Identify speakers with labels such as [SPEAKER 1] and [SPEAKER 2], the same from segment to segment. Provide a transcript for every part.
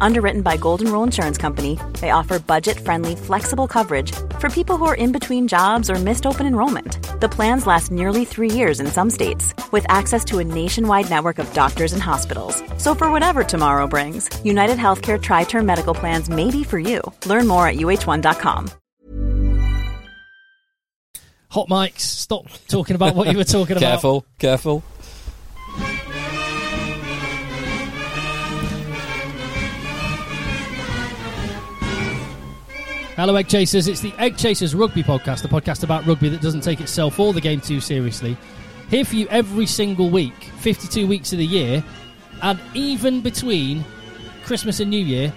[SPEAKER 1] Underwritten by Golden Rule Insurance Company, they offer budget friendly, flexible coverage for people who are in between jobs or missed open enrollment. The plans last nearly three years in some states, with access to a nationwide network of doctors and hospitals. So, for whatever tomorrow brings, United Healthcare Tri Term Medical Plans may be for you. Learn more at uh1.com.
[SPEAKER 2] Hot mics, stop talking about what you were talking about.
[SPEAKER 3] Careful, careful.
[SPEAKER 2] Hello, Egg Chasers. It's the Egg Chasers Rugby Podcast, the podcast about rugby that doesn't take itself or the game too seriously. Here for you every single week, 52 weeks of the year, and even between Christmas and New Year,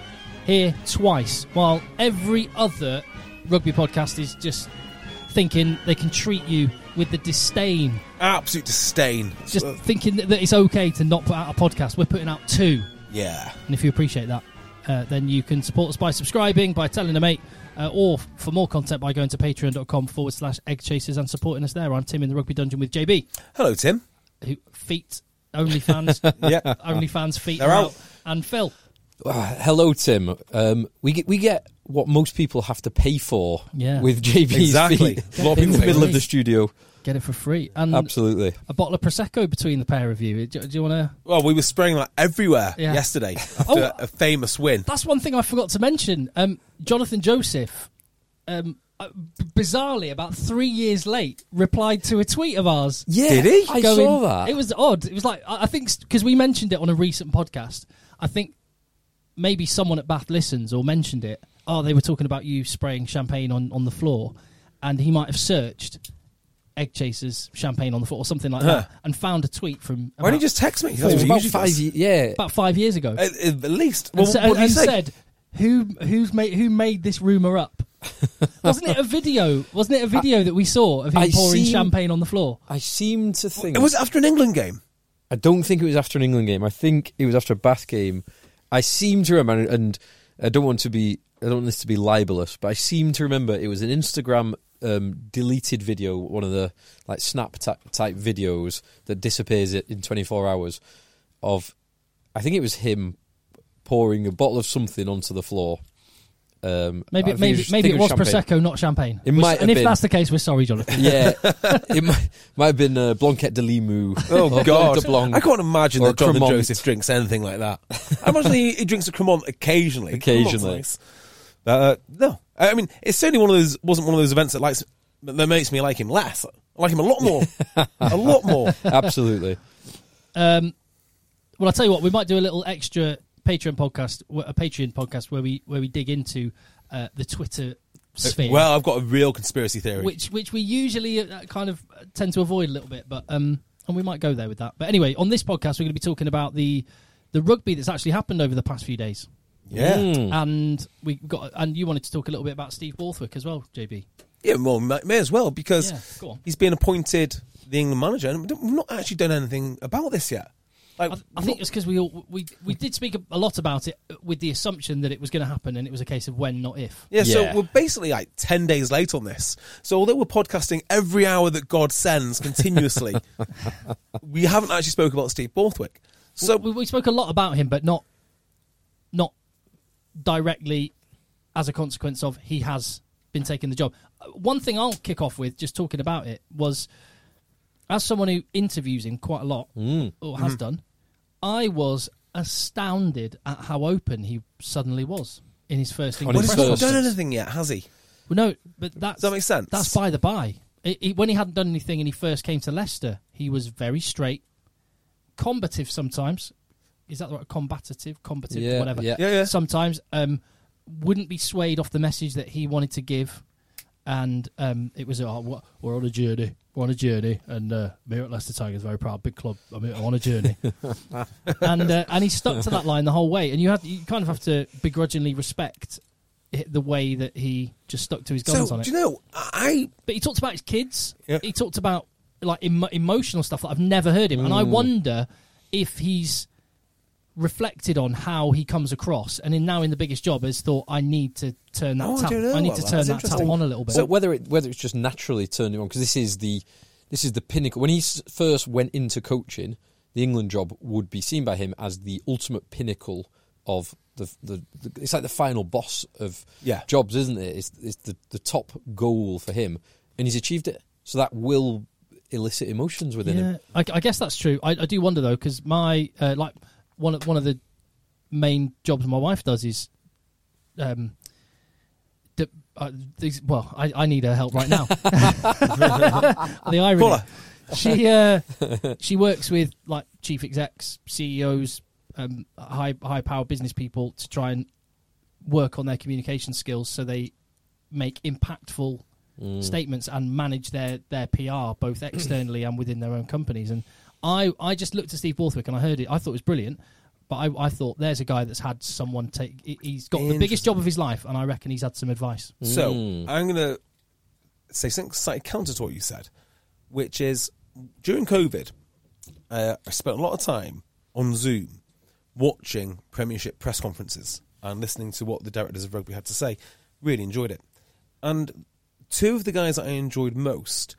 [SPEAKER 2] here twice, while every other rugby podcast is just thinking they can treat you with the disdain,
[SPEAKER 4] Absolute disdain.
[SPEAKER 2] just
[SPEAKER 4] Uh,
[SPEAKER 2] thinking that that it's okay to not put out a podcast. We're putting out two.
[SPEAKER 4] yeah.
[SPEAKER 2] And if you appreciate that, uh, then you can support us by subscribing, by telling a mate, uh, or f- for more content by going to patreon.com forward slash egg chasers and supporting us there. I'm Tim in the rugby dungeon with JB,
[SPEAKER 4] Hello, Tim.
[SPEAKER 2] who feet, OnlyFans,
[SPEAKER 4] Yeah.
[SPEAKER 2] OnlyFans feet
[SPEAKER 4] They're
[SPEAKER 2] are
[SPEAKER 4] out.
[SPEAKER 2] out, and Phil.
[SPEAKER 3] Ah, hello, Tim. Um, we get we get what most people have to pay for
[SPEAKER 2] Yeah.
[SPEAKER 3] with JB's
[SPEAKER 4] Exactly.
[SPEAKER 3] feet
[SPEAKER 4] A lot of
[SPEAKER 3] in
[SPEAKER 4] people
[SPEAKER 3] the
[SPEAKER 4] pay
[SPEAKER 3] middle
[SPEAKER 2] for
[SPEAKER 3] of the
[SPEAKER 2] it.
[SPEAKER 3] studio.
[SPEAKER 2] Get it for free. And
[SPEAKER 3] Absolutely.
[SPEAKER 2] a bottle of Prosecco between the pair of you. Do, do you want to.
[SPEAKER 4] Well, we were spraying that everywhere
[SPEAKER 2] Yeah.
[SPEAKER 4] yesterday after
[SPEAKER 2] Oh.
[SPEAKER 4] a famous win.
[SPEAKER 2] That's one thing I forgot to mention. Um, Jonathan Joseph, um, uh, bizarrely, about three years late, replied to a tweet of ours.
[SPEAKER 3] Yeah,
[SPEAKER 4] Did he?
[SPEAKER 3] I
[SPEAKER 2] going-
[SPEAKER 3] saw that.
[SPEAKER 2] It was odd. It was like I I think because we mentioned it on a recent podcast. I think maybe someone at Bath listens or mentioned it. Oh, they were talking about you spraying champagne on on the floor, and he might have searched egg chasers champagne on the floor or something like that, and found a tweet from
[SPEAKER 4] Why
[SPEAKER 2] about,
[SPEAKER 4] didn't you just text me? That's
[SPEAKER 3] it was
[SPEAKER 4] what
[SPEAKER 3] about
[SPEAKER 4] you usually
[SPEAKER 3] five.
[SPEAKER 4] does.
[SPEAKER 3] ye- Yeah,
[SPEAKER 2] about five years ago,
[SPEAKER 4] At, at least.
[SPEAKER 2] and,
[SPEAKER 4] Well,
[SPEAKER 2] sa-
[SPEAKER 4] what did
[SPEAKER 2] and
[SPEAKER 4] you say?
[SPEAKER 2] said who who's made who made this rumor up. wasn't it a video? Wasn't it a video that we saw of him
[SPEAKER 3] I
[SPEAKER 2] pouring
[SPEAKER 3] seen-
[SPEAKER 2] champagne on the floor?
[SPEAKER 3] I seem to think
[SPEAKER 4] It was after an England game.
[SPEAKER 3] I don't think it was after an England game. I think it was after a Bath game. I seem to remember, and I don't want to be, I don't want this to be libelous, but I seem to remember it was an Instagram um, deleted video, one of the like snap ty- type videos that disappears it in 24 hours. Of, I think it was him pouring a bottle of something onto the floor. Um, I
[SPEAKER 2] Maybe
[SPEAKER 3] think
[SPEAKER 2] maybe
[SPEAKER 3] I
[SPEAKER 2] maybe
[SPEAKER 3] think
[SPEAKER 2] it was
[SPEAKER 3] champagne.
[SPEAKER 2] prosecco, not champagne.
[SPEAKER 3] It
[SPEAKER 2] We're-
[SPEAKER 3] might have
[SPEAKER 2] and if
[SPEAKER 3] been.
[SPEAKER 2] that's the case, we're sorry, Jonathan.
[SPEAKER 3] Yeah, it might, might have been uh, Blanquette de Limoux. or Blanc
[SPEAKER 2] Oh,
[SPEAKER 3] de Blanc.
[SPEAKER 4] I can't imagine
[SPEAKER 3] Or
[SPEAKER 4] that Jonathan
[SPEAKER 3] Cremant.
[SPEAKER 4] Joseph drinks anything like that. I imagine he, he drinks a Cremant occasionally.
[SPEAKER 3] Occasionally.
[SPEAKER 4] Cremont's nice. Uh, no, I I mean it's certainly one of those. Wasn't one of those events that likes that makes me like him less. I like him a lot more, a lot more.
[SPEAKER 3] Absolutely.
[SPEAKER 2] Um, well, I'll tell you what, we might do a little extra Patreon podcast, a Patreon podcast where we where we dig into uh, the Twitter
[SPEAKER 3] Uh,
[SPEAKER 2] sphere,
[SPEAKER 4] Well, I've got a real conspiracy theory.
[SPEAKER 2] which which we usually uh, kind of tend to avoid a little bit, but um, and we might go there with that. But anyway, on this podcast, we're going to be talking about the the rugby that's actually happened over the past few days,
[SPEAKER 4] yeah.
[SPEAKER 3] Hmm.
[SPEAKER 2] and we got and you wanted to talk a little bit about Steve Borthwick as well, JB.
[SPEAKER 4] Yeah, well, may, may as well because
[SPEAKER 2] Yeah, go on.
[SPEAKER 4] he's been appointed the England manager, and we don't- we've not actually done anything about this yet. Like,
[SPEAKER 2] I, th- I think it's because we all, we we did speak a lot about it with the assumption that it was going to happen, and it was a case of when, not if.
[SPEAKER 4] yeah,
[SPEAKER 3] Yeah.
[SPEAKER 4] So we're basically like ten days late on this. So although we're podcasting every hour that God sends continuously, we haven't actually spoke about Steve Borthwick. So
[SPEAKER 2] we, we spoke a lot about him, but not not directly as a consequence of he has been taking the job. Uh, One thing I'll kick off with, just talking about it, was as someone who interviews him quite a lot
[SPEAKER 3] Mm.
[SPEAKER 2] or has done, I was astounded at how open he suddenly was in his first
[SPEAKER 3] On
[SPEAKER 2] England
[SPEAKER 3] his
[SPEAKER 2] press
[SPEAKER 4] well,
[SPEAKER 3] first-
[SPEAKER 4] he's not
[SPEAKER 2] conference.
[SPEAKER 4] done anything yet, has he?
[SPEAKER 2] Well, no, but that's,
[SPEAKER 4] Does that make sense?
[SPEAKER 2] That's by the by. It, it- when he hadn't done anything and he first came to Leicester, he was very straight, combative sometimes. Is that the right? Combative, combative,
[SPEAKER 3] Yeah,
[SPEAKER 2] whatever.
[SPEAKER 3] yeah.
[SPEAKER 4] Yeah, yeah.
[SPEAKER 2] Sometimes, um, wouldn't be swayed off the message that he wanted to give, and um, it was oh, what- we're on a journey, we're on a journey, and uh, me at Leicester Tigers very proud, big club. I mean, I'm on a journey, and uh, and he stuck to that line the whole way, and you have you kind of have to begrudgingly respect it- the way that he just stuck to his guns
[SPEAKER 4] So
[SPEAKER 2] on it.
[SPEAKER 4] do you know? I
[SPEAKER 2] But he talked about his kids.
[SPEAKER 4] Yeah.
[SPEAKER 2] He talked about like emo emotional stuff that I've never heard him, and
[SPEAKER 4] Mm.
[SPEAKER 2] I wonder if he's reflected on how he comes across, and in now in the biggest job has thought I need to turn that
[SPEAKER 4] Oh, I
[SPEAKER 2] tap.
[SPEAKER 4] don't know
[SPEAKER 2] I need
[SPEAKER 4] about
[SPEAKER 2] to
[SPEAKER 4] that.
[SPEAKER 2] turn
[SPEAKER 4] That's
[SPEAKER 2] that tap
[SPEAKER 4] interesting.
[SPEAKER 2] on a little bit.
[SPEAKER 3] So whether it whether it's just naturally turned him on because this is the this is the pinnacle. When he s- first went into coaching, the England job would be seen by him as the ultimate pinnacle of the the. the it's like the final boss of
[SPEAKER 4] Yeah.
[SPEAKER 3] jobs, isn't it? It's it's the the top goal for him, and he's achieved it. So that will elicit emotions within him.
[SPEAKER 2] yeah, I, I guess that's true. I, I do wonder though because my uh, like one of one of the main jobs my wife does is um. d- Uh, these, well, I, I need her help right now. the irony.
[SPEAKER 4] call her.
[SPEAKER 2] she uh, she works with like chief execs, CEOs, um, high high power business people to try and work on their communication skills so they make impactful statements and manage their their PR both externally and within their own companies. And I I just looked at Steve Borthwick and I heard it. I thought it was brilliant. But I, I thought there's a guy that's had someone take. he- He's got the biggest
[SPEAKER 4] Interesting.
[SPEAKER 2] job of his life, and I reckon he's had some advice.
[SPEAKER 4] So I'm going to say something slightly counter to what you said, which is during COVID, uh, I spent a lot of time on Zoom watching Premiership press conferences and listening to what the directors of rugby had to say. Really enjoyed it. And two of the guys that I enjoyed most,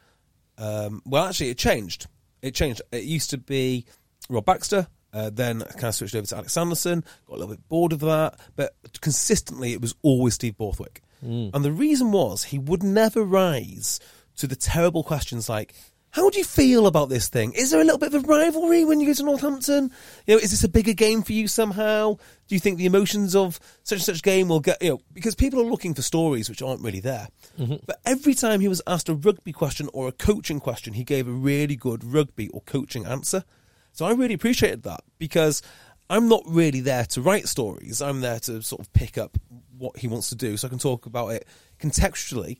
[SPEAKER 4] um, well, actually, it changed. It changed. It used to be Rob Baxter. Uh, then I kind of switched over to Alex Sanderson. Got a little bit bored of that, but consistently it was always Steve Borthwick. And the reason was he would never rise to the terrible questions like, "How do you feel about this thing? Is there a little bit of a rivalry when you go to Northampton? You know, is this a bigger game for you somehow? Do you think the emotions of such and such game will get you know?" Because people are looking for stories which aren't really there. But every time he was asked a rugby question or a coaching question, he gave a really good rugby or coaching answer. So I really appreciated that because I'm not really there to write stories. I'm there to sort of pick up what he wants to do so I can talk about it contextually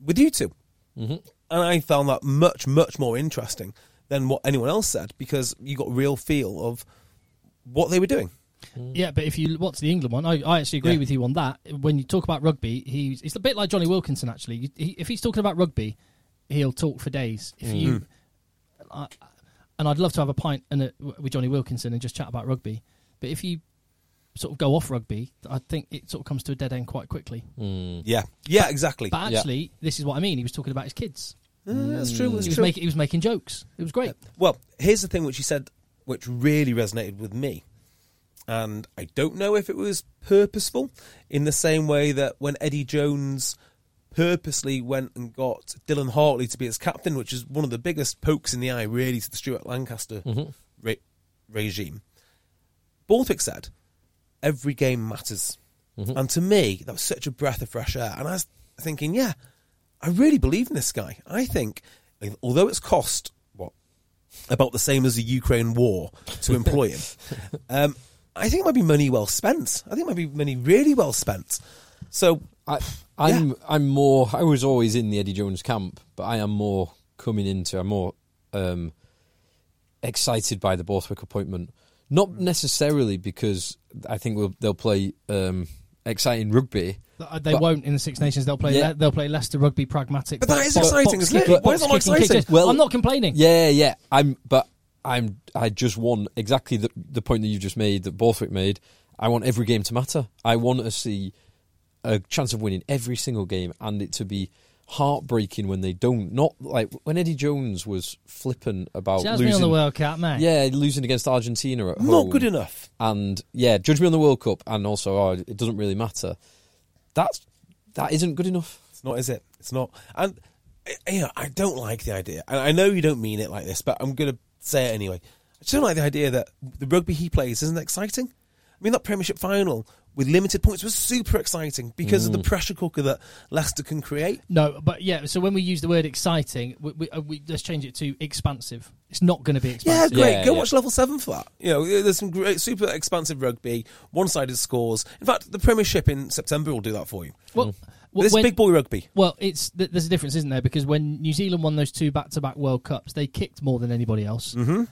[SPEAKER 4] with you 2 And I found that much, much more interesting than what anyone else said because you got real feel of what they were doing.
[SPEAKER 2] Yeah, but if you watch the England one, I, I actually agree
[SPEAKER 4] Yeah.
[SPEAKER 2] with you on that. When you talk about rugby, he's it's a bit like Johnny Wilkinson actually. You- He, if he's talking about rugby, he'll talk for days. If
[SPEAKER 4] Mm.
[SPEAKER 2] you, I, and I'd love to have a pint and a, with Johnny Wilkinson and just chat about rugby. But if you sort of go off rugby, I think it sort of comes to a dead end quite quickly.
[SPEAKER 3] Hmm.
[SPEAKER 4] Yeah. Yeah, exactly.
[SPEAKER 2] But actually, this is what I mean. He was talking about his kids.
[SPEAKER 4] Uh, that's true. That's
[SPEAKER 2] He was
[SPEAKER 4] true.
[SPEAKER 2] making he was making jokes. It was great.
[SPEAKER 4] Well, here's the thing which he said, which really resonated with me. And I don't know if it was purposeful, in the same way that when Eddie Jones purposely went and got Dylan Hartley to be his captain, which is one of the biggest pokes in the eye, really, to the Stuart Lancaster re- regime. Borthwick said, every game matters. And to me, that was such a breath of fresh air. And I was thinking, yeah, I really believe in this guy. I think, although it's cost, what, about the same as the Ukraine war to employ him, um, I think it might be money well spent. I think it might be money really well spent. So,
[SPEAKER 3] I, I'm I'm more. I was always in the Eddie Jones camp, but I am more coming into. I'm more um, excited by the Borthwick appointment. Not necessarily because I think we'll, they'll play um, exciting rugby.
[SPEAKER 2] Uh, They
[SPEAKER 3] But-
[SPEAKER 2] won't in the Six Nations. They'll play.
[SPEAKER 3] Yeah.
[SPEAKER 2] Le- they'll play Leicester rugby pragmatic.
[SPEAKER 4] But that
[SPEAKER 2] box-
[SPEAKER 4] is
[SPEAKER 2] box-
[SPEAKER 4] exciting,
[SPEAKER 2] box
[SPEAKER 4] isn't it?
[SPEAKER 2] kicking-
[SPEAKER 4] Why
[SPEAKER 2] box
[SPEAKER 4] is it not
[SPEAKER 2] kicking
[SPEAKER 4] exciting?
[SPEAKER 2] kickers. I'm not complaining.
[SPEAKER 3] Yeah, yeah. I'm, but I'm. I just want exactly the the point that you just made that Borthwick made. I want every game to matter. I want to see a chance of winning every single game, and it to be heartbreaking when they don't. Not like when Eddie Jones was flippant about
[SPEAKER 2] Jazz me on
[SPEAKER 3] losing
[SPEAKER 2] the World Cup, mate.
[SPEAKER 3] Yeah, losing against Argentina at home.
[SPEAKER 4] not good enough.
[SPEAKER 3] And yeah, judge me on the World Cup, and also oh, it doesn't really matter. That's that isn't good enough.
[SPEAKER 4] It's not, is it? It's not. And I- you know, I don't like the idea. And I know you don't mean it like this, but I'm going to say it anyway. I just don't like the idea that the rugby he plays isn't exciting. I mean, that Premiership final with limited points was super exciting because of the pressure cooker that Leicester can create.
[SPEAKER 2] No, but yeah. So when we use the word exciting, we, we, uh, we let's change it to expansive. It's not going to be
[SPEAKER 4] Yeah,
[SPEAKER 2] expansive.
[SPEAKER 4] great.
[SPEAKER 3] Yeah,
[SPEAKER 4] Go
[SPEAKER 3] yeah.
[SPEAKER 4] watch level seven for that. You know, there's some great, super expansive rugby, one-sided scores. In fact, the Premiership in September will do that for you.
[SPEAKER 2] Well, well,
[SPEAKER 4] this is
[SPEAKER 2] when-
[SPEAKER 4] big boy rugby.
[SPEAKER 2] Well, it's th- there's a difference, isn't there? Because when New Zealand won those two back-to-back World Cups, they kicked more than anybody else. Mm-hmm.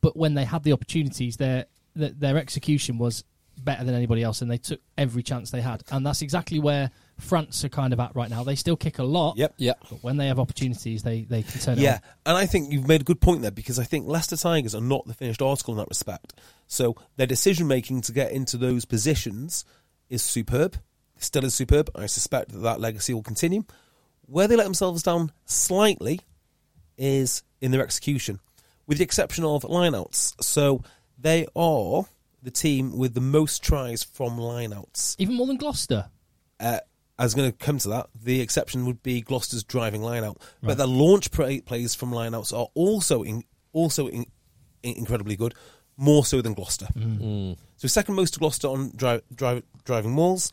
[SPEAKER 2] But when they had the opportunities, their their, their execution was better than anybody else, and they took every chance they had. And that's exactly where France are kind of at right now. They still kick a lot.
[SPEAKER 4] Yep.
[SPEAKER 3] Yeah.
[SPEAKER 2] But when they have opportunities, they they can turn it.
[SPEAKER 4] Yeah,
[SPEAKER 2] on.
[SPEAKER 4] and I think you've made a good point there because I think Leicester Tigers are not the finished article in that respect. So their decision making to get into those positions is superb, still is superb. I suspect that that legacy will continue. Where they let themselves down slightly is in their execution, with the exception of lineouts. So they are the team with the most tries from lineouts.
[SPEAKER 2] Even more than Gloucester.
[SPEAKER 4] Uh, I was going to come to that. The exception would be Gloucester's driving line out, but their launch pra- plays from line outs are also in, also in, in- incredibly good, more so than Gloucester.
[SPEAKER 2] Mm.
[SPEAKER 4] So second most to Gloucester on dri- dri- driving walls,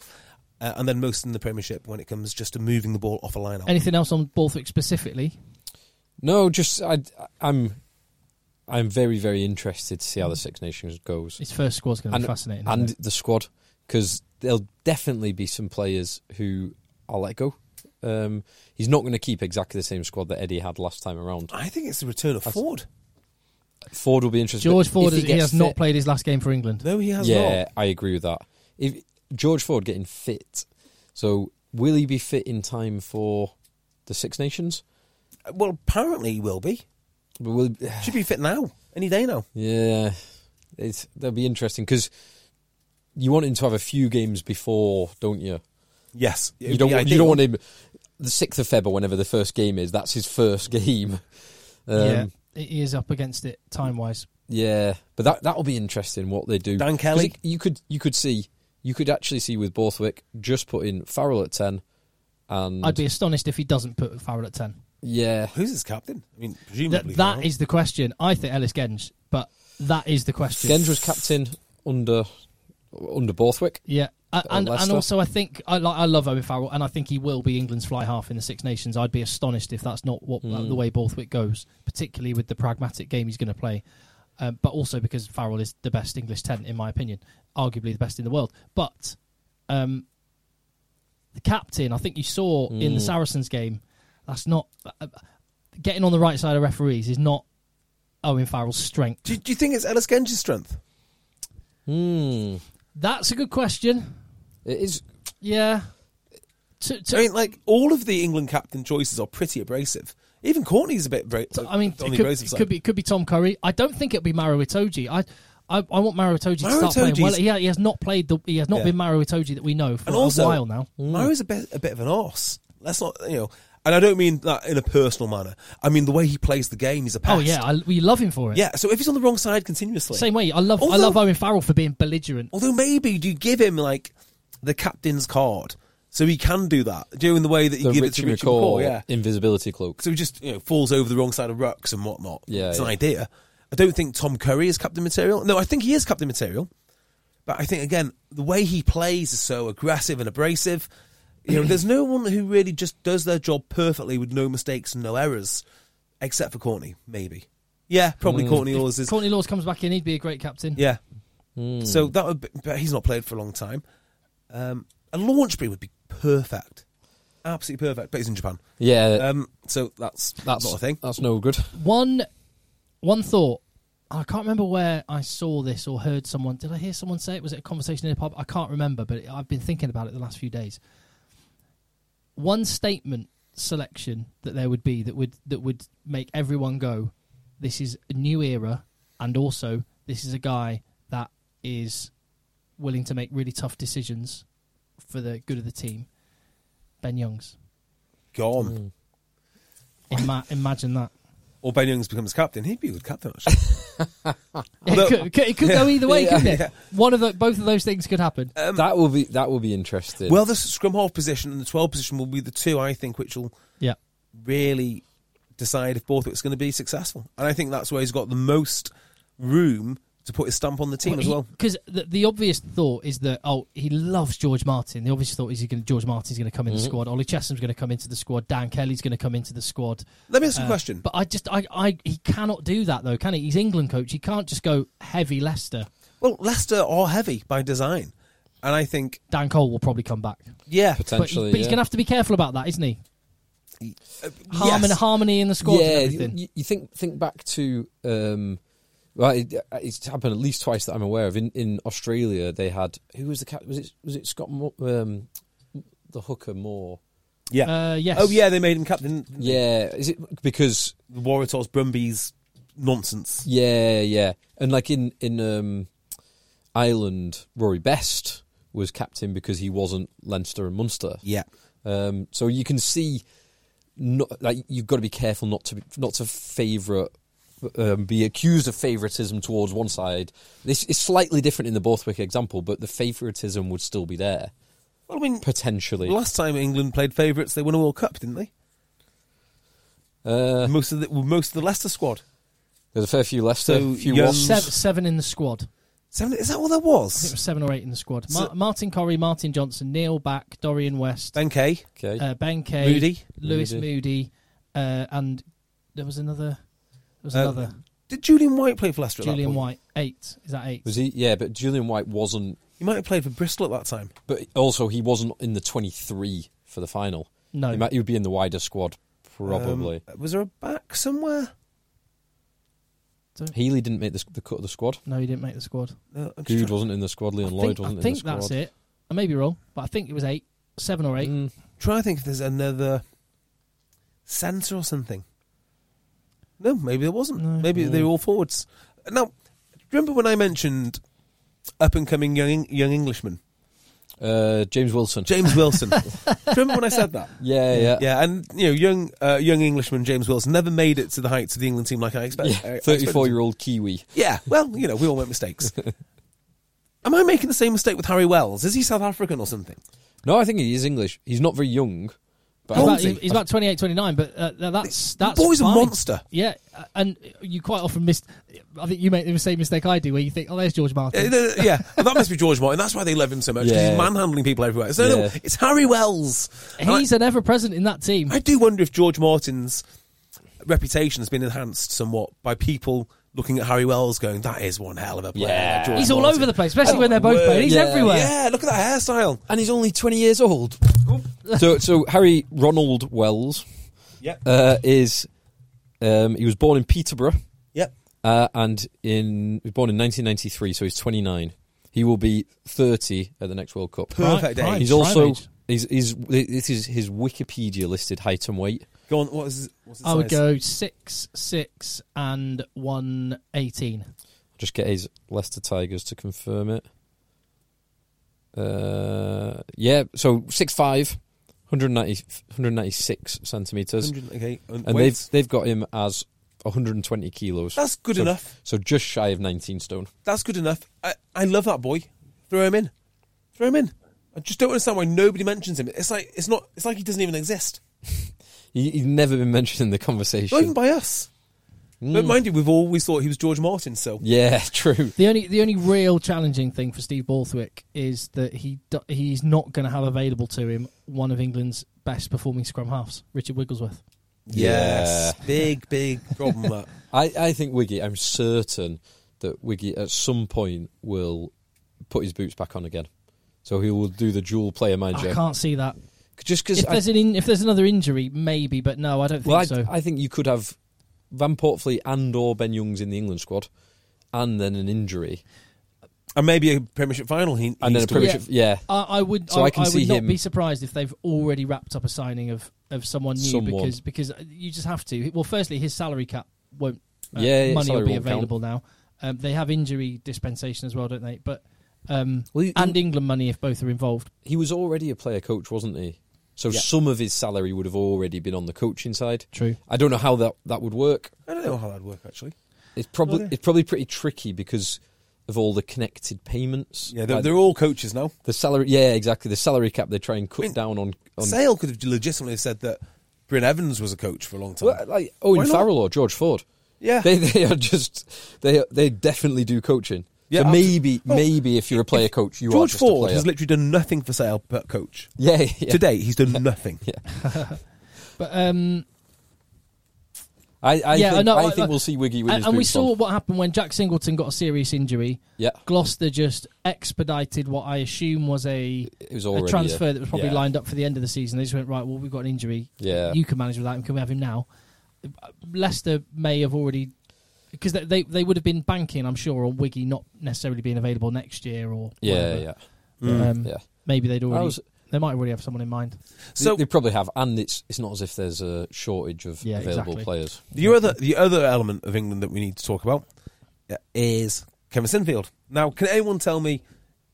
[SPEAKER 4] uh, and then most in the Premiership when it comes just to moving the ball off a line out.
[SPEAKER 2] Anything else on Borthwick specifically?
[SPEAKER 3] No, just I, I'm, I'm very very interested to see how the Six Nations goes.
[SPEAKER 2] His first squad's going to be fascinating.
[SPEAKER 3] and
[SPEAKER 2] isn't it?
[SPEAKER 3] the squad because there'll definitely be some players who I'll let go. Um, he's not going to keep exactly the same squad that Eddie had last time around.
[SPEAKER 4] I think it's the return of Ford.
[SPEAKER 3] Ford will be interesting.
[SPEAKER 2] George
[SPEAKER 3] but
[SPEAKER 2] Ford
[SPEAKER 3] if
[SPEAKER 2] is, he,
[SPEAKER 3] gets
[SPEAKER 2] has not
[SPEAKER 3] fit-
[SPEAKER 2] played his last game for England.
[SPEAKER 4] No, he has
[SPEAKER 3] yeah,
[SPEAKER 4] not.
[SPEAKER 3] I agree with that. If George Ford getting fit, so will he be fit in time for the Six Nations?
[SPEAKER 4] Uh, Well, apparently he will be.
[SPEAKER 3] But will
[SPEAKER 4] Should be fit now, any day now.
[SPEAKER 3] Yeah, it's that'll be interesting because you want him to have a few games before, don't you?
[SPEAKER 4] Yes, It
[SPEAKER 3] You
[SPEAKER 4] would
[SPEAKER 3] don't.
[SPEAKER 4] be
[SPEAKER 3] want- you
[SPEAKER 4] ideal.
[SPEAKER 3] don't want him the sixth of Feb or whenever the first game is. That's his first game. Um,
[SPEAKER 2] yeah, he is up against it time wise.
[SPEAKER 3] yeah, but that that'll be interesting what they do.
[SPEAKER 4] Dan
[SPEAKER 3] 'Cause
[SPEAKER 4] Kelly?
[SPEAKER 3] it- you could you could see you could actually see with Borthwick just put in Farrell at ten, and
[SPEAKER 2] I'd be astonished if he doesn't put Farrell at ten.
[SPEAKER 3] yeah,
[SPEAKER 4] Who's his captain? I mean,
[SPEAKER 2] Th-
[SPEAKER 4] presumably
[SPEAKER 2] that
[SPEAKER 4] Farrell.
[SPEAKER 2] is the question. I think Ellis Genge, but that is the question.
[SPEAKER 3] Gens was captain under under Borthwick.
[SPEAKER 2] yeah. A- And, and
[SPEAKER 3] Leicester.
[SPEAKER 2] also, I think I, like, I love Owen Farrell, and I think he will be England's fly half in the Six Nations. I'd be astonished if that's not what uh,
[SPEAKER 4] Mm.
[SPEAKER 2] the way Borthwick goes, particularly with the pragmatic game he's going to play. Um, but also because Farrell is the best English ten, in my opinion, arguably the best in the world. But um, the captain, I think you saw in
[SPEAKER 4] Mm.
[SPEAKER 2] the Saracens game, that's not uh, getting on the right side of referees is not Owen Farrell's strength.
[SPEAKER 4] Do, do you think it's Ellis Genji's strength?
[SPEAKER 3] Hmm,
[SPEAKER 2] That's a good question.
[SPEAKER 3] it is.
[SPEAKER 2] Yeah. To, to,
[SPEAKER 4] I mean, like all of the England captain choices are pretty abrasive. Even Courtney's a bit. Bra-
[SPEAKER 2] to- I mean,
[SPEAKER 4] on the
[SPEAKER 2] it could,
[SPEAKER 4] abrasive
[SPEAKER 2] it
[SPEAKER 4] side.
[SPEAKER 2] could be it could be Tom Curry. I don't think it'll be Maru Itoji. I, I I want Maru Itoji to
[SPEAKER 4] Mauro
[SPEAKER 2] start playing well.
[SPEAKER 4] Itoje's-
[SPEAKER 2] He, he has not played the he has not
[SPEAKER 4] Yeah.
[SPEAKER 2] been Maru Itoji that we know for
[SPEAKER 4] and
[SPEAKER 2] a
[SPEAKER 4] also,
[SPEAKER 2] while now. Mm.
[SPEAKER 4] Mario's a bit a bit of an arse. Let's not, you know. And I don't mean that in a personal manner. I mean the way he plays the game. He's a pest.
[SPEAKER 2] Oh yeah, I, we love him for it.
[SPEAKER 4] yeah. So if he's on the wrong side continuously,
[SPEAKER 2] Same way, I love I
[SPEAKER 4] Although-
[SPEAKER 2] love Owen Farrell for being belligerent.
[SPEAKER 4] Although maybe do you give him like the captain's card so he can do that, doing the way that you
[SPEAKER 3] The
[SPEAKER 4] give
[SPEAKER 3] Richie,
[SPEAKER 4] it to Richie
[SPEAKER 3] McCaw,
[SPEAKER 4] McCaw, yeah.
[SPEAKER 3] invisibility cloak.
[SPEAKER 4] So he just you know falls over the wrong side of rucks and whatnot.
[SPEAKER 3] Yeah,
[SPEAKER 4] it's an
[SPEAKER 3] yeah.
[SPEAKER 4] idea. I don't think Tom Curry is captain material. No, I think he is captain material. But I think again the way he plays is so aggressive and abrasive. You know, there's no one who really just does their job perfectly with no mistakes and no errors, except for Courtney, maybe. Yeah, probably Courtney Laws is.
[SPEAKER 2] Courtney Laws comes back in, he'd be a great captain.
[SPEAKER 4] Yeah.
[SPEAKER 3] Hmm.
[SPEAKER 4] So that would, be, but he's not played for a long time. Um, and Launchbury would be perfect, absolutely perfect. But he's in Japan,
[SPEAKER 3] yeah,
[SPEAKER 4] um, so that's that's not a thing.
[SPEAKER 3] Uh, That's no good.
[SPEAKER 2] One one thought. I can't remember where I saw this or heard someone. Did I hear someone say it? Was it a conversation in a pub? I can't remember, but I've been thinking about it the last few days. One statement selection that there would be that would that would make everyone go, "This is a new era," and also this is a guy that is willing to make really tough decisions for the good of the team. Ben Youngs,
[SPEAKER 4] Gone.
[SPEAKER 2] Ima- imagine that.
[SPEAKER 4] or Ben Youngs becomes captain, he'd be a good captain actually.
[SPEAKER 2] It could, it could- it could go either way,
[SPEAKER 3] Yeah.
[SPEAKER 2] couldn't it? One of the, both of those things could happen.
[SPEAKER 3] that will be that will be interesting.
[SPEAKER 4] well, the scrum half position and the twelve position will be the two I think which will
[SPEAKER 2] yeah,
[SPEAKER 4] really decide if Borthwick's going to be successful, and I think that's where he's got the most room to put his stamp on the team as well.
[SPEAKER 2] Because the, the obvious thought is that oh, he loves George Martin. The obvious thought is he's going to George Martin's going to come in the
[SPEAKER 4] Mm-hmm.
[SPEAKER 2] squad. Ollie Chessham's going to come into the squad. Dan Kelly's going to come into the squad.
[SPEAKER 4] Let me ask you a
[SPEAKER 2] Uh,
[SPEAKER 4] question.
[SPEAKER 2] But I just I, I he cannot do that though, can he? He's England coach. He can't just go heavy Leicester.
[SPEAKER 4] well, Leicester are heavy by design, and I think
[SPEAKER 2] Dan Cole will probably come back.
[SPEAKER 4] yeah,
[SPEAKER 2] But, he-
[SPEAKER 3] potentially.
[SPEAKER 2] but he's
[SPEAKER 3] yeah.
[SPEAKER 2] going to have to be careful about that, isn't he?
[SPEAKER 4] yes.
[SPEAKER 2] Harmon, Harmony in the squad and
[SPEAKER 3] you,
[SPEAKER 2] everything.
[SPEAKER 3] you- you think think back to um, well, it, it's happened at least twice that I'm aware of. In in Australia, they had who was the cat? Was it was it Scott Mo- um, the hooker Moore?
[SPEAKER 4] yeah.
[SPEAKER 2] Uh, yes.
[SPEAKER 4] Oh yeah, they made him captain. didn't they?
[SPEAKER 3] Yeah, is it because
[SPEAKER 4] The Waratahs Brumbies nonsense.
[SPEAKER 3] yeah yeah and like in in um, Ireland, Rory Best was captain because he wasn't Leinster and Munster.
[SPEAKER 4] Yeah,
[SPEAKER 3] Um, so you can see, not, like you've got to be careful not to not to favour, um, be accused of favouritism towards one side. This is slightly different in the Borthwick example, but the favouritism would still be there
[SPEAKER 4] well, I mean,
[SPEAKER 3] potentially.
[SPEAKER 4] last time England played favourites, they won a World Cup, didn't they?
[SPEAKER 3] Uh,
[SPEAKER 4] most of the well, most of the Leicester squad.
[SPEAKER 3] there's a fair few Leicester,
[SPEAKER 4] So
[SPEAKER 3] a few
[SPEAKER 4] young-
[SPEAKER 3] Wasps.
[SPEAKER 2] Seven, seven in the squad.
[SPEAKER 4] Seven, is that what there
[SPEAKER 2] I think it
[SPEAKER 4] was?
[SPEAKER 2] was seven or eight in the squad.
[SPEAKER 4] So-
[SPEAKER 2] Mar- Martin Corrie, Martin Johnson, Neil Back, Dorian West,
[SPEAKER 4] Ben Kay,
[SPEAKER 3] Okay,
[SPEAKER 2] uh, Ben Kay,
[SPEAKER 4] Moody.
[SPEAKER 2] Lewis Moody,
[SPEAKER 3] Moody.
[SPEAKER 2] uh, and there was another. There was
[SPEAKER 4] Uh,
[SPEAKER 2] another.
[SPEAKER 4] Did Julian White play for Leicester? at that
[SPEAKER 2] Julian
[SPEAKER 4] point?
[SPEAKER 2] White, eight. Is that eight?
[SPEAKER 3] was he? Yeah, but Julian White wasn't.
[SPEAKER 4] He might have played for Bristol at that time.
[SPEAKER 3] But also, he wasn't in the 23 for the final.
[SPEAKER 2] No.
[SPEAKER 3] he, might, he would be in the wider squad probably.
[SPEAKER 4] Um, was there a back somewhere?
[SPEAKER 3] Healy didn't make the, the cut of the squad.
[SPEAKER 2] no, he didn't make the squad.
[SPEAKER 4] No, Uh, I'm just
[SPEAKER 3] Good
[SPEAKER 4] trying-
[SPEAKER 3] wasn't in the squad. Leon
[SPEAKER 2] I
[SPEAKER 3] Lloyd
[SPEAKER 2] think, I
[SPEAKER 3] wasn't
[SPEAKER 2] think
[SPEAKER 3] in the squad.
[SPEAKER 2] that's it. I may be wrong, but I think it was eight, seven or eight.
[SPEAKER 3] Mm.
[SPEAKER 4] trying to think if there's another centre or something. No, maybe there wasn't.
[SPEAKER 2] No.
[SPEAKER 4] maybe they were all forwards. Now, remember when I mentioned up and coming young young Englishman
[SPEAKER 3] Uh, James Wilson.
[SPEAKER 4] James Wilson? remember when I said that?
[SPEAKER 3] yeah, yeah.
[SPEAKER 4] Yeah, and you know, young uh, young Englishman James Wilson never made it to the heights of the England team like I expect- I- I expected.
[SPEAKER 3] Thirty-four-year-old Kiwi.
[SPEAKER 4] Yeah, well, you know, we all make mistakes. Am I making the same mistake with Harry Wells? Is he South African or something?
[SPEAKER 3] No, I think he is English. He's not very young, but
[SPEAKER 4] How
[SPEAKER 3] I
[SPEAKER 4] old
[SPEAKER 3] think-
[SPEAKER 2] About-
[SPEAKER 4] Monty.
[SPEAKER 2] he's about 28, 29, but uh, th- that's that's
[SPEAKER 4] boy's a
[SPEAKER 2] fine.
[SPEAKER 4] monster.
[SPEAKER 2] Yeah, uh, and you quite often miss. I think you make the same mistake I do, where you think, "Oh, there's George
[SPEAKER 4] Uh,
[SPEAKER 2] Martin."
[SPEAKER 4] th- yeah, and that must be George Martin. That's why they love him so much. 'cause
[SPEAKER 3] Yeah.
[SPEAKER 4] He's manhandling people everywhere. So no,
[SPEAKER 3] Yeah.
[SPEAKER 4] it's Harry Wells. And I-
[SPEAKER 2] He's an ever-present in that team.
[SPEAKER 4] I do wonder if George Martin's reputation has been enhanced somewhat by people looking at Harry Wells going, "That is one hell of a player."
[SPEAKER 3] Yeah.
[SPEAKER 4] George
[SPEAKER 2] He's all
[SPEAKER 4] Martin."
[SPEAKER 2] over the place, especially
[SPEAKER 4] Oh,
[SPEAKER 2] when they're both
[SPEAKER 4] word.
[SPEAKER 2] playing. He's
[SPEAKER 3] Yeah,
[SPEAKER 2] everywhere.
[SPEAKER 4] Yeah, look at that hairstyle.
[SPEAKER 3] and he's only twenty years old. so, so Harry Ronald Wells
[SPEAKER 4] Yep.
[SPEAKER 3] uh, is. Um, he was born in Peterborough,
[SPEAKER 4] yep.
[SPEAKER 3] uh, and in he was born in 1993, so he's 29. He will be 30 at the next World Cup.
[SPEAKER 4] Perfect
[SPEAKER 2] Prime.
[SPEAKER 4] age.
[SPEAKER 3] He's
[SPEAKER 2] prime
[SPEAKER 3] also
[SPEAKER 2] age.
[SPEAKER 3] he's, he's this is his Wikipedia listed height and weight.
[SPEAKER 4] Go on. What is? His, what's his
[SPEAKER 2] I would
[SPEAKER 4] size?
[SPEAKER 2] go six, six, and one eighteen.
[SPEAKER 3] Just get his Leicester Tigers to confirm it. Uh, yeah, so 6'5", 190, 196 centimetres.
[SPEAKER 4] 100 Okay. And,
[SPEAKER 3] And
[SPEAKER 4] weight.
[SPEAKER 3] they've, they've got him as 120 kilos.
[SPEAKER 4] That's good
[SPEAKER 3] So-
[SPEAKER 4] enough.
[SPEAKER 3] So just shy of 19 stone.
[SPEAKER 4] That's good enough. I, I love that boy. Throw him in. Throw him in. I just don't understand why nobody mentions him. It's like it's not. It's like he doesn't even exist.
[SPEAKER 3] He, he's never been mentioned in the conversation.
[SPEAKER 4] Not even by us.
[SPEAKER 3] Mm.
[SPEAKER 4] But mind you, we've always thought he was George Martin. So
[SPEAKER 3] yeah, true.
[SPEAKER 2] The only the only real challenging thing for Steve Borthwick is that he do- he's not going to have available to him one of England's best performing scrum halves, Richard Wigglesworth.
[SPEAKER 4] big big problem. that.
[SPEAKER 3] I, I think Wiggy, I'm certain that Wiggy at some point will put his boots back on again. So he will do the dual player
[SPEAKER 2] I
[SPEAKER 3] manager.
[SPEAKER 2] can't see that.
[SPEAKER 3] Just because
[SPEAKER 2] If there's an in, if there's another injury, maybe, but no, I don't think
[SPEAKER 3] Well, I,
[SPEAKER 2] so.
[SPEAKER 3] I think you could have Van Portfleet and or Ben Youngs in the England squad, and then an injury,
[SPEAKER 4] And maybe a Premiership final. He
[SPEAKER 3] and
[SPEAKER 4] he's
[SPEAKER 3] then a
[SPEAKER 4] still-
[SPEAKER 3] Premiership. Yeah,
[SPEAKER 2] I, I would.
[SPEAKER 3] So
[SPEAKER 2] I,
[SPEAKER 3] I
[SPEAKER 2] I
[SPEAKER 3] can
[SPEAKER 2] would
[SPEAKER 3] see
[SPEAKER 2] not
[SPEAKER 3] him-
[SPEAKER 2] be surprised if they've already wrapped up a signing of, of someone new
[SPEAKER 3] Someone.
[SPEAKER 2] because because you just have to. Well, firstly, his salary cap won't. Uh,
[SPEAKER 3] Yeah,
[SPEAKER 2] money
[SPEAKER 3] yeah,
[SPEAKER 2] will
[SPEAKER 3] salary
[SPEAKER 2] be
[SPEAKER 3] won't count.
[SPEAKER 2] available now. Um, they have injury dispensation as well, don't they? But um,
[SPEAKER 3] Well, you-
[SPEAKER 2] and England money if both are involved.
[SPEAKER 3] he was already a player coach, wasn't he? So
[SPEAKER 4] Yeah.
[SPEAKER 3] some of his salary would have already been on the coaching side.
[SPEAKER 2] True.
[SPEAKER 3] I don't know how that that would work.
[SPEAKER 4] I don't know how that'd work actually.
[SPEAKER 3] It's probably
[SPEAKER 4] Okay.
[SPEAKER 3] it's probably pretty tricky because of all the connected payments.
[SPEAKER 4] Yeah, they're,
[SPEAKER 3] Like,
[SPEAKER 4] they're all coaches now.
[SPEAKER 3] the salary. Yeah, exactly. The salary cap they try and cut
[SPEAKER 4] I mean,
[SPEAKER 3] down on. on
[SPEAKER 4] Sale could have legitimately said that Bryn Evans was a coach for a long time.
[SPEAKER 3] Well, like Owen
[SPEAKER 4] Why not?
[SPEAKER 3] Farrell or George Ford.
[SPEAKER 4] Yeah.
[SPEAKER 3] They they are just they they definitely do coaching.
[SPEAKER 4] Yeah,
[SPEAKER 3] so
[SPEAKER 4] absolutely.
[SPEAKER 3] maybe
[SPEAKER 4] Well,
[SPEAKER 3] maybe if you're a player coach, you are
[SPEAKER 4] George
[SPEAKER 3] just a
[SPEAKER 4] Ford
[SPEAKER 3] player.
[SPEAKER 4] has literally done nothing for Sale but coach.
[SPEAKER 3] yeah, yeah.
[SPEAKER 4] Today, he's done nothing.
[SPEAKER 2] But um,
[SPEAKER 3] I, I
[SPEAKER 2] Yeah,
[SPEAKER 3] think,
[SPEAKER 2] no,
[SPEAKER 3] I
[SPEAKER 2] I-
[SPEAKER 3] think we'll see Wiggy with
[SPEAKER 2] and,
[SPEAKER 3] his
[SPEAKER 2] and we
[SPEAKER 3] boots on.
[SPEAKER 2] saw what happened when Jack Singleton got a serious injury.
[SPEAKER 3] Yeah,
[SPEAKER 2] Gloucester just expedited what I assume was a,
[SPEAKER 3] it was
[SPEAKER 2] a
[SPEAKER 3] already
[SPEAKER 2] transfer that was probably
[SPEAKER 3] yeah.
[SPEAKER 2] lined up for the end of the season. They just went right. Well, we've got an injury.
[SPEAKER 3] Yeah,
[SPEAKER 2] You can manage without him. Can we have him now? Leicester may have already because they, they they would have been banking, I'm sure, on Wiggy not necessarily being available next year or
[SPEAKER 3] yeah,
[SPEAKER 2] whatever.
[SPEAKER 3] yeah.
[SPEAKER 2] Um,
[SPEAKER 3] yeah.
[SPEAKER 2] Maybe they'd
[SPEAKER 3] I
[SPEAKER 2] already
[SPEAKER 3] was-
[SPEAKER 2] they might already have someone in mind.
[SPEAKER 4] So
[SPEAKER 3] they, they probably have, and it's it's not as if there's a shortage of
[SPEAKER 2] Yeah,
[SPEAKER 3] available
[SPEAKER 2] exactly.
[SPEAKER 3] players.
[SPEAKER 4] the other the other element of England that we need to talk about uh, is Kevin Sinfield. Now, can anyone tell me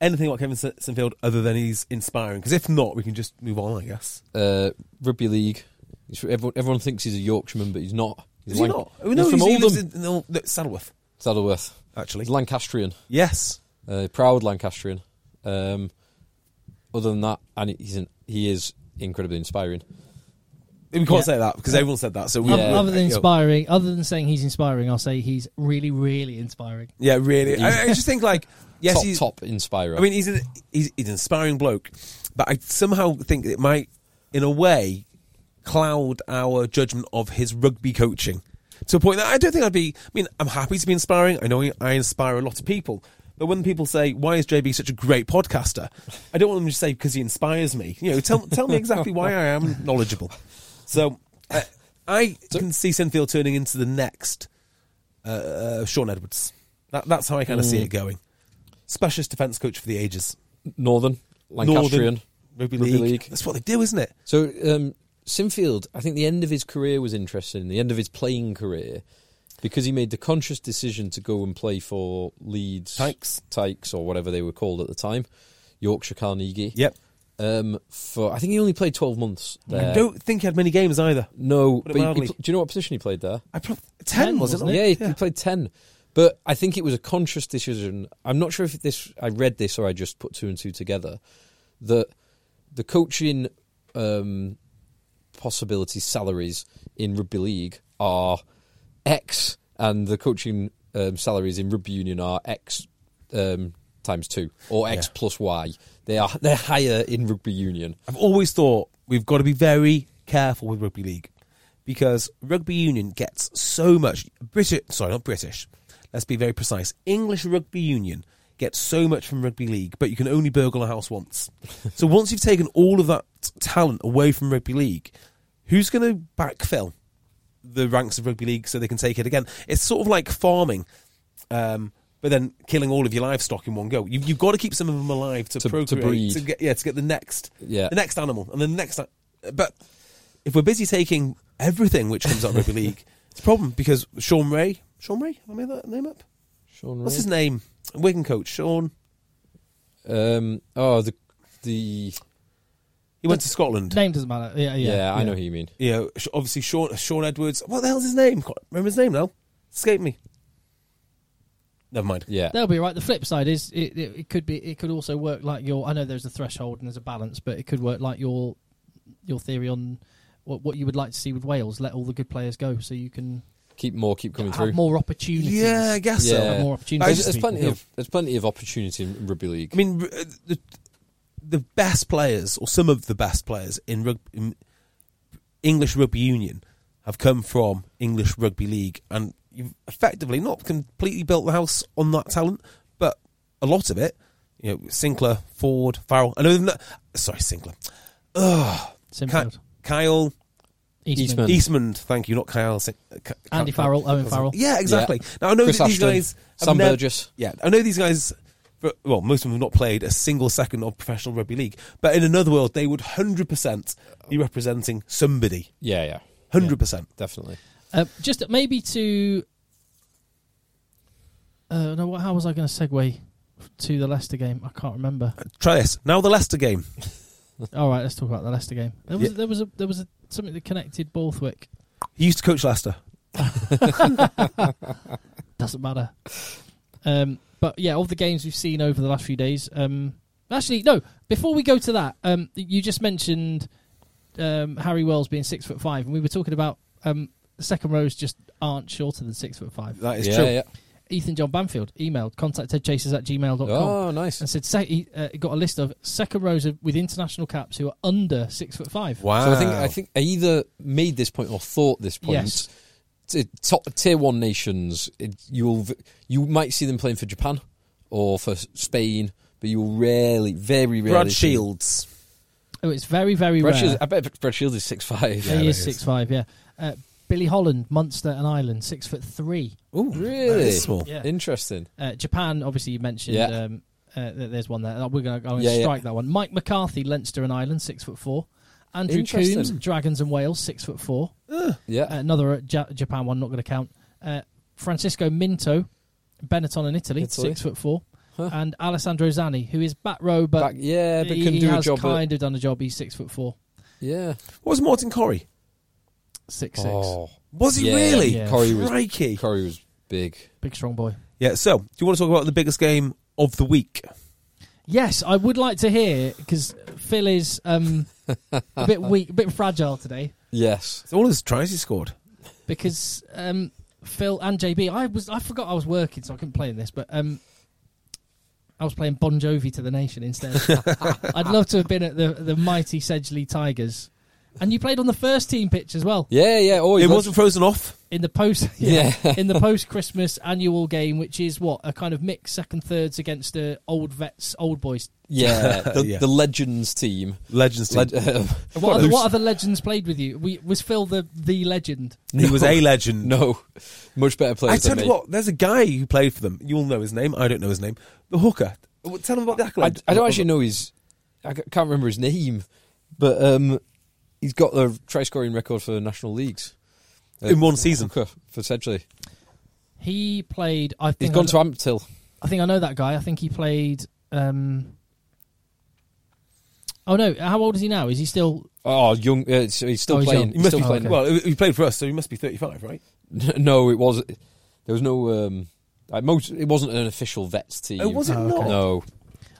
[SPEAKER 4] anything about Kevin Sin- Sinfield other than he's inspiring? Because if not, we can just move on, I guess.
[SPEAKER 3] Uh, rugby league. He's- Everyone, everyone thinks he's a Yorkshireman, but he's not. He's
[SPEAKER 4] Is
[SPEAKER 3] Lan-
[SPEAKER 4] he not? Oh, no,
[SPEAKER 3] he's from
[SPEAKER 4] he's- he
[SPEAKER 3] Oldham,
[SPEAKER 4] lives in- no, no, Saddleworth,
[SPEAKER 3] Saddleworth.
[SPEAKER 4] actually.
[SPEAKER 3] He's Lancastrian,
[SPEAKER 4] Yes.
[SPEAKER 3] uh, proud Lancastrian. Um, other than that, and he's an, he is incredibly inspiring.
[SPEAKER 4] We can't
[SPEAKER 2] Yeah.
[SPEAKER 4] say that because everyone said that. So we,
[SPEAKER 3] Yeah.
[SPEAKER 2] Other- Other than
[SPEAKER 4] you know,
[SPEAKER 2] inspiring, other than saying he's inspiring, I'll say he's really, really inspiring.
[SPEAKER 4] Yeah, really. I, I just think like yes,
[SPEAKER 3] top
[SPEAKER 4] he's,
[SPEAKER 3] top inspirer.
[SPEAKER 4] I mean, he's an he's, he's an inspiring bloke, but I somehow think it might, in a way, cloud our judgment of his rugby coaching to a point that I don't think I'd be. I mean, I'm happy to be inspiring. I know I inspire a lot of people, but when people say, "Why is JB such a great podcaster?" I don't want them to say because he inspires me. You know, tell tell me exactly why I am knowledgeable. So uh, I can see Sinfield turning into the next uh, uh, Sean Edwards. That, that's how I kind of see it going. Specialist defence coach for the ages.
[SPEAKER 3] Northern Lancastrian
[SPEAKER 4] Northern Rugby,
[SPEAKER 3] Rugby
[SPEAKER 4] league.
[SPEAKER 3] League.
[SPEAKER 4] That's what they do, isn't it?
[SPEAKER 3] So um, Sinfield, I think the end of his career was interesting. The end of his playing career, because he made the conscious decision to go and play for Leeds
[SPEAKER 4] Tykes.
[SPEAKER 3] Tykes, or whatever they were called at the time, Yorkshire Carnegie.
[SPEAKER 4] Yep.
[SPEAKER 3] Um, for I think he only played twelve months there.
[SPEAKER 4] I don't think he had many games either.
[SPEAKER 3] no,
[SPEAKER 4] Put it
[SPEAKER 3] but he- he
[SPEAKER 4] mildly.
[SPEAKER 3] pl- do you know what position he played there?
[SPEAKER 4] I pro- ten,
[SPEAKER 2] Ten,
[SPEAKER 4] was it?
[SPEAKER 2] wasn't it?
[SPEAKER 3] Yeah, he, he played ten. But I think it was a conscious decision. I'm not sure if this I read this or I just put two and two together that the coaching um, possibilities, salaries in rugby league are X, and the coaching um, salaries in rugby union are X um, times two or X
[SPEAKER 4] Yeah.
[SPEAKER 3] plus Y. They are they're higher in rugby union.
[SPEAKER 4] I've always thought we've got to be very careful with rugby league because rugby union gets so much British. Sorry, not British. Let's be very precise. English rugby union gets so much from rugby league, but you can only burgle a house once. so once you've taken all of that talent away from rugby league, who's going to backfill the ranks of rugby league so they can take it again? It's sort of like farming. Um, but then killing all of your livestock in one go. You, you've got to keep some of them alive to,
[SPEAKER 3] To- to
[SPEAKER 4] procreate,
[SPEAKER 3] breed.
[SPEAKER 4] to get, yeah, to get the next,
[SPEAKER 3] Yeah.
[SPEAKER 4] the next animal, and then the next. a- But if we're busy taking everything which comes out of rugby league, it's a problem because Sean Ray, Sean Ray, have I made that name up.
[SPEAKER 3] Sean
[SPEAKER 4] What's his name? Wigan coach Sean.
[SPEAKER 3] Um, oh, the the
[SPEAKER 4] He went to Scotland.
[SPEAKER 2] Name doesn't matter. Yeah, yeah.
[SPEAKER 3] yeah, I know who you mean.
[SPEAKER 4] You know, sh- obviously Sean Sean Edwards. What the hell's his name? Can't remember his name now? Escape me. Never mind.
[SPEAKER 3] Yeah,
[SPEAKER 2] They'll be right. The flip side is it, it, it could be it could also work like your I know there's a threshold and there's a balance, but it could work like your your theory on what what you would like to see with Wales. Let all the good players go so you can
[SPEAKER 3] keep more keep coming
[SPEAKER 2] have
[SPEAKER 3] through.
[SPEAKER 2] more opportunities.
[SPEAKER 4] Yeah, I guess so.
[SPEAKER 3] Yeah.
[SPEAKER 2] Have more
[SPEAKER 4] I
[SPEAKER 2] opportunities.
[SPEAKER 3] There's,
[SPEAKER 4] just
[SPEAKER 3] there's
[SPEAKER 2] for people.
[SPEAKER 3] plenty of there's plenty of opportunity in rugby league.
[SPEAKER 4] I mean, r- uh, the, the best players, or some of the best players in, rug, in English rugby union, have come from English rugby league, and you've effectively not completely built the house on that talent, but a lot of it. You know, Sinclair, Ford, Farrell. I know. they're not- Sorry, Sinclair. Ugh.
[SPEAKER 2] Sinfield,
[SPEAKER 4] Ki- Kyle
[SPEAKER 2] Eastman,
[SPEAKER 3] Eastman.
[SPEAKER 4] Eastmond. Thank you, not Kyle. Sin- uh, Ki-
[SPEAKER 2] Andy
[SPEAKER 4] Ki-
[SPEAKER 2] Farrell, Owen Farrell.
[SPEAKER 4] Yeah, exactly. Now I know
[SPEAKER 3] Chris
[SPEAKER 4] that these
[SPEAKER 3] Ashton,
[SPEAKER 4] guys. have
[SPEAKER 3] Sam
[SPEAKER 4] nev-
[SPEAKER 3] Burgess.
[SPEAKER 4] Yeah, I know these guys. but- Well, most of them have not played a single second of professional rugby league, but in another world, they would hundred percent be representing somebody.
[SPEAKER 3] Yeah, yeah,
[SPEAKER 4] Hundred percent.
[SPEAKER 3] definitely.
[SPEAKER 2] Uh, just maybe to. Uh, no, what, how was I going to segue to the Leicester game? I can't remember.
[SPEAKER 4] Try this now. The Leicester game.
[SPEAKER 2] All right, let's talk about the Leicester game. There was
[SPEAKER 4] Yeah.
[SPEAKER 2] there was a there was a, something that connected Borthwick.
[SPEAKER 4] He used to coach Leicester.
[SPEAKER 2] Doesn't matter. Um, but yeah, all the games we've seen over the last few days. Um, actually, no. Before we go to that, um, you just mentioned um, Harry Wells being six foot five, and we were talking about um, The second rows just aren't shorter than six foot five.
[SPEAKER 4] That is
[SPEAKER 3] yeah,
[SPEAKER 4] true.
[SPEAKER 3] yeah.
[SPEAKER 2] Ethan John Banfield emailed contactedchasers at gmail.com
[SPEAKER 3] Oh, nice.
[SPEAKER 2] and said sec- he uh, got a list of second rows of, with international caps who are under six foot five.
[SPEAKER 4] Wow.
[SPEAKER 3] So I think I think I either made this point or thought this point.
[SPEAKER 2] Yes.
[SPEAKER 3] T- top tier one nations, it, you'll v- you might see them playing for Japan or for S- Spain, but you'll rarely, very rarely.
[SPEAKER 4] Brad
[SPEAKER 3] see-
[SPEAKER 4] Shields.
[SPEAKER 2] Oh, it's very very
[SPEAKER 3] Brad
[SPEAKER 2] rare.
[SPEAKER 3] Shields. I bet Brad Shields is six five.
[SPEAKER 2] he is six five. Yeah. Uh, Billy Holland, Munster and Ireland, six foot three.
[SPEAKER 4] Ooh, that
[SPEAKER 3] Really?
[SPEAKER 4] is small.
[SPEAKER 2] Yeah.
[SPEAKER 3] Interesting.
[SPEAKER 2] Uh, Japan, obviously you mentioned.
[SPEAKER 3] Yeah.
[SPEAKER 2] Um, uh, th- there's one there. We're going to
[SPEAKER 3] Yeah, yeah.
[SPEAKER 2] strike that one. Mike McCarthy, Leinster and Ireland, six foot four. Andrew
[SPEAKER 3] Interesting.
[SPEAKER 2] Coombs, Dragons and Wales, six foot four. Uh,
[SPEAKER 3] Yeah.
[SPEAKER 4] Uh,
[SPEAKER 2] another ja- Japan one, not going to count. Uh, Francisco Minto, Benetton in Italy,
[SPEAKER 3] Italy.
[SPEAKER 2] six foot four,
[SPEAKER 3] Huh.
[SPEAKER 2] and Alessandro Zani, who is back row, but,
[SPEAKER 3] Back, yeah, but
[SPEAKER 2] he,
[SPEAKER 3] can
[SPEAKER 2] he
[SPEAKER 3] do a
[SPEAKER 2] has
[SPEAKER 3] job. at-
[SPEAKER 2] kind of done a job. He's six foot four,
[SPEAKER 3] yeah.
[SPEAKER 4] What was Morton Corrie?
[SPEAKER 2] six six,
[SPEAKER 4] Was he
[SPEAKER 3] Yeah,
[SPEAKER 4] really?
[SPEAKER 2] yeah.
[SPEAKER 3] Corrie was-
[SPEAKER 4] Crikey.
[SPEAKER 3] Corey was big.
[SPEAKER 2] big strong boy.
[SPEAKER 4] Yeah, so do you want to talk about the biggest game of the week?
[SPEAKER 2] Yes, I would like to hear because Phil is um, a bit weak, a bit fragile today
[SPEAKER 3] Yes.
[SPEAKER 4] It's all his tries he scored.
[SPEAKER 2] because um, Phil and JB, I was I forgot I was working, so I couldn't play in this, but. Um, I was playing Bon Jovi to the Nation instead. I'd love to have been at the, the mighty Sedgley Tigers. And you played on the first team pitch as well
[SPEAKER 3] Yeah, yeah. Oh, he
[SPEAKER 4] it
[SPEAKER 3] was-
[SPEAKER 4] wasn't frozen off.
[SPEAKER 2] in the post
[SPEAKER 3] Yeah.
[SPEAKER 2] in the post Christmas annual game, which is what a kind of mixed second thirds against the old vets, old boys.
[SPEAKER 3] Yeah. The,
[SPEAKER 4] Yeah.
[SPEAKER 3] the Legends team.
[SPEAKER 4] Legends team.
[SPEAKER 3] Leg- um,
[SPEAKER 2] What other,
[SPEAKER 3] Who's-
[SPEAKER 2] what other legends played with you? We, was Phil the the legend?
[SPEAKER 4] he was a legend.
[SPEAKER 3] no. Much better players
[SPEAKER 4] I tell
[SPEAKER 3] than
[SPEAKER 4] you
[SPEAKER 3] me.
[SPEAKER 4] what, there's a guy who played for them. You'll know his name. I don't know his name. The hooker. Well, Tell him about the
[SPEAKER 3] I,
[SPEAKER 4] accolade.
[SPEAKER 3] I don't actually know his. I ca- can't remember his name, but um, he's got the try scoring record for the national leagues
[SPEAKER 4] In one season.
[SPEAKER 3] for Sedgley.
[SPEAKER 2] He played. I
[SPEAKER 3] He's
[SPEAKER 2] think I,
[SPEAKER 3] gone
[SPEAKER 2] kn-
[SPEAKER 3] to Amptill.
[SPEAKER 2] I think I know that guy. I think he played. Um, oh no! How old is he now? Is he still?
[SPEAKER 3] Oh, young. Uh, so he's still
[SPEAKER 2] Oh, he's
[SPEAKER 3] playing.
[SPEAKER 2] young.
[SPEAKER 4] He
[SPEAKER 3] he's
[SPEAKER 4] must
[SPEAKER 3] still
[SPEAKER 4] be
[SPEAKER 3] playing.
[SPEAKER 4] playing. Well, he played for us, so he must be 35, right?
[SPEAKER 3] no, it was. There was no. Um, like most, it wasn't an official vets team.
[SPEAKER 4] Oh, was it
[SPEAKER 2] Oh, okay.
[SPEAKER 4] not?
[SPEAKER 3] No.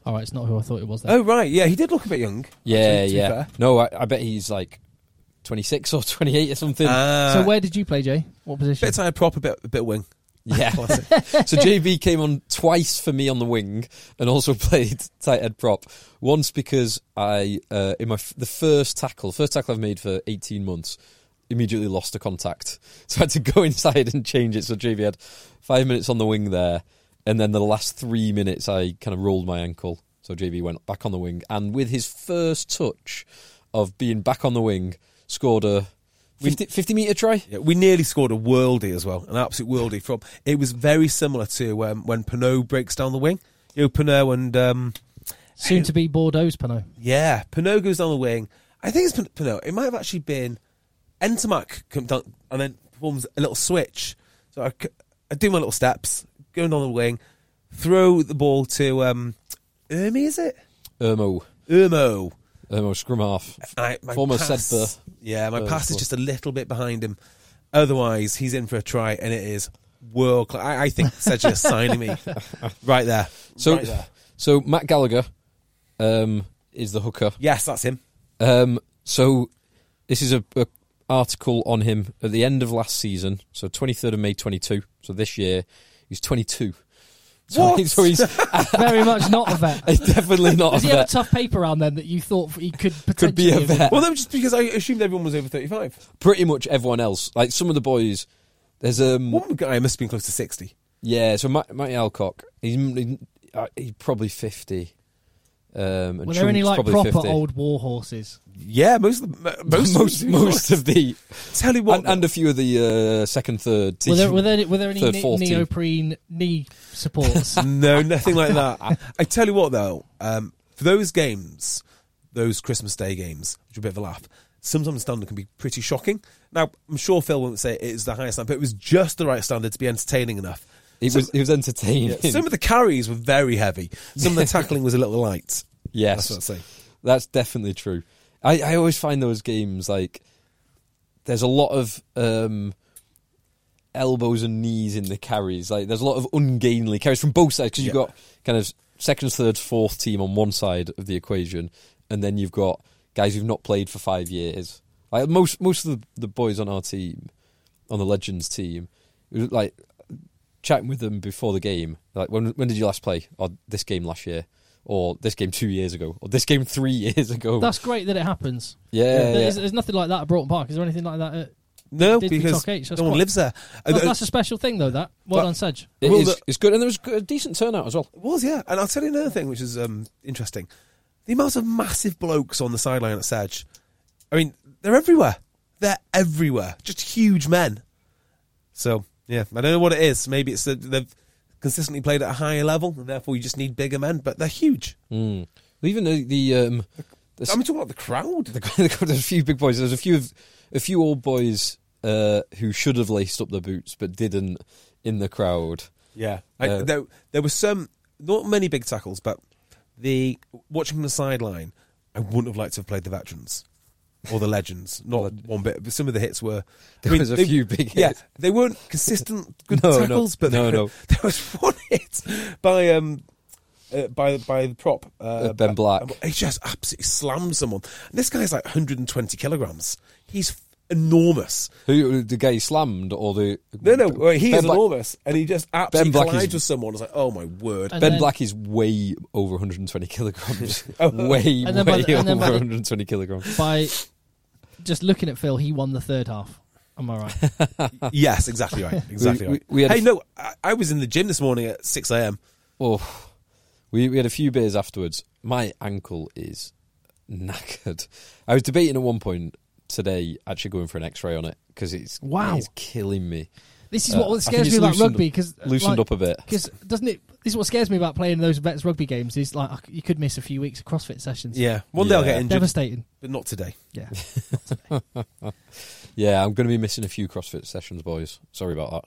[SPEAKER 2] All right, it's not who I thought it was. Then.
[SPEAKER 4] Oh, right. Yeah, he did look a bit young.
[SPEAKER 3] Yeah,
[SPEAKER 4] To be
[SPEAKER 3] yeah.
[SPEAKER 4] fair.
[SPEAKER 3] No, I, I bet he's like 26 or 28 or something.
[SPEAKER 4] Uh,
[SPEAKER 2] so where did you play, Jay? What position?
[SPEAKER 4] bit side prop, a bit, a bit wing.
[SPEAKER 3] yeah.
[SPEAKER 4] Classic.
[SPEAKER 3] so JB came on twice for me on the wing and also played tight head prop. Once because I, uh, in my f- the first tackle, first tackle I've made for 18 months, immediately lost a contact. So I had to go inside and change it. So JB had five minutes on the wing there. And then the last three minutes, I kind of rolled my ankle. So JB went back on the wing. And with his first touch of being back on the wing, scored a 50, 50 metre try.
[SPEAKER 4] Yeah, we nearly scored a worldie as well, an absolute worldie from. It was very similar to um, when Pinot breaks down the wing. You know, Pinot and um,
[SPEAKER 2] Soon to be Bordeaux's Pano.
[SPEAKER 4] yeah, Pinot goes down the wing. I think it's Pin- Pinot. It might have actually been Entomac come down and then performs a little switch. So I, c- I do my little steps, going down the wing, throw the ball to um, Ermi, is it?
[SPEAKER 3] Ermo.
[SPEAKER 4] Ermo.
[SPEAKER 3] Ermo scrum half.
[SPEAKER 4] I, my
[SPEAKER 3] Former
[SPEAKER 4] pass-
[SPEAKER 3] Sedba.
[SPEAKER 4] Yeah, my
[SPEAKER 3] Uh,
[SPEAKER 4] pass is
[SPEAKER 3] former-
[SPEAKER 4] just a little bit behind him. Otherwise, he's in for a try, and it is world class. I, I think Sedgwick is signing me right there.
[SPEAKER 3] So,
[SPEAKER 4] Right there.
[SPEAKER 3] so Matt Gallagher um, is the hooker.
[SPEAKER 4] yes, that's him.
[SPEAKER 3] Um, so this is a, a article on him at the end of last season. So 23rd of May 22. So this year he's 22. So,
[SPEAKER 4] What?
[SPEAKER 3] so he's,
[SPEAKER 2] Very much not a vet.
[SPEAKER 3] he's definitely not a
[SPEAKER 2] Does he have a
[SPEAKER 3] vet.
[SPEAKER 2] tough paper round then that you thought he could potentially
[SPEAKER 3] Could be a
[SPEAKER 2] have been?
[SPEAKER 3] vet.
[SPEAKER 4] Well, no, just because I assumed everyone was over thirty-five.
[SPEAKER 3] Pretty much everyone else, like some of the boys. There's um
[SPEAKER 4] One guy must have been close to sixty.
[SPEAKER 3] yeah. So Matt, Matty Alcock, he's, uh, he's probably 50. Um, and
[SPEAKER 2] Were there any
[SPEAKER 3] Trump's
[SPEAKER 2] like
[SPEAKER 3] probably
[SPEAKER 2] proper
[SPEAKER 3] 50.
[SPEAKER 2] old war horses?
[SPEAKER 4] Yeah, most of the, m- most
[SPEAKER 3] most most of the
[SPEAKER 4] Tell you what,
[SPEAKER 3] and, and a few of the uh, second third team.
[SPEAKER 2] Were there, were there, were there any
[SPEAKER 3] Third,
[SPEAKER 2] ne-
[SPEAKER 3] fourth team.
[SPEAKER 2] neoprene knee supports?
[SPEAKER 4] no, nothing like that. I tell you what, though, um, for those games, those Christmas Day games, which are a bit of a laugh, sometimes the standard can be pretty shocking. Now, I'm sure Phil won't say it is the highest standard, but it was just the right standard to be entertaining enough.
[SPEAKER 3] It was it was entertaining.
[SPEAKER 4] Some of the carries were very heavy. Some of the tackling was a little light.
[SPEAKER 3] yes,
[SPEAKER 4] That's what I'd say.
[SPEAKER 3] that's definitely true. I, I always find those games like there's a lot of um, elbows and knees in the carries. Like there's a lot of ungainly carries from both sides because you've
[SPEAKER 4] Yeah.
[SPEAKER 3] got kind of second, third, fourth team on one side of the equation, and then you've got guys who've not played for five years. Like most most of the, the boys on our team, on the Legends team, it was like chatting with them before the game, like when when did you last play? Or this game last year, or this game two years ago, or this game three years ago.
[SPEAKER 2] That's great that it happens.
[SPEAKER 3] yeah, Uh, yeah.
[SPEAKER 2] There's, there's nothing like that at Broughton Park. Is there anything like that? At,
[SPEAKER 4] No,
[SPEAKER 2] Disney
[SPEAKER 4] because
[SPEAKER 2] Talk H, that's
[SPEAKER 4] no one
[SPEAKER 2] quite-
[SPEAKER 4] lives there. Uh,
[SPEAKER 2] that-
[SPEAKER 4] uh,
[SPEAKER 2] that's a special thing, though. That well
[SPEAKER 4] But-
[SPEAKER 2] done, Sedge.
[SPEAKER 3] It
[SPEAKER 4] Well,
[SPEAKER 3] is-
[SPEAKER 4] the-
[SPEAKER 3] it's good, and there was a decent turnout as well.
[SPEAKER 4] It was, yeah. And I'll tell you another thing which is um, interesting. The amount of massive blokes on the sideline at Sedge. I mean, they're everywhere. They're everywhere. Just huge men. So, yeah, I don't know what it is. Maybe it's that they've consistently played at a higher level, and therefore you just need bigger men, but they're huge.
[SPEAKER 3] Mm. Even the the, um, the
[SPEAKER 4] I'm talking about the crowd.
[SPEAKER 3] the, there's a few big boys. There's a few of, a few old boys uh, who should have laced up their boots but didn't in the crowd.
[SPEAKER 4] Yeah, I,
[SPEAKER 3] Uh,
[SPEAKER 4] there there were some not many big tackles, but the watching from the sideline, I wouldn't have liked to have played the veterans or the legends. Not one bit. But some of the hits were
[SPEAKER 3] There was a few big
[SPEAKER 4] Yeah,
[SPEAKER 3] hits.
[SPEAKER 4] they weren't consistent good
[SPEAKER 3] No, no,
[SPEAKER 4] tackles, but
[SPEAKER 3] no,
[SPEAKER 4] there,
[SPEAKER 3] no.
[SPEAKER 4] there was one hit by um. Uh, by by the prop uh,
[SPEAKER 3] Ben Black.
[SPEAKER 4] He just absolutely slammed someone. And this guy's like 120 kilograms. He's f- enormous.
[SPEAKER 3] Who the guy slammed or the
[SPEAKER 4] No, no, well, he
[SPEAKER 3] Ben
[SPEAKER 4] is
[SPEAKER 3] Black-
[SPEAKER 4] enormous, and he just absolutely
[SPEAKER 3] Black is-
[SPEAKER 4] collides with someone. It's like, oh my word!
[SPEAKER 2] And
[SPEAKER 3] Ben
[SPEAKER 2] then-
[SPEAKER 3] Black is way over 120 kilograms.
[SPEAKER 4] Oh.
[SPEAKER 3] way,
[SPEAKER 2] And then by
[SPEAKER 3] way
[SPEAKER 2] the- and
[SPEAKER 3] over
[SPEAKER 2] then by the-
[SPEAKER 3] 120 kilograms.
[SPEAKER 2] By just looking at Phil, he won the third half. Am I right?
[SPEAKER 4] Yes, exactly right. Exactly
[SPEAKER 3] we-
[SPEAKER 4] right.
[SPEAKER 3] we had a
[SPEAKER 4] hey,
[SPEAKER 3] f-
[SPEAKER 4] no, I, I was in the gym this morning at 6 a.m.
[SPEAKER 3] Oh, we we had a few beers afterwards. My ankle is knackered. I was debating at one point today actually going for an X-ray on it because it's
[SPEAKER 2] Wow.
[SPEAKER 3] it's killing me.
[SPEAKER 2] This is
[SPEAKER 3] Uh, I
[SPEAKER 2] what
[SPEAKER 3] think
[SPEAKER 2] scares
[SPEAKER 3] it's
[SPEAKER 2] me about
[SPEAKER 3] loosened
[SPEAKER 2] rugby
[SPEAKER 3] up-
[SPEAKER 2] because
[SPEAKER 3] loosened up a bit.
[SPEAKER 2] Because doesn't it? This is what scares me about playing those vets rugby games. Is like you could miss a few weeks of CrossFit sessions.
[SPEAKER 4] Yeah, one day I'll
[SPEAKER 3] Yeah.
[SPEAKER 4] get injured,
[SPEAKER 2] devastating.
[SPEAKER 4] but not today.
[SPEAKER 2] Yeah,
[SPEAKER 3] Yeah, I'm going to be missing a few CrossFit sessions, boys. Sorry about that.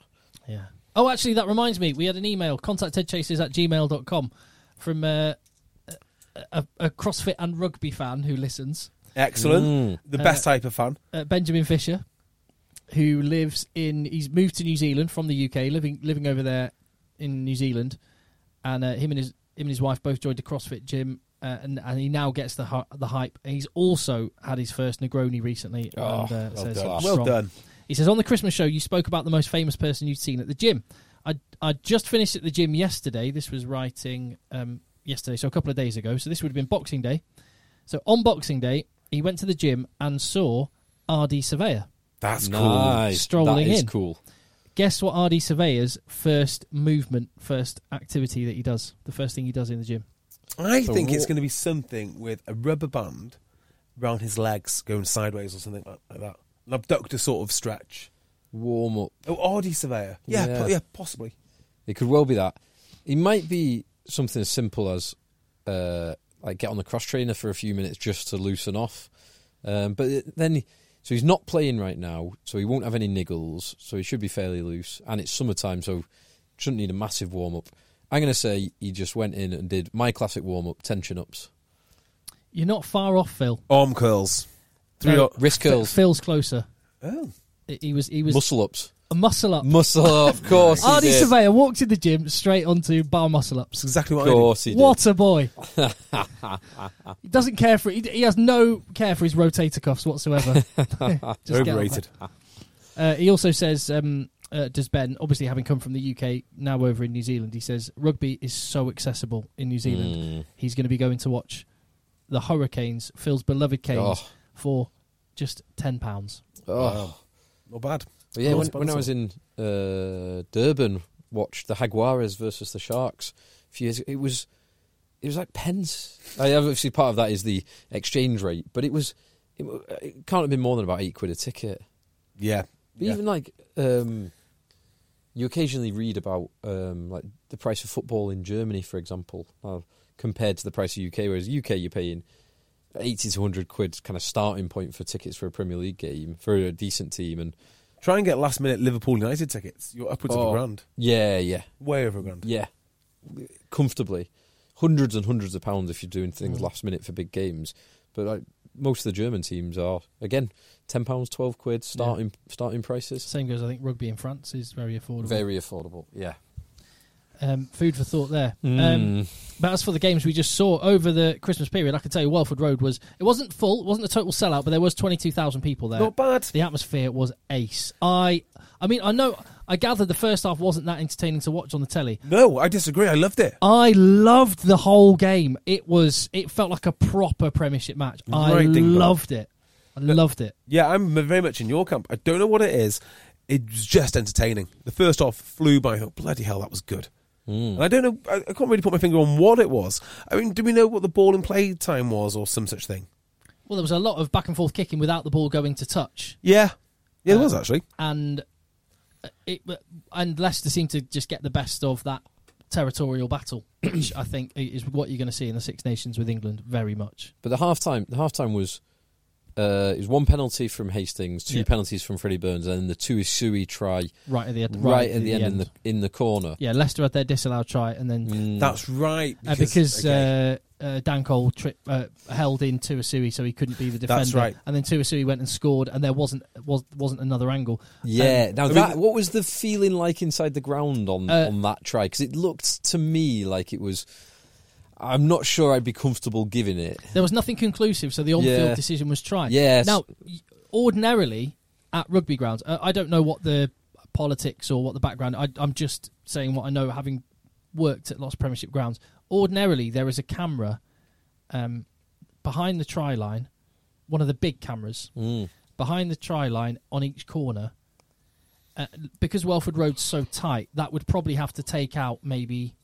[SPEAKER 2] yeah. Oh, actually, that reminds me. We had an email contact tedchasers at gmail.com from uh, a, a, a CrossFit and rugby fan who listens,
[SPEAKER 3] Mm.
[SPEAKER 4] Excellent. The
[SPEAKER 2] Uh,
[SPEAKER 4] best type of fan.
[SPEAKER 2] uh, Benjamin Fisher, who lives in. He's moved to New Zealand from the UK, living living over there in New Zealand, and uh, him and his him and his wife both joined a CrossFit gym. Uh, and, and he now gets the hy- the hype. And he's also had his first Negroni recently.
[SPEAKER 3] Oh,
[SPEAKER 2] and, uh, says
[SPEAKER 3] well done.
[SPEAKER 2] it's
[SPEAKER 4] Well
[SPEAKER 2] strong.
[SPEAKER 4] done.
[SPEAKER 2] He says on the Christmas show you spoke about the most famous person you'd seen at the gym. I I just finished at the gym yesterday. This was writing um, yesterday, so a couple of days ago. So this would have been Boxing Day. So on Boxing Day, he went to the gym and saw RD Surveyor.
[SPEAKER 4] That's cool.
[SPEAKER 3] nice.
[SPEAKER 2] Strolling
[SPEAKER 3] that is
[SPEAKER 2] in.
[SPEAKER 3] cool.
[SPEAKER 2] Guess what RD Surveyor's first movement, first activity that he does, the first thing he does in the gym.
[SPEAKER 4] I
[SPEAKER 3] So
[SPEAKER 4] think it's
[SPEAKER 3] what-
[SPEAKER 4] going to be something with a rubber band around his legs going sideways or something like, like that. An abductor sort of stretch.
[SPEAKER 3] Warm up.
[SPEAKER 4] Oh, Audi surveyor. Yeah,
[SPEAKER 3] Yeah.
[SPEAKER 4] po- yeah, possibly.
[SPEAKER 3] It could well be that. It might be something as simple as uh, like get on the cross trainer for a few minutes just to loosen off. Um, but it, then, so he's not playing right now, so he won't have any niggles, so he should be fairly loose. And it's summertime, so shouldn't need a massive warm up. I'm going to say he just went in and did my classic warm up tension ups,
[SPEAKER 2] You're not far off, Phil.
[SPEAKER 4] Arm curls. Three.
[SPEAKER 2] No.
[SPEAKER 4] o-
[SPEAKER 3] wrist curls,
[SPEAKER 2] Phil's closer.
[SPEAKER 4] oh,
[SPEAKER 2] He was he was
[SPEAKER 3] muscle ups,
[SPEAKER 2] a muscle up.
[SPEAKER 3] muscle up. Of course, he
[SPEAKER 2] RD
[SPEAKER 3] did.
[SPEAKER 2] Surveyor walked in the gym straight onto bar muscle ups.
[SPEAKER 4] that's exactly
[SPEAKER 3] Of
[SPEAKER 4] what I did.
[SPEAKER 3] course, he did.
[SPEAKER 2] What a boy! he doesn't care for he, he has no care for his rotator cuffs whatsoever. Just get on that.
[SPEAKER 4] Overrated.
[SPEAKER 2] Uh, he also says, um, uh, "Does Ben, obviously having come from the UK, now over in New Zealand, he says rugby is so accessible in New Zealand.
[SPEAKER 3] Mm.
[SPEAKER 2] He's going to be going to watch the Hurricanes, Phil's beloved Canes,
[SPEAKER 3] Oh.
[SPEAKER 2] for just ten pounds.
[SPEAKER 3] Oh.
[SPEAKER 4] Not bad.
[SPEAKER 3] But yeah,
[SPEAKER 4] Not
[SPEAKER 3] when,
[SPEAKER 4] bad
[SPEAKER 3] when I
[SPEAKER 4] at
[SPEAKER 3] was
[SPEAKER 4] all.
[SPEAKER 3] in uh, Durban, watched the Jaguares versus the Sharks. A few years, it was it was like pence. I obviously part of that is the exchange rate, but it was it, w- it can't have been more than about eight quid a ticket.
[SPEAKER 4] Yeah.
[SPEAKER 3] But
[SPEAKER 4] yeah.
[SPEAKER 3] even like um, you occasionally read about um, like the price of football in Germany, for example, uh, compared to the price of UK. Whereas UK, you're paying eighty to hundred quid kind of starting point for tickets for a Premier League game for a decent team, and
[SPEAKER 4] Try and get last minute Liverpool United tickets. You're upwards of
[SPEAKER 3] Oh.
[SPEAKER 4] a grand.
[SPEAKER 3] yeah, yeah.
[SPEAKER 4] Way over a grand.
[SPEAKER 3] Yeah, comfortably, hundreds and hundreds of pounds if you're doing things last minute for big games. But like most of the German teams are again ten pounds, twelve quid starting starting prices.
[SPEAKER 2] Same goes, I think, rugby in France is very affordable.
[SPEAKER 3] Very affordable. Yeah,
[SPEAKER 2] Um, food for thought there. Um, but as for the games we just saw over the Christmas period, I can tell you Welford Road was it wasn't full, it wasn't a total sellout, but there was twenty two thousand people there.
[SPEAKER 4] Not bad.
[SPEAKER 2] The atmosphere was ace. I, I mean, I know, I gather the first half wasn't that entertaining to watch on the telly.
[SPEAKER 4] No, I disagree. I loved it.
[SPEAKER 2] I loved the whole game. It was, it felt like a proper Premiership match. I
[SPEAKER 4] Right, Dingbat.
[SPEAKER 2] loved it. I loved it.
[SPEAKER 4] Yeah, I'm very much in your camp. I don't know what it is. It was just entertaining. The first off flew by. I thought, bloody hell, that was good. And I don't know. I, I can't really put my finger on what it was. I mean, do we know what the ball and play time was, or some such thing?
[SPEAKER 2] Well, there was a lot of back and forth kicking without the ball going to touch,
[SPEAKER 4] Yeah, yeah, it was actually.
[SPEAKER 2] and uh, it and Leicester seemed to just get the best of that territorial battle, which I think is what you're going to see in the Six Nations with England very much.
[SPEAKER 3] But the half time, the half time was uh, it was one penalty from Hastings, two
[SPEAKER 2] Yeah.
[SPEAKER 3] penalties from Freddie Burns, and then the two Isui try
[SPEAKER 2] Right at the end.
[SPEAKER 3] right, at the, end, in the Mm. in the corner.
[SPEAKER 2] yeah, Leicester had their disallowed try, and then
[SPEAKER 4] That's right.
[SPEAKER 2] Hmm. Uh, because
[SPEAKER 4] okay.
[SPEAKER 2] uh, uh, Dan Cole tri- uh, held in Tuasui, so he couldn't be the defender.
[SPEAKER 4] That's right.
[SPEAKER 2] And then Tuasui went and scored, and there wasn't was, wasn't another angle.
[SPEAKER 3] Yeah.
[SPEAKER 2] Um,
[SPEAKER 3] now
[SPEAKER 4] I mean-
[SPEAKER 3] that what was the feeling like inside the ground on
[SPEAKER 2] Uh,
[SPEAKER 3] on that try? Because it looked to me like it was. I'm not sure I'd be comfortable giving it.
[SPEAKER 2] there was nothing conclusive, so the on-field
[SPEAKER 3] Yeah.
[SPEAKER 2] decision was tried.
[SPEAKER 3] Yes.
[SPEAKER 2] Now, y- ordinarily at rugby grounds, uh, I don't know what the politics or what the background. I, I'm just saying what I know, having worked at lots of Premiership grounds. Ordinarily, there is a camera um, behind the try line, one of the big cameras
[SPEAKER 3] Mm.
[SPEAKER 2] behind the try line on each corner. Uh, because Welford Road's so tight, that would probably have to take out maybe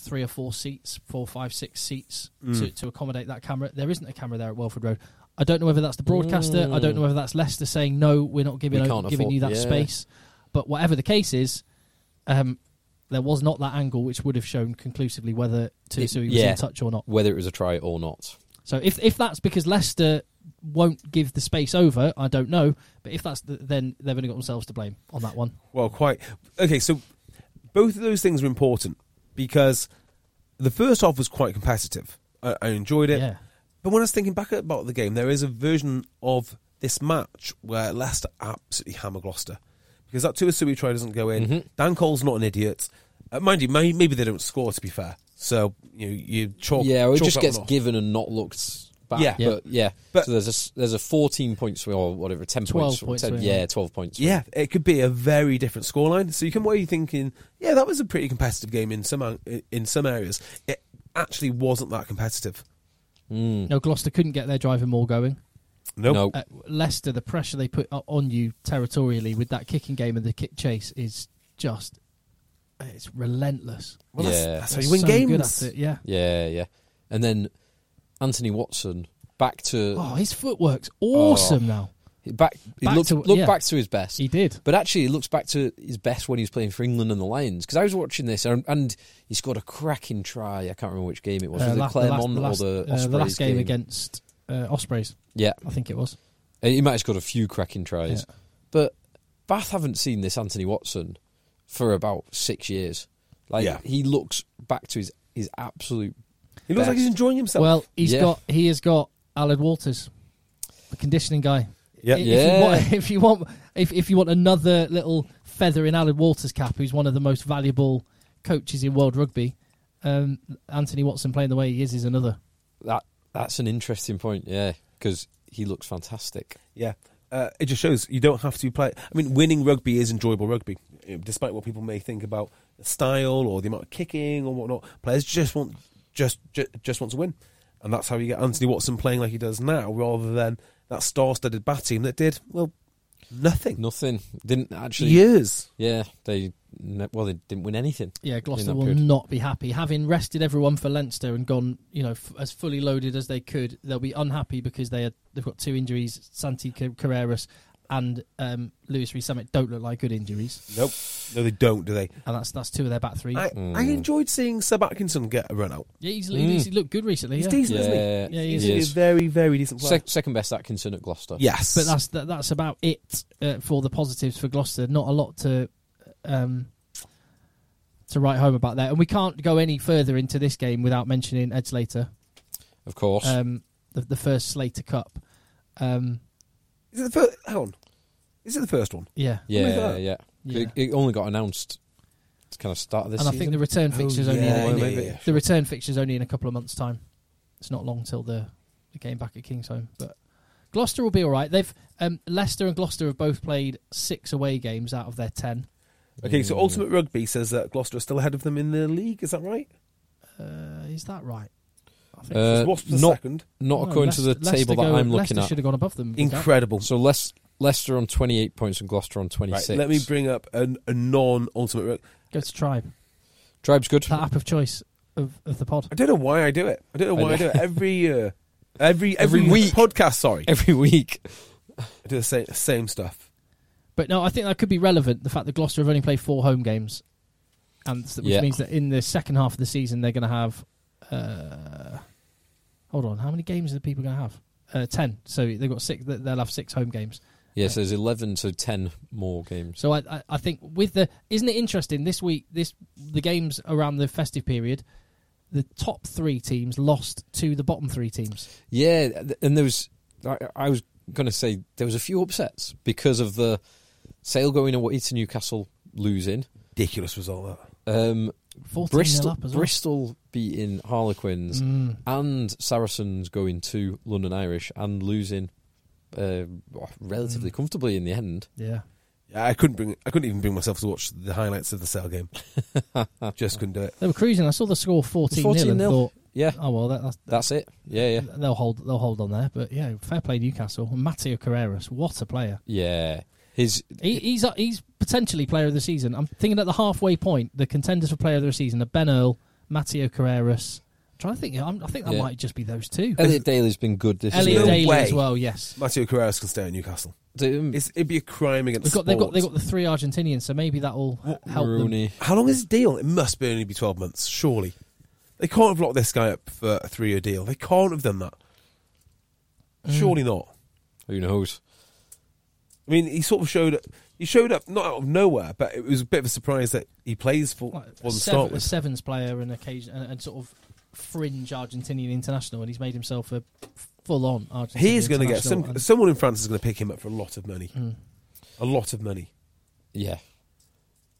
[SPEAKER 2] three or four seats, four, five, six seats to, to accommodate that camera. There isn't a camera there at Welford Road. I don't know whether that's the broadcaster. I don't know whether that's Leicester saying no, we're not giving
[SPEAKER 3] Mm. We
[SPEAKER 2] o-
[SPEAKER 3] can't
[SPEAKER 2] giving
[SPEAKER 3] afford-
[SPEAKER 2] you that
[SPEAKER 3] yeah.
[SPEAKER 2] space. But whatever the case is, um, there was not that angle which would have shown conclusively whether Tuisui was
[SPEAKER 3] yeah.
[SPEAKER 2] in touch or not.
[SPEAKER 3] Whether it was a try or not.
[SPEAKER 2] So if if that's because Leicester won't give the space over, I don't know. But if that's the, then they've only got themselves to blame on that one.
[SPEAKER 4] Well, quite. Okay, so both of those things were important because the first half was quite competitive. I, I enjoyed it.
[SPEAKER 2] Yeah.
[SPEAKER 4] But when I was thinking back about the game, there is a version of this match where Leicester absolutely hammer Gloucester because that Tuasui try doesn't go in.
[SPEAKER 3] Mm-hmm.
[SPEAKER 4] Dan Cole's not an idiot. Uh, mind you, may, maybe they don't score, to be fair. So you you chalk
[SPEAKER 3] yeah, or it
[SPEAKER 4] chalk
[SPEAKER 3] just
[SPEAKER 4] that
[SPEAKER 3] gets
[SPEAKER 4] one off.
[SPEAKER 3] given and not looked back.
[SPEAKER 4] Yeah. Yeah.
[SPEAKER 3] but yeah.
[SPEAKER 4] But-
[SPEAKER 3] so there's a s- there's a 14 points or whatever, 10
[SPEAKER 2] 12
[SPEAKER 3] points,
[SPEAKER 2] points
[SPEAKER 3] 10,
[SPEAKER 2] swing.
[SPEAKER 3] yeah, 12 points.
[SPEAKER 4] Yeah, it could be a very different scoreline. So you come away thinking, yeah, that was a pretty competitive game in some in some areas. It actually wasn't that competitive.
[SPEAKER 3] Hmm.
[SPEAKER 2] No, Gloucester couldn't get their driving more going.
[SPEAKER 4] Nope.
[SPEAKER 3] No,
[SPEAKER 2] Uh, Leicester, the pressure they put o- on you territorially with that kicking game and the kick chase is just it's relentless.
[SPEAKER 4] Well,
[SPEAKER 3] Yeah.
[SPEAKER 4] that's, that's how you
[SPEAKER 2] They're
[SPEAKER 4] win
[SPEAKER 2] so Good
[SPEAKER 4] games.
[SPEAKER 2] at it, yeah.
[SPEAKER 3] yeah, yeah. And then Anthony Watson back to
[SPEAKER 2] Oh, his footwork's awesome
[SPEAKER 3] Oh.
[SPEAKER 2] now.
[SPEAKER 3] back. He
[SPEAKER 2] back
[SPEAKER 3] looked,
[SPEAKER 2] to-
[SPEAKER 3] looked
[SPEAKER 2] yeah.
[SPEAKER 3] back to his best.
[SPEAKER 2] He did.
[SPEAKER 3] But actually, he looks back to his best when he was playing for England and the Lions. Because I was watching this, and, and he scored a cracking try. I can't remember which game it was. was it
[SPEAKER 2] Uh, la- the
[SPEAKER 3] Claremont
[SPEAKER 2] last-
[SPEAKER 3] or the
[SPEAKER 2] uh,
[SPEAKER 3] Ospreys
[SPEAKER 2] the last game, against uh, Ospreys,
[SPEAKER 3] Yeah,
[SPEAKER 2] I think it was.
[SPEAKER 3] And Uh, he might have scored a few cracking tries.
[SPEAKER 2] Yeah.
[SPEAKER 3] But Bath haven't seen this Anthony Watson for about six years. Like
[SPEAKER 4] Yeah.
[SPEAKER 3] he looks back to his his absolute.
[SPEAKER 4] He looks like
[SPEAKER 3] best.
[SPEAKER 4] he's enjoying himself.
[SPEAKER 2] Well, he's
[SPEAKER 3] Yeah.
[SPEAKER 2] got he has got Alad Walters, the conditioning guy.
[SPEAKER 4] Yeah.
[SPEAKER 2] If,
[SPEAKER 3] Yeah.
[SPEAKER 2] You want, if you want, if if you want another little feather in Alad Walters' cap, who's one of the most valuable coaches in world rugby, um, Anthony Watson playing the way he is is another.
[SPEAKER 3] That that's an interesting point. Yeah, because he looks fantastic.
[SPEAKER 4] yeah. Uh, it just shows you don't have to play. I mean, winning rugby is enjoyable rugby, uh, despite what people may think about the style or the amount of kicking or whatnot. Players just want just just, just want to win, and that's how you get Anthony Watson playing like he does now, rather than that star-studded bat team that did well nothing
[SPEAKER 3] Nothing didn't actually.
[SPEAKER 4] years.
[SPEAKER 3] Yeah, they ne- well they didn't win anything.
[SPEAKER 2] Yeah, Gloucester
[SPEAKER 3] that
[SPEAKER 2] will
[SPEAKER 3] period.
[SPEAKER 2] not be happy. Having rested everyone for Leinster and gone, you know, f- as fully loaded as they could, they'll be unhappy because they had, they've got two injuries. Santi Car- Carreras and um, Lewis Rees Summit don't look like good injuries,
[SPEAKER 4] Nope, no, they don't, do they?
[SPEAKER 2] and that's that's two of their back three.
[SPEAKER 4] I, I
[SPEAKER 3] Mm.
[SPEAKER 4] enjoyed seeing Seb Atkinson get a run out.
[SPEAKER 2] yeah, he's, he's he looked good recently.
[SPEAKER 4] Mm. He's
[SPEAKER 2] yeah.
[SPEAKER 4] decent,
[SPEAKER 3] Yeah,
[SPEAKER 4] isn't he?
[SPEAKER 2] Yeah, he
[SPEAKER 4] he's
[SPEAKER 2] is.
[SPEAKER 4] a very, very decent player.
[SPEAKER 3] Sec- second best Atkinson at Gloucester.
[SPEAKER 4] yes,
[SPEAKER 2] But that's that, that's about it uh, for the positives for Gloucester. Not a lot to um, to write home about there, and we can't go any further into this game without mentioning Ed Slater,
[SPEAKER 3] of course.
[SPEAKER 2] um, the, the first Slater Cup. Um,
[SPEAKER 4] Is it the first? Hang on. Is it the first one?
[SPEAKER 2] yeah,
[SPEAKER 3] yeah,
[SPEAKER 4] that.
[SPEAKER 3] yeah.
[SPEAKER 2] Yeah.
[SPEAKER 3] It, it only got announced kind of start of this
[SPEAKER 2] and I think the return fixture's only
[SPEAKER 4] Oh, yeah,
[SPEAKER 3] yeah,
[SPEAKER 2] in a,
[SPEAKER 4] yeah,
[SPEAKER 3] maybe.
[SPEAKER 4] yeah.
[SPEAKER 2] the return fixture's only in a couple of months' time. It's not long till the, the game back at King's Home, but Gloucester will be all right. They've um, Leicester and Gloucester have both played six away games out of their ten.
[SPEAKER 4] Okay,
[SPEAKER 2] Mm.
[SPEAKER 3] Hmm.
[SPEAKER 4] so Ultimate Rugby says that Gloucester are still ahead of them in the league. Is that right?
[SPEAKER 2] Uh, is that right? I think
[SPEAKER 3] Uh,
[SPEAKER 4] Wasps are
[SPEAKER 3] not
[SPEAKER 4] second.
[SPEAKER 2] No,
[SPEAKER 3] not according to
[SPEAKER 2] Leicester-
[SPEAKER 3] the table
[SPEAKER 2] Leicester
[SPEAKER 3] that
[SPEAKER 2] go-
[SPEAKER 3] I'm looking
[SPEAKER 2] Leicester should have gone above them.
[SPEAKER 4] Incredible.
[SPEAKER 3] at. So Leic- Leicester on 28 points and Gloucester on 26.
[SPEAKER 4] Right, let me bring up an, a non-Ultimate Rugby.
[SPEAKER 2] Go to Tribe,
[SPEAKER 3] Tribe's good.
[SPEAKER 2] that app of choice of, of the pod.
[SPEAKER 4] I don't know why I do it. I don't know
[SPEAKER 3] I
[SPEAKER 4] why I,
[SPEAKER 3] know.
[SPEAKER 4] do it every year, every
[SPEAKER 3] Every
[SPEAKER 4] every,
[SPEAKER 3] week.
[SPEAKER 4] podcast. Sorry,
[SPEAKER 3] Every week.
[SPEAKER 4] I do the same, same stuff.
[SPEAKER 2] But no, I think that could be relevant. The fact that Gloucester have only played four home games, and s- which
[SPEAKER 3] Yeah.
[SPEAKER 2] means that in the second half of the season they're going to have. Uh, hold on, how many games are people going to have? Uh, Ten. So they've got six. th- They'll have six home games.
[SPEAKER 3] Yes, there's 11 to 10 more games.
[SPEAKER 2] So I, I, I think with the isn't it interesting this week? This the games around the festive period. The top three teams lost to the bottom three teams.
[SPEAKER 3] Yeah, th- and there was. I, I was going to say there was a few upsets because of the Sale going away to Newcastle losing.
[SPEAKER 4] Ridiculous result. That.
[SPEAKER 3] Um,
[SPEAKER 2] 14
[SPEAKER 3] Bristol,
[SPEAKER 2] up as well. Mm.
[SPEAKER 3] Bristol beating Harlequins and Saracens going to London Irish and losing uh,
[SPEAKER 2] Mm.
[SPEAKER 3] relatively comfortably in the end.
[SPEAKER 2] Yeah.
[SPEAKER 4] Yeah, I couldn't bring. I couldn't even bring myself to watch the highlights of the sale game. Just couldn't do it.
[SPEAKER 2] They were cruising. I saw the score 14 0 and
[SPEAKER 3] 14-0.
[SPEAKER 2] thought,
[SPEAKER 3] Yeah,
[SPEAKER 2] oh, well, that, that's,
[SPEAKER 3] that's it. Yeah, yeah,
[SPEAKER 2] they'll hold they'll hold on there. But yeah, fair play Newcastle. And Matteo Carreras, what a player!
[SPEAKER 3] yeah. His
[SPEAKER 2] He, he's uh, he's potentially player of the season. I'm thinking at the halfway point, the contenders for player of the season are Ben Earl, Matteo Carreras. I'm trying to think, I'm, I think that
[SPEAKER 3] Yeah.
[SPEAKER 2] might just be those two.
[SPEAKER 3] Elliot Daly's been good this
[SPEAKER 2] Elliot
[SPEAKER 4] no
[SPEAKER 3] year.
[SPEAKER 2] Daly as
[SPEAKER 4] way.
[SPEAKER 2] well. Yes,
[SPEAKER 4] Matteo Carreras can stay at Newcastle.
[SPEAKER 3] Um,
[SPEAKER 4] It's, it'd be a crime against.
[SPEAKER 2] they've got they've got
[SPEAKER 4] sport.
[SPEAKER 2] they've got the three Argentinians, so maybe that'll h- help them.
[SPEAKER 3] Rooney.
[SPEAKER 4] How long is his deal? It must be only be twelve months, surely. They can't have locked this guy up for a three-year deal. They can't have done that.
[SPEAKER 2] Mm.
[SPEAKER 4] Surely not.
[SPEAKER 3] Who knows?
[SPEAKER 4] I mean, he sort of showed. He showed up not out of nowhere, but it was a bit of a surprise that he plays for
[SPEAKER 2] Like,
[SPEAKER 4] for the start
[SPEAKER 2] seven, a
[SPEAKER 4] with.
[SPEAKER 2] sevens player and occasion and, and sort of fringe Argentinian international, and he's made himself a full on Argentinian.
[SPEAKER 4] He is going to get
[SPEAKER 2] international, Mm.
[SPEAKER 4] some.
[SPEAKER 2] and-
[SPEAKER 4] Someone in France is going to pick him up for a lot of money. A lot of money.
[SPEAKER 3] Yeah.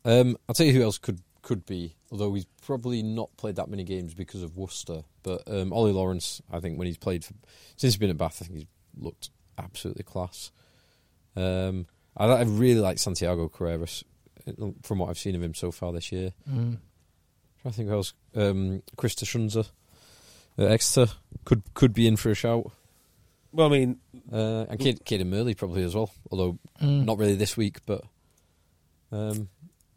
[SPEAKER 3] Um, I'll tell you who else could could be, although he's probably not played that many games because of Worcester. But um, Ollie Lawrence, I think, when he's played for, since he's been at Bath, I think he's looked absolutely class. Um, I, I really like Santiago Carreras uh, from what I've seen of him so far this year.
[SPEAKER 2] Mm.
[SPEAKER 3] I think who else? Um, Krista Schunzer, uh, Exeter could could be in for a shout.
[SPEAKER 4] Well, I mean,
[SPEAKER 3] Uh, and Kid Kid Murley probably as well, although
[SPEAKER 2] Mm.
[SPEAKER 3] not really this week, but um,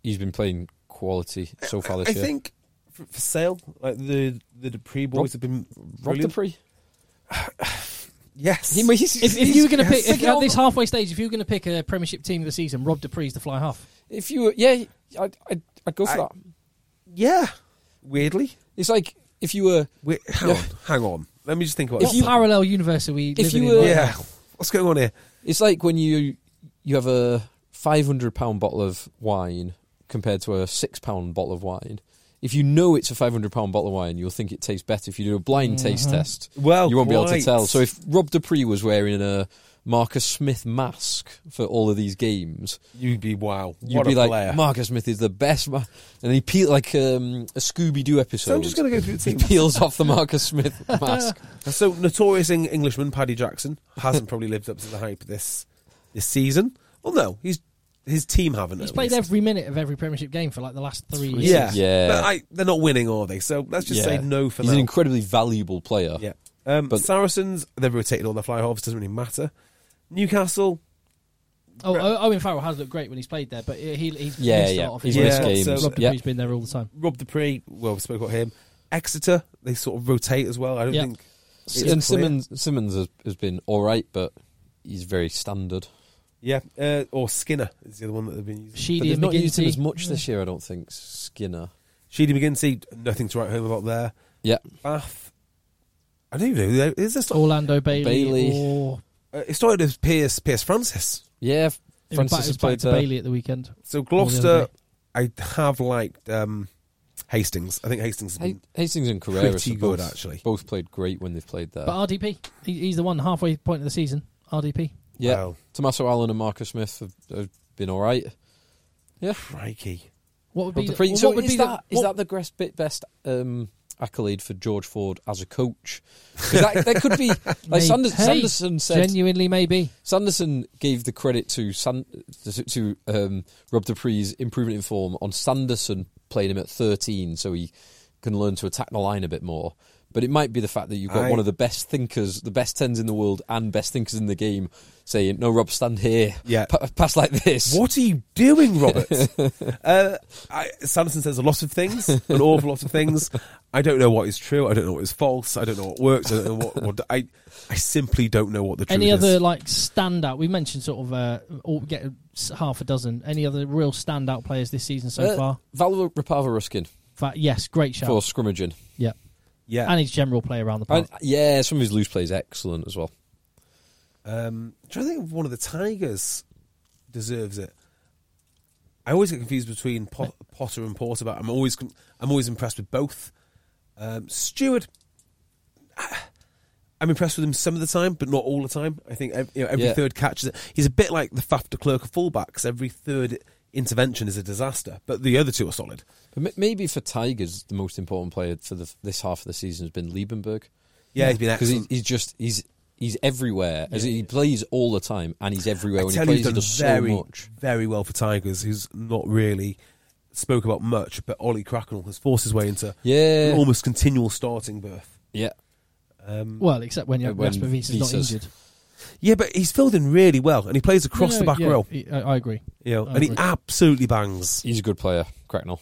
[SPEAKER 3] he's been playing quality so far this
[SPEAKER 4] I
[SPEAKER 3] year.
[SPEAKER 4] think for, for sale, like the the Dupree boys have been
[SPEAKER 3] Rob
[SPEAKER 4] brilliant.
[SPEAKER 3] Dupree.
[SPEAKER 4] Yes,
[SPEAKER 3] He, he's,
[SPEAKER 2] If, if you were going to pick
[SPEAKER 4] Yes.
[SPEAKER 2] if, at this halfway stage, if you were going to pick a Premiership team of the season, Rob Dupree's the fly half.
[SPEAKER 3] if you were, yeah, I'd, I'd, I'd go for
[SPEAKER 4] I-
[SPEAKER 3] that.
[SPEAKER 4] yeah. Weirdly,
[SPEAKER 3] It's like if you were,
[SPEAKER 4] Wait, hang
[SPEAKER 3] Yeah.
[SPEAKER 4] on, hang on. Let me just think about
[SPEAKER 2] What
[SPEAKER 4] this.
[SPEAKER 2] parallel universe are we
[SPEAKER 3] If
[SPEAKER 2] living
[SPEAKER 3] you
[SPEAKER 2] in?
[SPEAKER 3] were-
[SPEAKER 2] right
[SPEAKER 4] yeah, what's going on here?
[SPEAKER 3] it's like when you you have a five hundred pound bottle of wine compared to a six pound bottle of wine. If you know it's a five hundred pound bottle of wine, you'll think it tastes better. If you do a blind taste test,
[SPEAKER 4] Well,
[SPEAKER 3] you won't be able to
[SPEAKER 4] quite.
[SPEAKER 3] tell. So if Rob Dupree was wearing a Marcus Smith mask for all of these games,
[SPEAKER 4] You'd be wow.
[SPEAKER 3] You'd
[SPEAKER 4] what
[SPEAKER 3] be
[SPEAKER 4] a
[SPEAKER 3] like,
[SPEAKER 4] player.
[SPEAKER 3] Marcus Smith is the best, ma-. and he peels like um, a Scooby Doo episode.
[SPEAKER 4] so I'm just going to go through the
[SPEAKER 3] he
[SPEAKER 4] team.
[SPEAKER 3] peels off the Marcus Smith mask.
[SPEAKER 4] So notorious Eng- Englishman Paddy Jackson hasn't probably lived up to the hype this this season. Well, no, he's his team haven't.
[SPEAKER 2] He's
[SPEAKER 4] at
[SPEAKER 2] played
[SPEAKER 4] least.
[SPEAKER 2] every minute of every Premiership game for like the last three years.
[SPEAKER 4] Yeah,
[SPEAKER 3] Yeah.
[SPEAKER 4] But I, they're not winning, are they? So let's just say no for
[SPEAKER 3] He's
[SPEAKER 4] now.
[SPEAKER 3] an incredibly valuable player.
[SPEAKER 4] yeah. Um,
[SPEAKER 3] But-
[SPEAKER 4] Saracens they've rotated all their fly halves. Doesn't really matter. Newcastle.
[SPEAKER 2] Oh, oh, Owen Farrell has looked great when he's played there, but he, he's
[SPEAKER 3] Yeah,
[SPEAKER 2] missed
[SPEAKER 3] yeah.
[SPEAKER 2] a lot of
[SPEAKER 3] He's
[SPEAKER 2] his
[SPEAKER 4] Yeah,
[SPEAKER 3] missed
[SPEAKER 4] so-
[SPEAKER 3] games.
[SPEAKER 2] Rob
[SPEAKER 3] yeah.
[SPEAKER 2] Dupree's been there all the time.
[SPEAKER 4] Rob Dupree. Well, we spoke about him. Exeter. They sort of rotate as well. I don't
[SPEAKER 2] Yeah.
[SPEAKER 4] think.
[SPEAKER 3] S-
[SPEAKER 4] it's
[SPEAKER 3] and
[SPEAKER 4] clear.
[SPEAKER 3] Simmons Simmons has, has been all right, but he's very standard.
[SPEAKER 4] Yeah. Uh, or Skinner is the other one that they've been using.
[SPEAKER 3] But
[SPEAKER 2] Sheedy
[SPEAKER 3] they've
[SPEAKER 2] and
[SPEAKER 3] not used him
[SPEAKER 2] McGinty.
[SPEAKER 3] as much this year, I don't think. Skinner.
[SPEAKER 4] Sheedy McGinty. Nothing to write home about there.
[SPEAKER 3] Yeah.
[SPEAKER 4] Bath. I don't even know. who they- Is this not,
[SPEAKER 2] Orlando Bailey,
[SPEAKER 3] Bailey.
[SPEAKER 2] or
[SPEAKER 4] uh, it started as Pierce Pierce Francis.
[SPEAKER 3] Yeah.
[SPEAKER 2] it was
[SPEAKER 3] Francis
[SPEAKER 2] back, it
[SPEAKER 3] has
[SPEAKER 2] was
[SPEAKER 3] played uh,
[SPEAKER 2] back to
[SPEAKER 3] there.
[SPEAKER 2] Bailey at the weekend.
[SPEAKER 4] So
[SPEAKER 2] other
[SPEAKER 4] Gloucester, I have liked um, Hastings. I think Hastings. Has been,
[SPEAKER 3] Ha- Hastings and Carreras
[SPEAKER 4] Pretty
[SPEAKER 3] have both,
[SPEAKER 4] good, actually.
[SPEAKER 3] both played great when they've played there.
[SPEAKER 2] But RDP, he, he's the one halfway point of the season. RDP.
[SPEAKER 3] yeah,
[SPEAKER 4] Wow.
[SPEAKER 3] Tommaso Allen and Marcus Smith have, have been all right. Yeah,
[SPEAKER 4] Crikey.
[SPEAKER 2] What would
[SPEAKER 3] Of
[SPEAKER 2] be
[SPEAKER 3] the
[SPEAKER 2] the,
[SPEAKER 3] pre-
[SPEAKER 2] what
[SPEAKER 3] so
[SPEAKER 2] would
[SPEAKER 3] is
[SPEAKER 2] be
[SPEAKER 3] that
[SPEAKER 2] the,
[SPEAKER 3] is
[SPEAKER 2] what-
[SPEAKER 3] that the best bit best um, accolade for George Ford as a coach? 'Cause That, that could be like
[SPEAKER 2] Mate,
[SPEAKER 3] Sanders,
[SPEAKER 2] hey,
[SPEAKER 3] Sanderson said.
[SPEAKER 2] genuinely maybe
[SPEAKER 3] Sanderson gave the credit to San, to, to um, Rob Dupree's improvement in form on Sanderson playing him at 13, so he can learn to attack the line a bit more. But it might be the fact that you've got
[SPEAKER 4] I-
[SPEAKER 3] one of the best thinkers, the best tens in the world, and best thinkers in the game saying, "No, Rob, stand here.
[SPEAKER 4] Yeah.
[SPEAKER 3] Pa- pass like this."
[SPEAKER 4] What are you doing, Robert? uh, I, Sanderson says a lot of things, an awful lot of things. I don't know what is true. I don't know what is false. I don't know what works. I don't know what. what I I simply don't know what the truth
[SPEAKER 2] any
[SPEAKER 4] is.
[SPEAKER 2] other like standout? We mentioned sort of uh, all, get s- half a dozen. Any other real standout players this season so
[SPEAKER 3] Uh,
[SPEAKER 2] far?
[SPEAKER 3] Val Rapava Ruskin
[SPEAKER 2] Fa- yes, great shout.
[SPEAKER 3] for scrimmaging.
[SPEAKER 2] Yeah,
[SPEAKER 4] yeah.
[SPEAKER 2] and his general play around the
[SPEAKER 3] And,
[SPEAKER 2] park.
[SPEAKER 3] yeah, some of his loose plays excellent as well.
[SPEAKER 4] Um, trying to think of one of the Tigers deserves it. I always get confused between Pot- Potter and Porter, but I'm always con- I'm always impressed with both. Um, Stewart, I'm impressed with him some of the time, but not all the time. I think ev- you know, every
[SPEAKER 3] Yeah.
[SPEAKER 4] third catch is he's a bit like the Faf de Clerc of fullbacks. Every third intervention is a disaster, but the other two are solid.
[SPEAKER 3] But m- maybe for Tigers, the most important player for the, this half of the season has been Liebenberg.
[SPEAKER 4] Yeah, he's been
[SPEAKER 3] because
[SPEAKER 4] excellent.
[SPEAKER 3] he, he's just he's he's everywhere. As in, he plays all the time, and he's everywhere when he
[SPEAKER 4] I tell you,
[SPEAKER 3] plays. He does
[SPEAKER 4] he's
[SPEAKER 3] so
[SPEAKER 4] done very,
[SPEAKER 3] much.
[SPEAKER 4] very well for Tigers, who's not really spoke about much, but Ollie Cracknell has forced his way into
[SPEAKER 3] Yeah.
[SPEAKER 4] an almost continual starting berth.
[SPEAKER 3] Yeah,
[SPEAKER 4] Um,
[SPEAKER 2] Well, except when
[SPEAKER 3] Uh, when
[SPEAKER 2] Jasper Visa's not
[SPEAKER 3] Visa's-
[SPEAKER 2] injured.
[SPEAKER 4] yeah, but he's filled in really well, and he plays across
[SPEAKER 2] No,
[SPEAKER 4] the back
[SPEAKER 2] yeah,
[SPEAKER 4] row,
[SPEAKER 2] he- I, I agree.
[SPEAKER 4] you know,
[SPEAKER 2] I
[SPEAKER 4] and he
[SPEAKER 2] agree.
[SPEAKER 4] absolutely bangs.
[SPEAKER 3] he's a good player, Cracknell.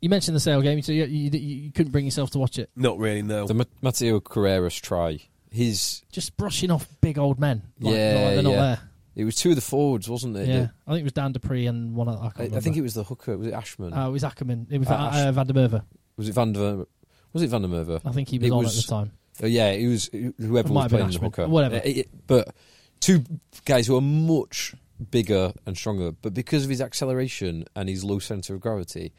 [SPEAKER 2] you mentioned the sale game, so you, you, you you couldn't bring yourself to watch it.
[SPEAKER 4] Not really, no.
[SPEAKER 3] The Ma- Mateo Carreras try. His
[SPEAKER 2] Just brushing off big old men. Like,
[SPEAKER 3] yeah,
[SPEAKER 2] like they're not
[SPEAKER 3] yeah.
[SPEAKER 2] there.
[SPEAKER 3] It was two of the forwards, wasn't it?
[SPEAKER 2] Yeah. I think it was Dan Dupree and one. Of, I, can't
[SPEAKER 3] I, I think
[SPEAKER 2] remember.
[SPEAKER 3] it was the hooker. Was it Ashman?
[SPEAKER 2] Uh, it was Ackerman. It was
[SPEAKER 3] Uh,
[SPEAKER 2] uh,
[SPEAKER 3] Ash-
[SPEAKER 2] uh, Van der Merwe.
[SPEAKER 3] was it Van der? Was it Van der Merwe?
[SPEAKER 2] I think he was
[SPEAKER 3] It
[SPEAKER 2] on
[SPEAKER 3] was-
[SPEAKER 2] at the time.
[SPEAKER 3] Uh, yeah, it was whoever
[SPEAKER 2] It might
[SPEAKER 3] was
[SPEAKER 2] have been
[SPEAKER 3] playing the
[SPEAKER 2] Ashman,
[SPEAKER 3] hooker.
[SPEAKER 2] whatever.
[SPEAKER 3] Uh, it- but two guys who are much bigger and stronger, but because of his acceleration and his low centre of gravity,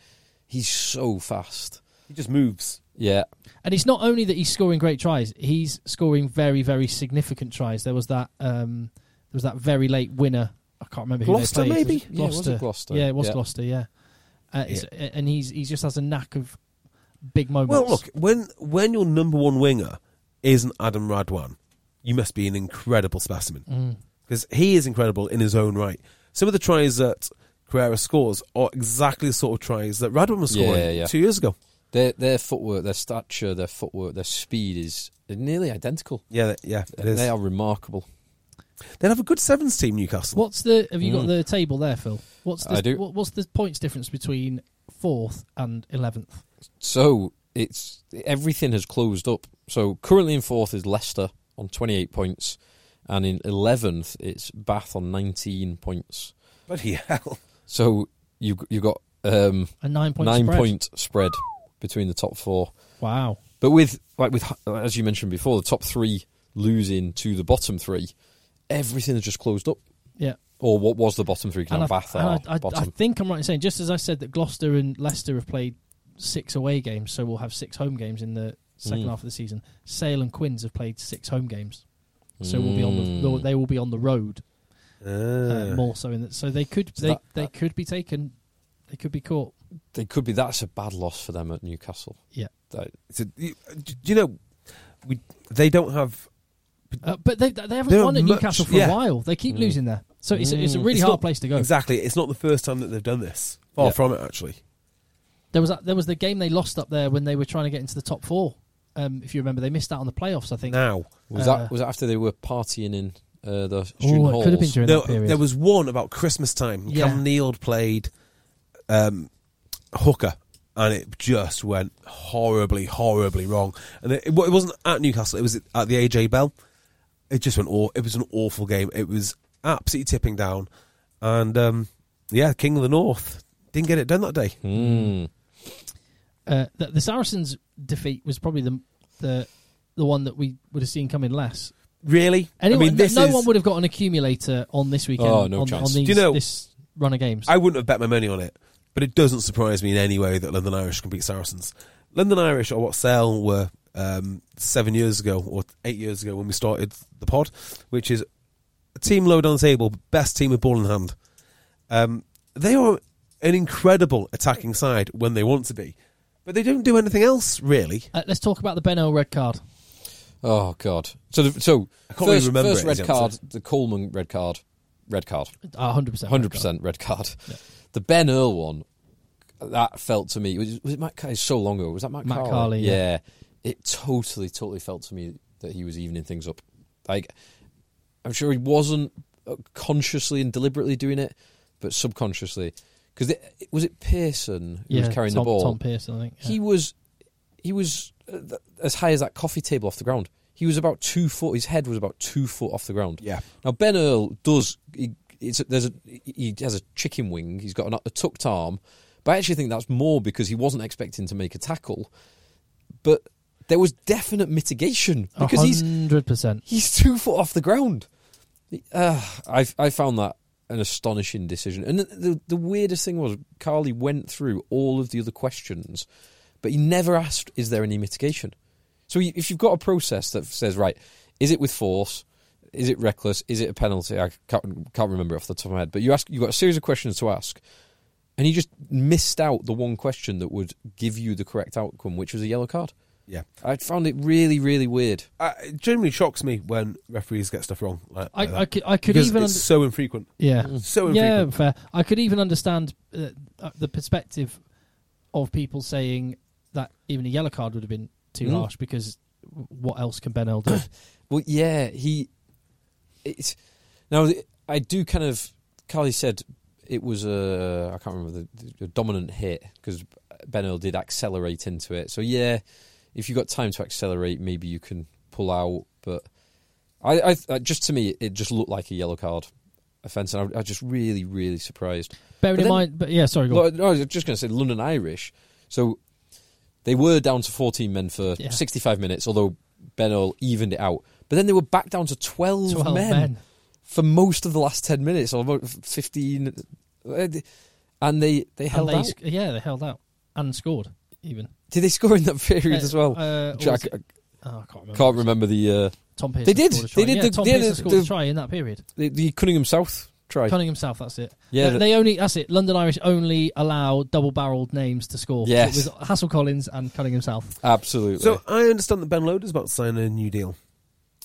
[SPEAKER 3] he's so fast.
[SPEAKER 4] he just moves.
[SPEAKER 3] Yeah,
[SPEAKER 2] And it's not only that he's scoring great tries; he's scoring very, very significant tries. There was that, um, there was that very late winner. I can't remember who
[SPEAKER 4] Gloucester,
[SPEAKER 2] they played.
[SPEAKER 4] maybe?
[SPEAKER 3] Yeah, was it Gloucester?
[SPEAKER 2] Yeah, it was
[SPEAKER 3] Yeah.
[SPEAKER 2] Gloucester. Yeah, uh, it's, and he's he just has a knack of big moments.
[SPEAKER 4] Well, look, when when your number one winger isn't Adam Radwan, you must be an incredible specimen because he is incredible in his own right. Some of the tries that Carrera scores are exactly the sort of tries that Radwan was scoring
[SPEAKER 3] Yeah, yeah.
[SPEAKER 4] two years ago.
[SPEAKER 3] their their footwork, their stature, their footwork, their speed is nearly identical.
[SPEAKER 4] Yeah, that- yeah, it is.
[SPEAKER 3] They are remarkable.
[SPEAKER 4] They'd have a good sevens team, Newcastle.
[SPEAKER 2] what's the? Have you got
[SPEAKER 3] Mm.
[SPEAKER 2] the table there, Phil? What's the,
[SPEAKER 3] I do.
[SPEAKER 2] What, what's the points difference between fourth and eleventh?
[SPEAKER 3] So it's everything has closed up. So currently in fourth is Leicester on twenty eight points, and in eleventh it's Bath on nineteen points.
[SPEAKER 4] Bloody hell!
[SPEAKER 3] So you you got um,
[SPEAKER 2] A nine point
[SPEAKER 3] nine
[SPEAKER 2] spread.
[SPEAKER 3] point spread between the top four.
[SPEAKER 2] Wow.
[SPEAKER 3] But with like with as you mentioned before, the top three losing to the bottom three, everything has just closed up.
[SPEAKER 2] Yeah.
[SPEAKER 3] Or what was the bottom three? 'cause now
[SPEAKER 2] And I,
[SPEAKER 3] Bath are
[SPEAKER 2] and I, I, I
[SPEAKER 3] bottom.
[SPEAKER 2] think I'm right in saying, just as I said that Gloucester and Leicester have played six away games, so we'll have six home games in the second
[SPEAKER 3] Mm.
[SPEAKER 2] half of the season. Sale and Quinns have played six home games, so we'll be on the we'll-
[SPEAKER 3] Mm.
[SPEAKER 2] they will be on the road uh,
[SPEAKER 4] Ah.
[SPEAKER 2] more so in that. So they could
[SPEAKER 3] So
[SPEAKER 2] they,
[SPEAKER 3] that-
[SPEAKER 2] they
[SPEAKER 3] that-
[SPEAKER 2] could be taken, they could be caught.
[SPEAKER 3] they could be. That's a bad loss for them at Newcastle.
[SPEAKER 2] Yeah,
[SPEAKER 3] That-
[SPEAKER 4] It's a- you- do you know we they don't have
[SPEAKER 2] uh, but they they haven't
[SPEAKER 4] They're
[SPEAKER 2] won at
[SPEAKER 4] much-
[SPEAKER 2] Newcastle for
[SPEAKER 4] yeah.
[SPEAKER 2] a while. They
[SPEAKER 3] Mm.
[SPEAKER 2] keep losing there, so it's a, it's a really
[SPEAKER 4] It's
[SPEAKER 2] hard
[SPEAKER 4] not-
[SPEAKER 2] place to go.
[SPEAKER 4] exactly. It's not the first time that they've done this. Far
[SPEAKER 3] Yeah.
[SPEAKER 4] from it, actually.
[SPEAKER 2] There was that, there was the game they lost up there when they were trying to get into the top four. Um, if you remember, they missed out on the playoffs. I think.
[SPEAKER 4] Now,
[SPEAKER 3] Was
[SPEAKER 2] Uh,
[SPEAKER 3] that was that after they were partying in uh, the student
[SPEAKER 2] Oh, it
[SPEAKER 3] halls?
[SPEAKER 2] could have been during
[SPEAKER 4] there,
[SPEAKER 2] that period.
[SPEAKER 4] there was one about Christmas time.
[SPEAKER 2] Yeah.
[SPEAKER 4] Cam Neal played um, hooker, and it just went horribly, horribly wrong. And it, it wa- it wasn't at Newcastle; it was at the AJ Bell. It just went. aw- It was an awful game. It was absolutely tipping down, and um, yeah, King of the North didn't get it done that day.
[SPEAKER 3] Hmm.
[SPEAKER 2] uh, the, the Saracens' defeat was probably the the the one that we would have seen coming less.
[SPEAKER 4] Really?
[SPEAKER 2] Anyone,
[SPEAKER 4] I mean, this
[SPEAKER 2] no
[SPEAKER 4] is,
[SPEAKER 2] one would have got an accumulator on this weekend.
[SPEAKER 3] Oh, no
[SPEAKER 2] on,
[SPEAKER 3] chance.
[SPEAKER 2] on these,
[SPEAKER 4] Do you know-
[SPEAKER 2] this run of games?
[SPEAKER 4] I wouldn't have bet my money on it, but it doesn't surprise me in any way that London Irish can beat Saracens. London Irish are what Sale were um, seven years ago or eight years ago when we started the pod, which is a team low down the table, best team with ball in hand. Um, they are an incredible attacking side when they want to be, but they don't do anything else really.
[SPEAKER 2] uh, let's talk about the Benno red card.
[SPEAKER 3] Oh God! So the, so
[SPEAKER 4] I can't really
[SPEAKER 3] first,
[SPEAKER 4] remember
[SPEAKER 3] first
[SPEAKER 4] it, is
[SPEAKER 3] red
[SPEAKER 4] it?
[SPEAKER 3] card, the Coleman red card, red card,
[SPEAKER 2] Ah, hundred percent.
[SPEAKER 3] hundred percent red card. The Ben Earl one that felt to me was, was it Matt? Car- It's so long ago. Was that Matt?
[SPEAKER 2] Matt
[SPEAKER 3] Carley?
[SPEAKER 2] Carley, yeah.
[SPEAKER 3] it totally, totally felt to me that he was evening things up. Like I'm sure he wasn't uh, consciously and deliberately doing it, but subconsciously. Because was it Pearson who
[SPEAKER 2] Yeah,
[SPEAKER 3] was carrying
[SPEAKER 2] Tom,
[SPEAKER 3] the ball?
[SPEAKER 2] Tom Pearson, I think. yeah.
[SPEAKER 3] he was he was uh, th- as high as that coffee table off the ground. He was about two foot. His head was about two foot off the ground.
[SPEAKER 4] Yeah.
[SPEAKER 3] Now Ben Earl does. He, it's, there's a he has a chicken wing. He's got an, a tucked arm, but I actually think that's more because he wasn't expecting to make a tackle. But there was definite mitigation because he's
[SPEAKER 2] hundred percent.
[SPEAKER 3] he's two foot off the ground. Uh, I I found that an astonishing decision. And the, the the weirdest thing was Carly went through all of the other questions, but he never asked, "Is there any mitigation?" So you, if you've got a process that says, "Right, is it with force?" Is it reckless? Is it a penalty? I can't, can't remember off the top of my head. But you ask, you got a series of questions to ask, and you just missed out the one question that would give you the correct outcome, which was a yellow card.
[SPEAKER 4] Yeah,
[SPEAKER 3] I found it really, really weird.
[SPEAKER 4] uh, it generally shocks me when referees get stuff wrong. Like,
[SPEAKER 2] I,
[SPEAKER 4] like
[SPEAKER 2] I
[SPEAKER 4] that.
[SPEAKER 2] could, I could
[SPEAKER 4] because
[SPEAKER 2] even
[SPEAKER 4] it's
[SPEAKER 2] under-
[SPEAKER 4] so infrequent.
[SPEAKER 2] yeah
[SPEAKER 3] Mm.
[SPEAKER 4] So infrequent.
[SPEAKER 2] yeah fair. I could even understand uh, uh, the perspective of people saying that even a yellow card would have been too
[SPEAKER 3] Mm.
[SPEAKER 2] harsh because what else can Ben L do?
[SPEAKER 3] Well, yeah, he. It's now th- I do kind of. Carly said it was a I can't remember the, the dominant hit because Ben Earl did accelerate into it. So yeah, if you have got time to accelerate, maybe you can pull out. But I, I uh, just to me, it just looked like a yellow card offence, and I, I was just really, really surprised.
[SPEAKER 2] Bearing
[SPEAKER 3] But
[SPEAKER 2] in
[SPEAKER 3] then-
[SPEAKER 2] mind, but yeah, sorry, go on.
[SPEAKER 3] Well, no, I was just going to say London Irish. So they were down to 14 men for
[SPEAKER 2] Yeah.
[SPEAKER 3] 65 minutes, although Ben Earl evened it out. But then they were back down to 12,
[SPEAKER 2] 12
[SPEAKER 3] men, for most of the last 10 minutes, or about 15. Uh, th- And they, they
[SPEAKER 2] And
[SPEAKER 3] held
[SPEAKER 2] they
[SPEAKER 3] out.
[SPEAKER 2] sc- yeah, they held out and scored even.
[SPEAKER 3] Did they score in that period
[SPEAKER 2] Uh,
[SPEAKER 3] as well?
[SPEAKER 2] uh,
[SPEAKER 3] Which I,
[SPEAKER 2] was
[SPEAKER 3] c-
[SPEAKER 2] it- oh, I can't remember.
[SPEAKER 3] can't remember the, uh,
[SPEAKER 2] Tom Pearson
[SPEAKER 3] They did.
[SPEAKER 2] scored a try.
[SPEAKER 3] They did
[SPEAKER 2] Yeah,
[SPEAKER 3] the-
[SPEAKER 2] Tom
[SPEAKER 3] they had
[SPEAKER 2] Pearson
[SPEAKER 3] the-
[SPEAKER 2] scored a
[SPEAKER 3] the-
[SPEAKER 2] try in that period.
[SPEAKER 3] the, the Cunningham South try.
[SPEAKER 2] Cunningham South, that's it.
[SPEAKER 3] Yeah,
[SPEAKER 2] they,
[SPEAKER 3] the-
[SPEAKER 2] they only that's it. London Irish only allow double-barreled names to score. So
[SPEAKER 3] Yes.
[SPEAKER 2] it was Hassel Collins and Cunningham South.
[SPEAKER 3] Absolutely.
[SPEAKER 4] So I understand that Ben Loder's about to sign a new deal.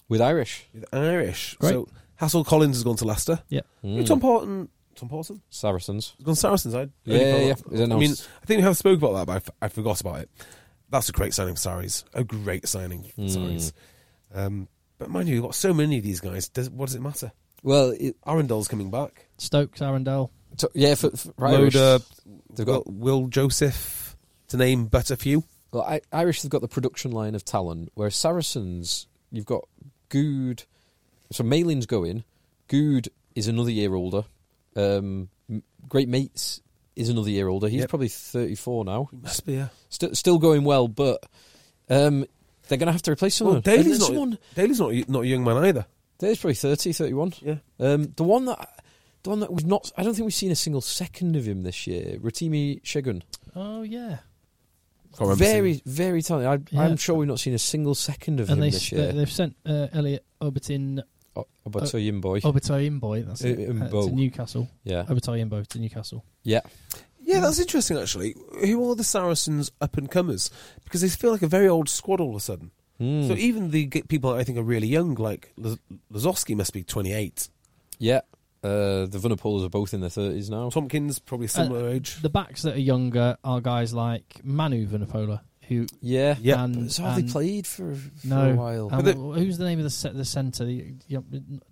[SPEAKER 3] With Irish.
[SPEAKER 4] with Irish.
[SPEAKER 2] Great.
[SPEAKER 4] So Hassel Collins has gone to Leicester.
[SPEAKER 2] Yeah,
[SPEAKER 3] Mm.
[SPEAKER 4] Tom Parton. Tom Parton
[SPEAKER 3] Saracens.
[SPEAKER 4] has gone to Saracens. I
[SPEAKER 3] Yeah, yeah, yeah. He's
[SPEAKER 4] I mean,
[SPEAKER 3] announced.
[SPEAKER 4] I think we have spoke about that, but I, f- I forgot about it. That's a great signing for Saris. A great signing
[SPEAKER 3] Mm.
[SPEAKER 4] for Saris. Um, but mind you, you've got so many of these guys. Does, what does it matter?
[SPEAKER 3] Well, it,
[SPEAKER 4] Arundel's coming back.
[SPEAKER 2] Stokes, Arundel.
[SPEAKER 3] to- yeah, for, for Irish.
[SPEAKER 4] Loder.
[SPEAKER 3] They've got
[SPEAKER 4] Will, Will Joseph, to name but a few.
[SPEAKER 3] Well, I, Irish have got the production line of talent, whereas Saracens, you've got Good. So Malin's going. Good is another year older. Um, M- Great Mates is another year older. He's
[SPEAKER 4] Yep.
[SPEAKER 3] probably 34 now.
[SPEAKER 4] Must be, yeah.
[SPEAKER 3] St- still going well, but um, they're going to have to replace someone.
[SPEAKER 4] Well, Daly's
[SPEAKER 3] And
[SPEAKER 4] not,
[SPEAKER 3] someone-
[SPEAKER 4] Daly's not, a- not a young man either.
[SPEAKER 3] Daly's probably 30, 31.
[SPEAKER 4] Yeah.
[SPEAKER 3] Um, the one that. The one that we've not, I don't think we've seen a single second of him this year. Rotimi Shegun.
[SPEAKER 2] Oh yeah,
[SPEAKER 4] Can't Oh, remember
[SPEAKER 3] Very,
[SPEAKER 4] seeing-
[SPEAKER 3] very talented. I,
[SPEAKER 2] Yeah.
[SPEAKER 3] I'm sure we've not seen a single second of
[SPEAKER 2] and
[SPEAKER 3] him
[SPEAKER 2] they,
[SPEAKER 3] this year.
[SPEAKER 2] they have sent uh, Elliot Obertin
[SPEAKER 3] O-
[SPEAKER 2] Uh,
[SPEAKER 3] Obato Yimboy.
[SPEAKER 2] oh, Obertoyimbo. That's it, uh,
[SPEAKER 3] Imbo.
[SPEAKER 2] to Newcastle.
[SPEAKER 3] Yeah.
[SPEAKER 2] Obertoyimbo to Newcastle.
[SPEAKER 3] Yeah.
[SPEAKER 4] Yeah, that's interesting actually. Who are the Saracens up and comers? Because they feel like a very old squad all of a sudden.
[SPEAKER 3] Hmm.
[SPEAKER 4] So even the g- people I think are really young, like Lo- Lazowski must be 28.
[SPEAKER 3] yeah. Uh, the Vunapolas are both in their 30s now.
[SPEAKER 2] Uh,
[SPEAKER 4] Tompkins probably similar age.
[SPEAKER 2] The backs that are younger are guys like Manu Vanapola, who
[SPEAKER 3] Yeah.
[SPEAKER 4] Yeah.
[SPEAKER 2] and-
[SPEAKER 3] But it's hardly
[SPEAKER 2] and-
[SPEAKER 3] played for, for
[SPEAKER 2] no.
[SPEAKER 3] a while.
[SPEAKER 2] And
[SPEAKER 4] But
[SPEAKER 2] wh- um, who's the name of the se- the centre? The- yeah,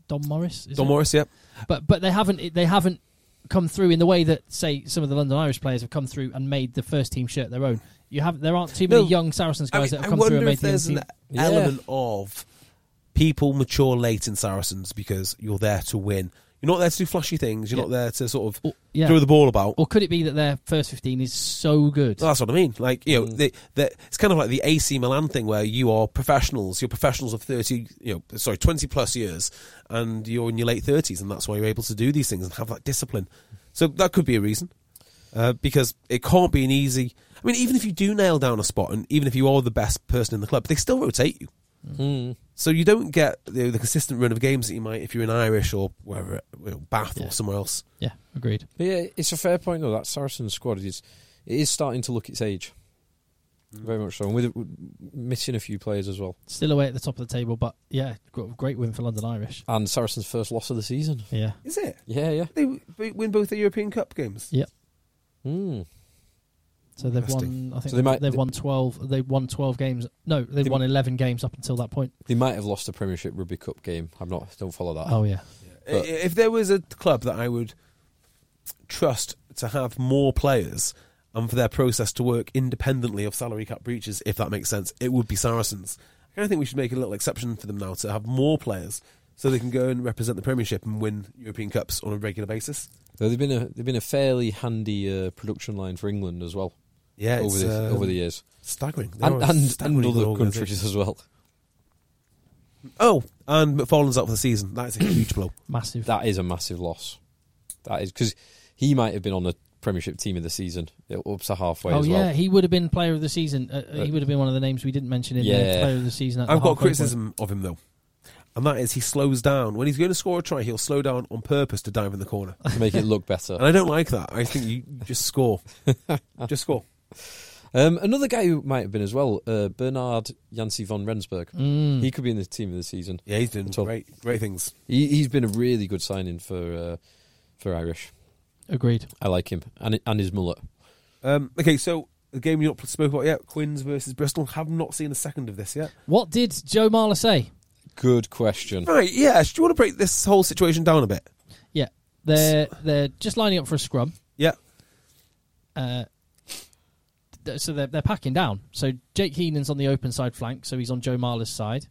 [SPEAKER 2] Don Morris. Is
[SPEAKER 4] Don
[SPEAKER 2] it?
[SPEAKER 4] Morris, yeah.
[SPEAKER 2] But but they haven't they haven't come through in the way that say some of the London Irish players have come through and made the first team shirt their own. You have there aren't too many
[SPEAKER 4] No.
[SPEAKER 2] young Saracens
[SPEAKER 4] I,
[SPEAKER 2] guys
[SPEAKER 4] mean,
[SPEAKER 2] that
[SPEAKER 4] I
[SPEAKER 2] have come through and
[SPEAKER 4] wonder
[SPEAKER 2] made
[SPEAKER 4] if
[SPEAKER 2] the own
[SPEAKER 4] there's
[SPEAKER 2] team.
[SPEAKER 4] an element of people mature late in Saracens because you're there to win. You're not there to do flashy things. You're
[SPEAKER 2] Yeah.
[SPEAKER 4] not there to sort of
[SPEAKER 2] Or, yeah.
[SPEAKER 4] throw the ball about.
[SPEAKER 2] Or could it be that their first fifteen is so good?
[SPEAKER 4] Well, that's what I mean. Like you know, they, they, it's kind of like the AC Milan thing, where you are professionals. You're professionals of thirty, you know, sorry, twenty plus years, and you're in your late thirties, and that's why you're able to do these things and have that discipline. So that could be a reason, uh, because it can't be an easy. I mean, even if you do nail down a spot, and even if you are the best person in the club, they still rotate you.
[SPEAKER 3] Hmm.
[SPEAKER 4] So you don't get you know, the consistent run of games that you might if you're in Irish or wherever, you know, Bath
[SPEAKER 2] Yeah.
[SPEAKER 4] or somewhere else.
[SPEAKER 2] yeah, agreed.
[SPEAKER 3] But yeah, it's a fair point though. That Saracen squad is it is starting to look its age,
[SPEAKER 4] Mm.
[SPEAKER 3] very much so, and with, with missing a few players as well.
[SPEAKER 2] Still away at the top of the table, but yeah, gr- great win for London Irish.
[SPEAKER 3] And Saracen's first loss of the season.
[SPEAKER 2] Yeah,
[SPEAKER 4] Is it?
[SPEAKER 3] Yeah, yeah.
[SPEAKER 4] They win both the European Cup games.
[SPEAKER 2] yep.
[SPEAKER 3] Mm.
[SPEAKER 2] So they've
[SPEAKER 4] Interesting.
[SPEAKER 2] won. I think
[SPEAKER 3] So they
[SPEAKER 2] they
[SPEAKER 3] might-
[SPEAKER 2] have won twelve. They've won twelve games. No, they've
[SPEAKER 3] They-
[SPEAKER 2] won eleven games up until that point.
[SPEAKER 3] They might have lost a Premiership Rugby Cup game. I'm not. Don't follow that.
[SPEAKER 2] Oh yeah,
[SPEAKER 3] But-
[SPEAKER 4] if there was a club that I would trust to have more players and for their process to work independently of salary cap breaches, if that makes sense, it would be Saracens. I kind of think we should make a little exception for them now to have more players so they can go and represent the Premiership and win European Cups on a regular basis.
[SPEAKER 3] Though they've been a they've been a fairly handy uh, production line for England as well
[SPEAKER 4] Yeah,
[SPEAKER 3] over
[SPEAKER 4] it's,
[SPEAKER 3] the
[SPEAKER 4] um,
[SPEAKER 3] over the years,
[SPEAKER 4] staggering, They
[SPEAKER 3] and
[SPEAKER 4] are a
[SPEAKER 3] and, and
[SPEAKER 4] staggering
[SPEAKER 3] other
[SPEAKER 4] organisation.
[SPEAKER 3] countries as well.
[SPEAKER 4] Oh, and McFarlane's out for the season. That's a huge blow.
[SPEAKER 2] massive.
[SPEAKER 3] That is a massive loss. That is because he might have been on the Premiership team of the season uh, up to halfway
[SPEAKER 2] oh
[SPEAKER 3] as
[SPEAKER 2] yeah,
[SPEAKER 3] well.
[SPEAKER 2] he would have been player of the season. Uh, uh,
[SPEAKER 3] Uh,
[SPEAKER 2] he would have been one of the names we didn't mention in the
[SPEAKER 3] Yeah.
[SPEAKER 2] player of the season. At the
[SPEAKER 4] I've got
[SPEAKER 2] halfway point.
[SPEAKER 4] criticism of him though, and that is he slows down when he's going to score a try. He'll slow down on purpose to dive in the corner.
[SPEAKER 3] to make it look better.
[SPEAKER 4] And I don't like that. I think you just score. just score.
[SPEAKER 3] Um, another guy who might have been as well, uh, Bernard Jansi von Rensburg.
[SPEAKER 4] Hmm.
[SPEAKER 2] Mm,
[SPEAKER 3] He could be in the team of the season.
[SPEAKER 4] Yeah, he's doing
[SPEAKER 3] That's all.
[SPEAKER 4] great, great things.
[SPEAKER 3] He, he's been a really good signing for uh, for Irish.
[SPEAKER 2] Agreed.
[SPEAKER 3] I like him and and his mullet.
[SPEAKER 4] Um, okay, so the game you not spoke about yet, Quinns versus Bristol. Have not seen a second of this yet.
[SPEAKER 2] What did Joe Marler say?
[SPEAKER 3] Good question.
[SPEAKER 4] Right, yeah. Do you want to break this whole situation down a bit?
[SPEAKER 2] Yeah, they're they're just lining up for a scrum.
[SPEAKER 4] Yeah.
[SPEAKER 2] Uh, th- so they're they're packing down. So Jake Heenan's on the open side flank, so he's on Joe Marler's side.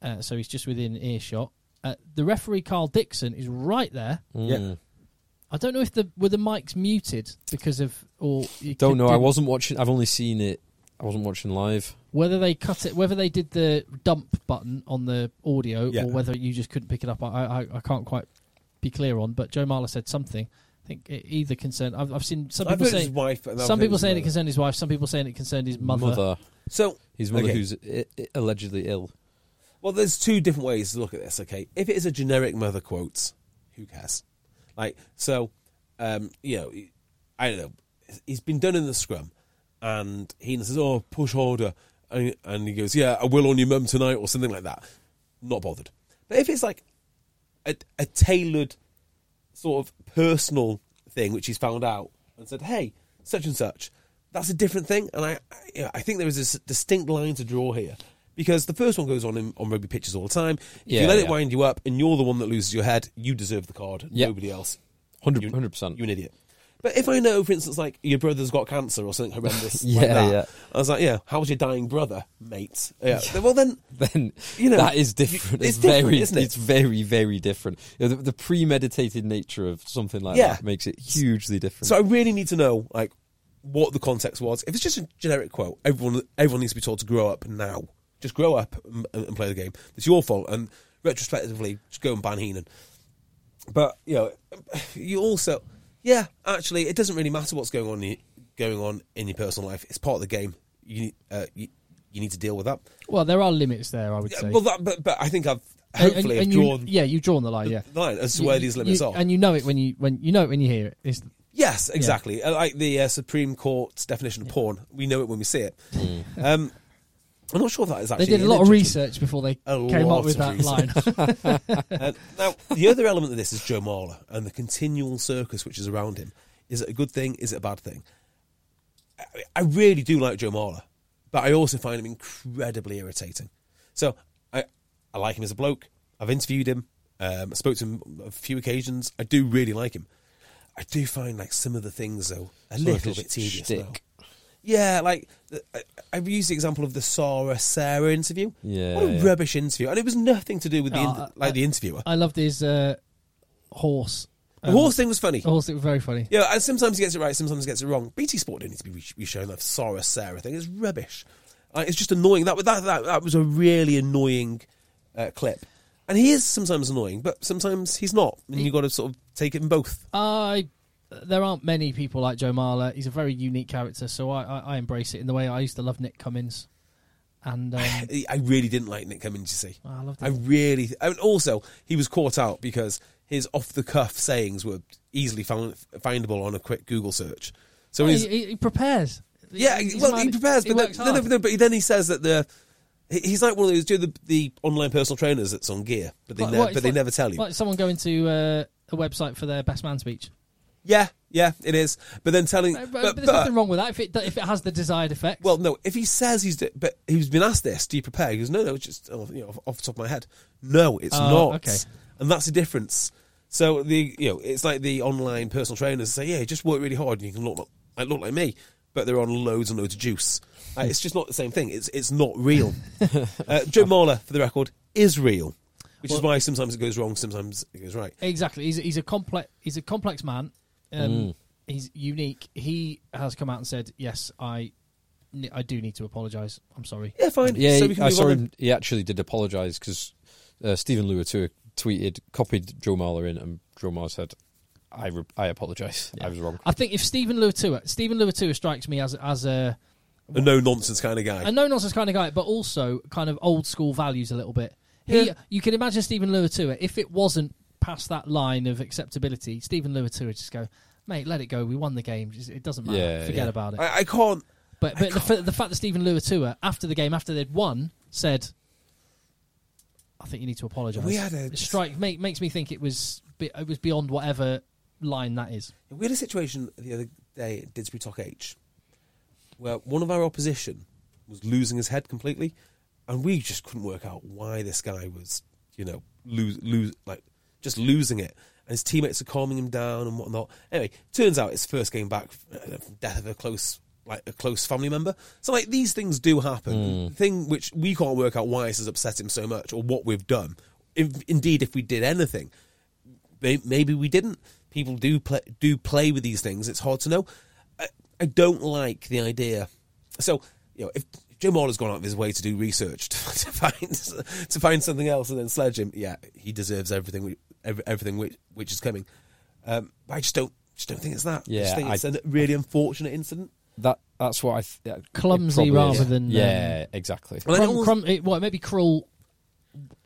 [SPEAKER 2] Uh, so he's just within earshot. Uh, the referee Carl Dixon is right there.
[SPEAKER 3] Hmm.
[SPEAKER 4] Yeah.
[SPEAKER 2] I don't know if the were the mics muted because of or you
[SPEAKER 3] Don't
[SPEAKER 2] could-
[SPEAKER 3] know. I
[SPEAKER 2] didn't-
[SPEAKER 3] wasn't watching. I've only seen it. I wasn't watching live.
[SPEAKER 2] whether they cut it, whether they did the dump button on the audio,
[SPEAKER 4] Yeah.
[SPEAKER 2] or whether you just couldn't pick it up, I, I, I can't quite be clear on. But Joe Marler said something. I think it either concerned. I've, I've seen some people
[SPEAKER 4] heard his
[SPEAKER 2] saying
[SPEAKER 4] wife. and I've
[SPEAKER 2] some
[SPEAKER 4] heard
[SPEAKER 2] people
[SPEAKER 4] his
[SPEAKER 2] saying it
[SPEAKER 4] mother.
[SPEAKER 2] concerned his wife. Some people saying it concerned his mother.
[SPEAKER 4] So
[SPEAKER 3] his mother,
[SPEAKER 4] Okay.
[SPEAKER 3] who's i i allegedly ill.
[SPEAKER 4] Well, there's two different ways to look at this. Okay, if it is a generic mother quotes, who cares? Like, so, um, you know, I don't know. He's been done in the scrum, and he says, "Oh, push harder," and, and he goes, "Yeah, I will on your mum tonight," or something like that. Not bothered. But if it's like a, a tailored sort of personal thing which he's found out and said, "Hey, such and such." That's a different thing, and I, I, you know, I think there is a s- distinct line to draw here because the first one goes on in, on rugby pitches all the time. If
[SPEAKER 3] Yeah,
[SPEAKER 4] you let it
[SPEAKER 3] yeah.
[SPEAKER 4] wind you up, and you're the one that loses your head, you deserve the card.
[SPEAKER 3] Yeah.
[SPEAKER 4] Nobody else.
[SPEAKER 3] 100
[SPEAKER 4] You-
[SPEAKER 3] 100%.
[SPEAKER 4] You're an idiot. But if I know, for instance, like your brother's got cancer or something horrendous, like
[SPEAKER 3] Yeah,
[SPEAKER 4] that,
[SPEAKER 3] yeah.
[SPEAKER 4] I was like, yeah, how's your dying brother, mate? Yeah. Well, then,
[SPEAKER 3] Then
[SPEAKER 4] You know,
[SPEAKER 3] that is different.
[SPEAKER 4] it's
[SPEAKER 3] It's, very,
[SPEAKER 4] different, isn't it?
[SPEAKER 3] it's very, very different. You know, the, the premeditated nature of something like
[SPEAKER 4] Yeah.
[SPEAKER 3] that makes it hugely different.
[SPEAKER 4] So I really need to know like what the context was. If it's just a generic quote, everyone everyone needs to be told to grow up now. Just grow up and, and play the game. It's your fault. And retrospectively, just go and ban Heenan. But you know, you also, yeah, actually, it doesn't really matter what's going on in, going on in your personal life. It's part of the game. You uh, you, you need to deal with that.
[SPEAKER 2] Well, there are limits there, I would
[SPEAKER 4] Yeah,
[SPEAKER 2] say.
[SPEAKER 4] well, that, but but I think I've
[SPEAKER 2] And-
[SPEAKER 4] hopefully
[SPEAKER 2] and, and
[SPEAKER 4] I've
[SPEAKER 2] you-
[SPEAKER 4] drawn
[SPEAKER 2] yeah, you've drawn the line. Yeah,
[SPEAKER 4] the line as to
[SPEAKER 2] You-
[SPEAKER 4] where
[SPEAKER 2] you-
[SPEAKER 4] these limits
[SPEAKER 2] you-
[SPEAKER 4] are.
[SPEAKER 2] and you know it when you when you know it when you hear it. It's,
[SPEAKER 4] Yes, exactly. Uh, Like the uh, Supreme Court's definition of porn, we know it when we see it.
[SPEAKER 3] Hmm.
[SPEAKER 4] Um, I'm not sure if that is
[SPEAKER 2] they
[SPEAKER 4] actually.
[SPEAKER 2] did a
[SPEAKER 4] in
[SPEAKER 2] lot of
[SPEAKER 4] literature.
[SPEAKER 2] research before they
[SPEAKER 4] A
[SPEAKER 2] came
[SPEAKER 4] lot
[SPEAKER 2] up with
[SPEAKER 4] of
[SPEAKER 2] that line.
[SPEAKER 4] research. Uh, now, the other element of this is Joe Marler and the continual circus which is around him. Is it a good thing? Is it a bad thing? I, I really do like Joe Marler. but I also find him incredibly irritating. So I, I like him as a bloke. I've interviewed him. Um, I spoke to him a few occasions. I do really like him. I do find like some of the things though a
[SPEAKER 3] Sort of
[SPEAKER 4] little
[SPEAKER 3] his
[SPEAKER 4] bit tedious.
[SPEAKER 3] shtick.
[SPEAKER 4] Though. Yeah, like the- I, I've used the example of the Sarah Sarah interview.
[SPEAKER 3] Yeah,
[SPEAKER 4] what a
[SPEAKER 3] yeah.
[SPEAKER 4] rubbish interview, and it was nothing to do with the
[SPEAKER 2] Oh,
[SPEAKER 4] in,
[SPEAKER 2] I-
[SPEAKER 4] like the interviewer.
[SPEAKER 2] I loved his uh, horse.
[SPEAKER 4] the horse thing was funny.
[SPEAKER 2] The horse. It was very funny.
[SPEAKER 4] Yeah, and sometimes he gets it right, sometimes he gets it wrong. BT Sport didn't need to be re- re-shown that Sarah Sarah thing. It's rubbish. Like, it's just annoying. That, wa- that, that, that was a really annoying uh, clip. And he is sometimes annoying, but sometimes he's not. And you've got to sort of take it in both.
[SPEAKER 2] I there aren't many people like Joe Marler. He's a very unique character, so I, I, I embrace it in the way I used to love Nick Cummins, and um,
[SPEAKER 4] I I really didn't like Nick Cummings, you see.
[SPEAKER 2] I loved
[SPEAKER 4] I really. And also, he was caught out because his off the cuff sayings were easily found, findable on a quick Google search. So
[SPEAKER 2] Oh, he,
[SPEAKER 4] he's,
[SPEAKER 2] he, he prepares.
[SPEAKER 4] Yeah,
[SPEAKER 2] He's a
[SPEAKER 4] well,
[SPEAKER 2] man-
[SPEAKER 4] he prepares,
[SPEAKER 2] he
[SPEAKER 4] but, then,
[SPEAKER 2] works
[SPEAKER 4] no, no,
[SPEAKER 2] hard.
[SPEAKER 4] no, but then he says that the he- he's like one of those do the the online personal trainers that's on gear, but they
[SPEAKER 2] Like-
[SPEAKER 4] ne-
[SPEAKER 2] like-
[SPEAKER 4] but
[SPEAKER 2] it's
[SPEAKER 4] they
[SPEAKER 2] like-
[SPEAKER 4] never tell you.
[SPEAKER 2] Like someone going to uh, a website for their best man speech.
[SPEAKER 4] yeah, yeah, it is. But then telling,
[SPEAKER 2] Uh, But,
[SPEAKER 4] but,
[SPEAKER 2] but there's
[SPEAKER 4] but-
[SPEAKER 2] nothing wrong with that if it if it has the desired effect.
[SPEAKER 4] well, no, if he says he's d- but he's been asked this, do you prepare? He goes, no, no, it's just oh, you know, off, off the top of my head. No, it's
[SPEAKER 2] Oh,
[SPEAKER 4] not.
[SPEAKER 2] okay.
[SPEAKER 4] and that's the difference. So the you know it's like the online personal trainers say, yeah, just work really hard and you can look like- like look like me, but they're on loads and loads of juice. Uh, it's just not the same thing. It's it's not real. uh, Joe Marler, for the record, is real, which is why sometimes it goes wrong, sometimes it goes right.
[SPEAKER 2] exactly. He's he's a complex he's a complex man. Um,
[SPEAKER 4] Mm.
[SPEAKER 2] He's unique. He has come out and said, "Yes, I ne- I do need to apologise. I'm sorry."
[SPEAKER 4] Yeah, fine.
[SPEAKER 3] Yeah,
[SPEAKER 4] so
[SPEAKER 3] he-
[SPEAKER 4] we can
[SPEAKER 3] I
[SPEAKER 4] move
[SPEAKER 3] saw
[SPEAKER 4] on
[SPEAKER 3] him.
[SPEAKER 4] then.
[SPEAKER 3] He actually did apologise because uh, Stephen Luatua tweeted, copied Joe Marler in, and Joe Marler said, "I re- I apologise. I was wrong."
[SPEAKER 2] I think if Stephen Luatua, Stephen Luatua strikes me as as a
[SPEAKER 4] A no nonsense kind of guy.
[SPEAKER 2] a no nonsense kind of guy, but also kind of old school values a little bit. He,
[SPEAKER 4] Yeah.
[SPEAKER 2] you can imagine Stephen Luatua if it wasn't past that line of acceptability, Stephen Luatua just go, mate, let it go. We won the game. Just- It doesn't matter.
[SPEAKER 3] Yeah,
[SPEAKER 2] Forget
[SPEAKER 3] yeah.
[SPEAKER 2] about it.
[SPEAKER 4] I, I can't.
[SPEAKER 2] but but the, fa- the fact that Stephen Luatua after the game, after they'd won, said, I think you need to apologise.
[SPEAKER 4] We had a-
[SPEAKER 2] The strike make, makes me think it was be, it was beyond whatever line that is.
[SPEAKER 4] We had a situation the other day at Didsbury Tock H where one of our opposition was losing his head completely, and we just couldn't work out why this guy was, you know, lose, lose, like just losing it. And his teammates are calming him down and whatnot. Anyway, turns out it's first game back uh, from death of a close, like a close family member. So like these things do happen. The thing which we can't work out why this has upset him so much or what we've done. If, indeed, if we did anything, May- maybe we didn't. People do play, do play with these things. It's hard to know. I, I don't like the idea. So you know, if Joe Moore has gone out of his way to do research to, to find to find something else and then sledge him, yeah, he deserves everything we, ev- everything which, which is coming. Um, but I just don't just don't think it's that. I
[SPEAKER 3] Yeah,
[SPEAKER 4] just think it's
[SPEAKER 3] I-
[SPEAKER 4] a really unfortunate incident.
[SPEAKER 3] That that's what I th- yeah, it
[SPEAKER 2] Clumsy
[SPEAKER 3] probably
[SPEAKER 2] rather
[SPEAKER 3] is.
[SPEAKER 2] than, um,
[SPEAKER 3] yeah, exactly.
[SPEAKER 4] Well, then
[SPEAKER 2] Crum,
[SPEAKER 4] it was-
[SPEAKER 2] crum, it, well, it may be cruel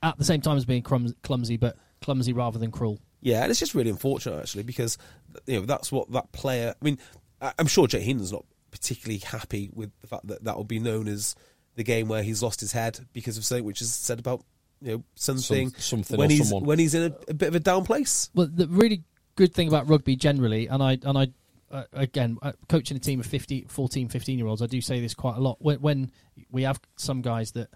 [SPEAKER 2] at the same time as being crum, clumsy, but clumsy rather than cruel.
[SPEAKER 4] Yeah, and it's just really unfortunate actually because you know that's what that player. I mean, I- I'm sure Jay Heenan's not particularly happy with the fact that that will be known as the game where he's lost his head because of something which is said about you know something,
[SPEAKER 3] something
[SPEAKER 4] when
[SPEAKER 3] or
[SPEAKER 4] he's
[SPEAKER 3] someone.
[SPEAKER 4] when he's in a, a bit of a down place.
[SPEAKER 2] Well, the really good thing about rugby generally, and I and I uh, again uh, coaching a team of 50, 14, 15 year olds, I do say this quite a lot. When, when we have some guys that,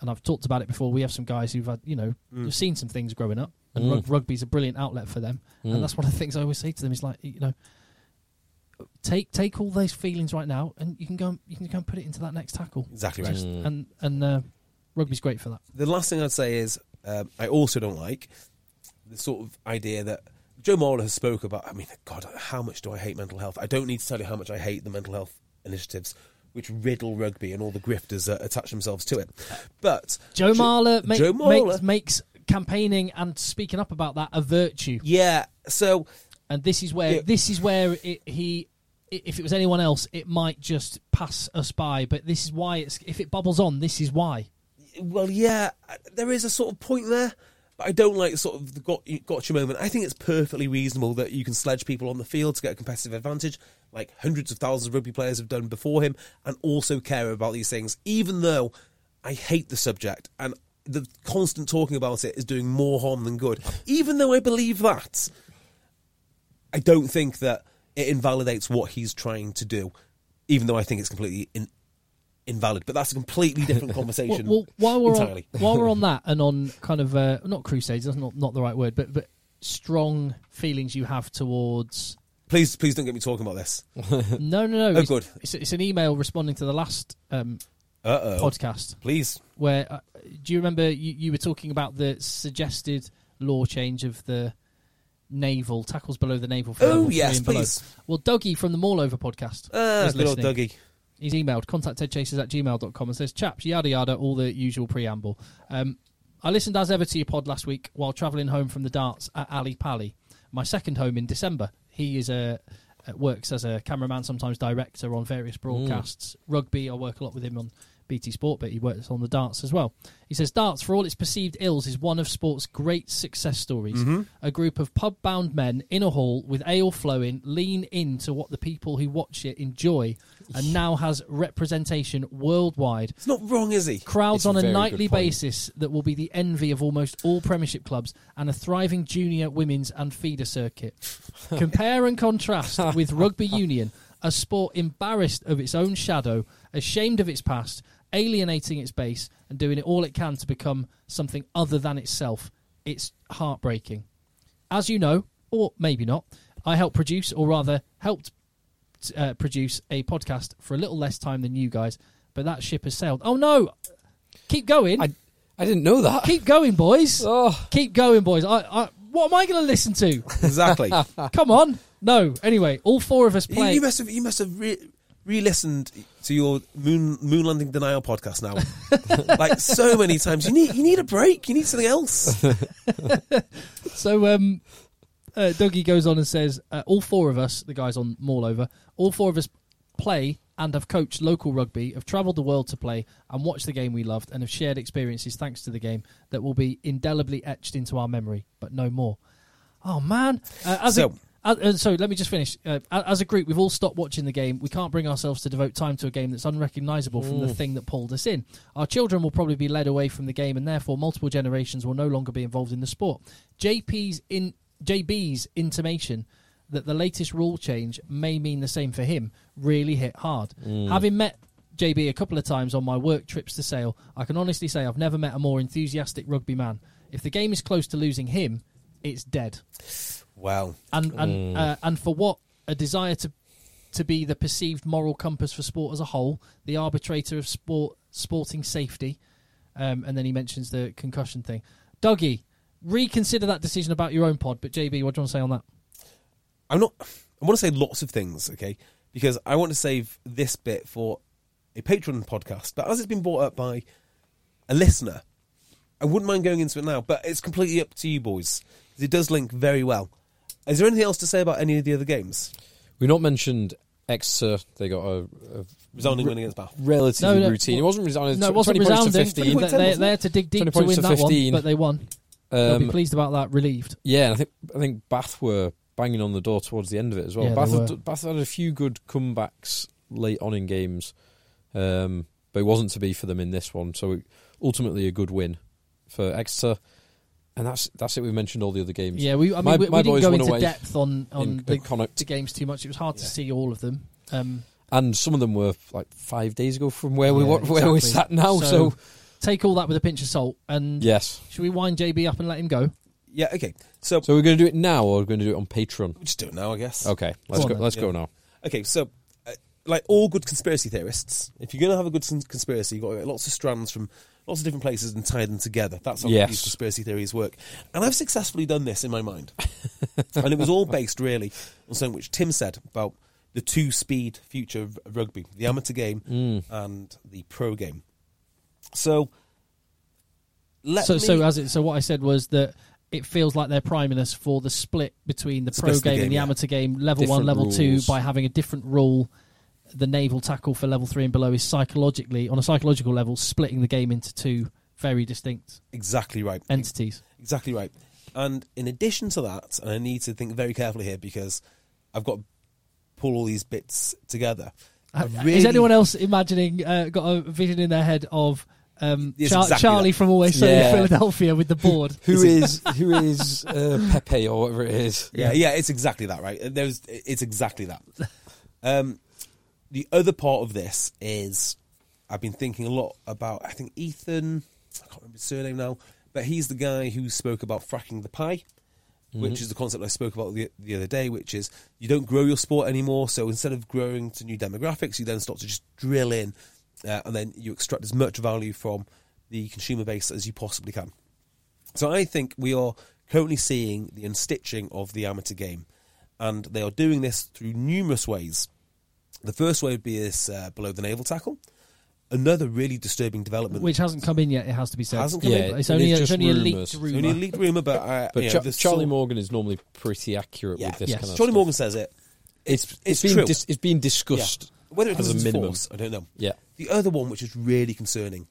[SPEAKER 2] and I've talked about it before, we have some guys who've had you know
[SPEAKER 4] Mm.
[SPEAKER 2] who've seen some things growing up, and rug, rugby's a brilliant outlet for them, and that's one of the things I always say to them is like you know. Take take all those feelings right now, and you can go. and- You can go and put it into that next tackle.
[SPEAKER 4] Exactly right.
[SPEAKER 2] Just- and and uh, rugby's great for that.
[SPEAKER 4] the last thing I'd say is um, I also don't like the sort of idea that Joe Marler has spoke about. I mean, God, how much do I hate mental health? I don't need to tell you how much I hate the mental health initiatives which riddle rugby and all the grifters that attach themselves to it. But
[SPEAKER 2] Joe
[SPEAKER 4] Jo-
[SPEAKER 2] Marler, make,
[SPEAKER 4] Joe Marler,
[SPEAKER 2] Makes, makes campaigning and speaking up about that a virtue,
[SPEAKER 4] yeah. So
[SPEAKER 2] and this is where
[SPEAKER 4] Yeah.
[SPEAKER 2] this is where it, he. i- If it was anyone else, it might just pass us by. But this is why it's. If it bubbles on, this is why.
[SPEAKER 4] well, yeah, there is a sort of point there, but I don't like sort of the got, gotcha moment. I think it's perfectly reasonable that you can sledge people on the field to get a competitive advantage, like hundreds of thousands of rugby players have done before him, and also care about these things, even though I hate the subject and the constant talking about it is doing more harm than good. Even though I believe that, I don't think that it invalidates what he's trying to do, even though I think it's completely in, invalid, but that's a completely different
[SPEAKER 2] Well,
[SPEAKER 4] conversation
[SPEAKER 2] well, while we're on,
[SPEAKER 4] entirely.
[SPEAKER 2] while we're on that and on kind of uh, not crusades, that's not not the right word, but but strong feelings you have towards.
[SPEAKER 4] Please, please don't get me talking about this. Oh,
[SPEAKER 2] No, no, no. it's,
[SPEAKER 4] good.
[SPEAKER 2] It's, it's an email responding to the last um,
[SPEAKER 4] Uh oh.
[SPEAKER 2] podcast
[SPEAKER 4] Please.
[SPEAKER 2] where uh, do you remember you, you were talking about the suggested law change of the naval tackles below the naval? for level
[SPEAKER 4] Oh
[SPEAKER 2] three
[SPEAKER 4] yes,
[SPEAKER 2] and below?
[SPEAKER 4] please.
[SPEAKER 2] Well, Dougie from the Mall Over podcast.
[SPEAKER 4] Ah,
[SPEAKER 2] was
[SPEAKER 4] good old
[SPEAKER 2] listening.
[SPEAKER 4] Dougie.
[SPEAKER 2] He's emailed contact tedchasers at gmail.com and says, Chaps, yada yada, all the usual preamble. Um, I listened as ever to your pod last week while travelling home from the darts at Ali Pali, my second home in December. He is a uh, works as a cameraman, sometimes director on various broadcasts. Rugby, I work a lot with him on BT Sport, but he works on the darts as well. He says, Darts, for all its perceived ills, is one of sport's great success stories. A group of pub bound men in a hall with ale flowing lean into what the people who watch it enjoy and now has representation worldwide.
[SPEAKER 4] It's not wrong, is he?
[SPEAKER 2] Crowds
[SPEAKER 3] It's a
[SPEAKER 2] on a
[SPEAKER 3] very good
[SPEAKER 2] nightly
[SPEAKER 3] point.
[SPEAKER 2] basis that will be the envy of almost all Premiership clubs and a thriving junior, women's, and feeder circuit. Compare and contrast with rugby union, a sport embarrassed of its own shadow, ashamed of its past, alienating its base, and doing it all it can to become something other than itself. It's heartbreaking. As you know, or maybe not, I helped produce, or rather, helped uh, produce a podcast for a little less time than you guys, but that ship has sailed. Oh no! Keep going.
[SPEAKER 3] I, I didn't know that.
[SPEAKER 2] Keep going, boys.
[SPEAKER 3] Oh.
[SPEAKER 2] Keep going, boys. I, I, what am I going to listen to?
[SPEAKER 4] Exactly. you,
[SPEAKER 2] Come on. No. Anyway, all four of us play.
[SPEAKER 4] you must have, you must have re- re-listened to your moon moon landing denial podcast now, like so many times. You need, you need a break. You need something else.
[SPEAKER 2] So um, uh, Dougie goes on and says, uh, all four of us, the guys on Mall Over, all four of us play and have coached local rugby, have travelled the world to play and watched the game we loved, and have shared experiences thanks to the game that will be indelibly etched into our memory, but no more. Oh man! Uh, as
[SPEAKER 4] So-
[SPEAKER 2] a, uh, uh, sorry, let me just finish. Uh, a- as a group, we've all stopped watching the game. We can't bring ourselves to devote time to a game that's unrecognisable from the thing that pulled us in. Our children will probably be led away from the game, and therefore multiple generations will no longer be involved in the sport. JP's in JB's intimation that the latest rule change may mean the same for him really hit hard. Having met JB a couple of times on my work trips to Sale, I can honestly say I've never met a more enthusiastic rugby man. If the game is close to losing him, it's dead
[SPEAKER 4] Wow.
[SPEAKER 2] and
[SPEAKER 3] Mm.
[SPEAKER 2] and uh, and for what a desire to to be the perceived moral compass for sport as a whole, the arbitrator of sport sporting safety, um, and then he mentions the concussion thing. Dougie, reconsider that decision about your own pod. But JB, what do you want to say on that?
[SPEAKER 4] I'm not. I want to say lots of things, okay? Because I want to save this bit for a Patreon podcast. But as it's been brought up by a listener, I wouldn't mind going into it now. But it's completely up to you, boys. 'cause It does link very well. Is there anything else to say about any of the other games?
[SPEAKER 3] We not mentioned Exeter. They got a, a
[SPEAKER 4] Resounding win against Bath.
[SPEAKER 3] relatively
[SPEAKER 2] No, no,
[SPEAKER 3] routine. It wasn't resounding.
[SPEAKER 2] No, it wasn't
[SPEAKER 3] 20 points to
[SPEAKER 2] resounding.
[SPEAKER 3] 15.
[SPEAKER 2] They- They, they had to dig deep
[SPEAKER 3] 20
[SPEAKER 2] to win
[SPEAKER 3] points to
[SPEAKER 2] that one,
[SPEAKER 3] 15.
[SPEAKER 2] but they won. They'll be
[SPEAKER 3] Um,
[SPEAKER 2] pleased about that. Relieved.
[SPEAKER 3] Yeah, and I think I think Bath were banging on the door towards the end of it as well.
[SPEAKER 2] Yeah, they
[SPEAKER 3] Bath,
[SPEAKER 2] were.
[SPEAKER 3] had, Bath had a few good comebacks late on in games, um, but it wasn't to be for them in this one. So it, ultimately, a good win for Exeter, and that's that's it. We mentioned all the other games.
[SPEAKER 2] Yeah, we. I mean,
[SPEAKER 3] My-
[SPEAKER 2] we, we
[SPEAKER 3] my
[SPEAKER 2] didn't
[SPEAKER 3] boys
[SPEAKER 2] go
[SPEAKER 3] went
[SPEAKER 2] into
[SPEAKER 3] away
[SPEAKER 2] depth on on
[SPEAKER 3] in
[SPEAKER 2] the,
[SPEAKER 3] Connacht.
[SPEAKER 2] the games too much. It was hard to
[SPEAKER 3] Yeah.
[SPEAKER 2] see all of them. Um,
[SPEAKER 3] and some of them were like five days ago from where we
[SPEAKER 2] yeah,
[SPEAKER 3] wa- where we
[SPEAKER 2] exactly.
[SPEAKER 3] sat now. So,
[SPEAKER 2] take all that with a pinch of salt. And
[SPEAKER 3] yes,
[SPEAKER 2] should we wind JB up and let him go?
[SPEAKER 4] Yeah. Okay. So,
[SPEAKER 3] so we're going to do it now, or we're going to do it on Patreon.
[SPEAKER 4] we just do it now, I guess.
[SPEAKER 3] Okay, let's
[SPEAKER 2] on
[SPEAKER 3] go.
[SPEAKER 2] then.
[SPEAKER 3] Let's go
[SPEAKER 4] Yeah.
[SPEAKER 3] now.
[SPEAKER 4] Okay, so uh, like all good conspiracy theorists, if you're going to have a good cons- conspiracy, you've got to get lots of strands from lots of different places and tie them together. That's how
[SPEAKER 3] Yes.
[SPEAKER 4] these conspiracy theories work. And I've successfully done this in my mind. and it was all based really on something which Tim said about the two speed future of rugby the amateur game
[SPEAKER 2] Mm.
[SPEAKER 4] and the pro game. So, let
[SPEAKER 2] so
[SPEAKER 4] me.
[SPEAKER 2] so as it so what I said was that it feels like they're priming us for the split between the pro
[SPEAKER 4] Especially the
[SPEAKER 2] game,
[SPEAKER 4] game,
[SPEAKER 2] and the
[SPEAKER 4] yeah.
[SPEAKER 2] amateur game, level one,
[SPEAKER 3] Different
[SPEAKER 2] level two,
[SPEAKER 3] rules.
[SPEAKER 2] by having a different rule. The naval tackle for level three and below is psychologically on a psychological level splitting the game into two very distinct
[SPEAKER 4] exactly right.
[SPEAKER 2] entities.
[SPEAKER 4] Exactly right. And in addition to that, and I need to think very carefully here because I've got to pull all these bits together. I
[SPEAKER 2] Uh, Is anyone else imagining uh, got a vision in their head of um,
[SPEAKER 4] Yes,
[SPEAKER 2] Char-
[SPEAKER 4] exactly
[SPEAKER 2] Charlie
[SPEAKER 4] that.
[SPEAKER 2] from Always Sunny
[SPEAKER 3] Yeah.
[SPEAKER 2] in Philadelphia with the board?
[SPEAKER 3] Who is who is uh, Pepe or whatever it is?
[SPEAKER 4] Yeah, yeah, it's exactly that, right? There's, it's exactly that. Um, the other part of this is I've been thinking a lot about. I think Ethan, I can't remember his surname now, but he's the guy who spoke about fracking the pie, which is the concept I spoke about the, the other day, which is you don't grow your sport anymore. So instead of growing to new demographics, you then start to just drill in, uh, and then you extract as much value from the consumer base as you possibly can. So I think we are currently seeing the unstitching of the amateur game, and they are doing this through numerous ways. The first way would be this uh, below the naval tackle. Another really disturbing development.
[SPEAKER 2] Which hasn't come in yet, it has to be said.
[SPEAKER 4] Hasn't come
[SPEAKER 3] Yeah,
[SPEAKER 4] in.
[SPEAKER 2] It's
[SPEAKER 3] it
[SPEAKER 2] only,
[SPEAKER 3] is
[SPEAKER 2] it's
[SPEAKER 3] just
[SPEAKER 2] only a leaked
[SPEAKER 3] rumours.
[SPEAKER 4] It's
[SPEAKER 2] rumour.
[SPEAKER 4] only a leaked rumor, but, uh,
[SPEAKER 3] But
[SPEAKER 4] you know,
[SPEAKER 3] Cha-
[SPEAKER 4] there's
[SPEAKER 3] Charlie
[SPEAKER 4] sort-
[SPEAKER 3] Morgan is normally pretty accurate
[SPEAKER 4] Yeah,
[SPEAKER 3] with this
[SPEAKER 2] Yes.
[SPEAKER 3] kind of
[SPEAKER 4] Charlie
[SPEAKER 3] stuff.
[SPEAKER 4] Morgan says it.
[SPEAKER 3] It's
[SPEAKER 4] It's
[SPEAKER 3] being
[SPEAKER 4] true.
[SPEAKER 3] Dis- it's being discussed
[SPEAKER 4] Yeah. Whether it
[SPEAKER 3] as
[SPEAKER 4] comes
[SPEAKER 3] a
[SPEAKER 4] into
[SPEAKER 3] minimum.
[SPEAKER 4] force, I don't know.
[SPEAKER 3] Yeah.
[SPEAKER 4] The other one, which is really concerning,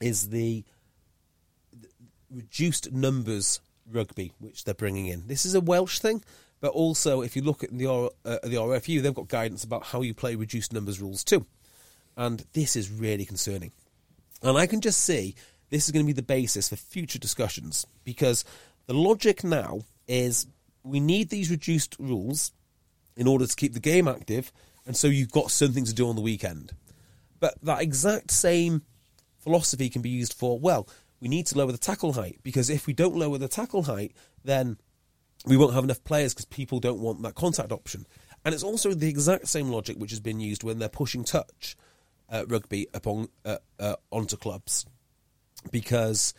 [SPEAKER 4] is the, the reduced numbers rugby which they're bringing in. This is a Welsh thing, but also if you look at the R- uh, the RFU, they've got guidance about how you play reduced numbers rules too, and this is really concerning. And I can just see this is going to be the basis for future discussions because the logic now is we need these reduced rules in order to keep the game active, and so you've got something to do on the weekend. But that exact same philosophy can be used for well, we need to lower the tackle height because if we don't lower the tackle height, then we won't have enough players because people don't want that contact option. And it's also the exact same logic which has been used when they're pushing touch uh, rugby upon uh, uh, onto clubs because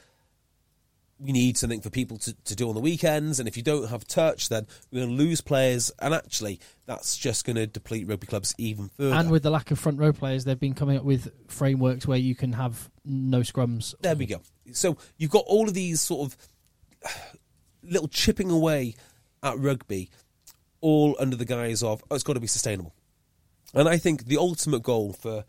[SPEAKER 4] we need something for people to, to do on the weekends. And if you don't have touch, then we're going to lose players. And actually, that's just going to deplete rugby clubs even further.
[SPEAKER 2] And with the lack of front row players, they've been coming up with frameworks where you can have no scrums.
[SPEAKER 4] There we go. So you've got all of these sort of little chipping away at rugby, all under the guise of oh, it's got to be sustainable. And I think the ultimate goal for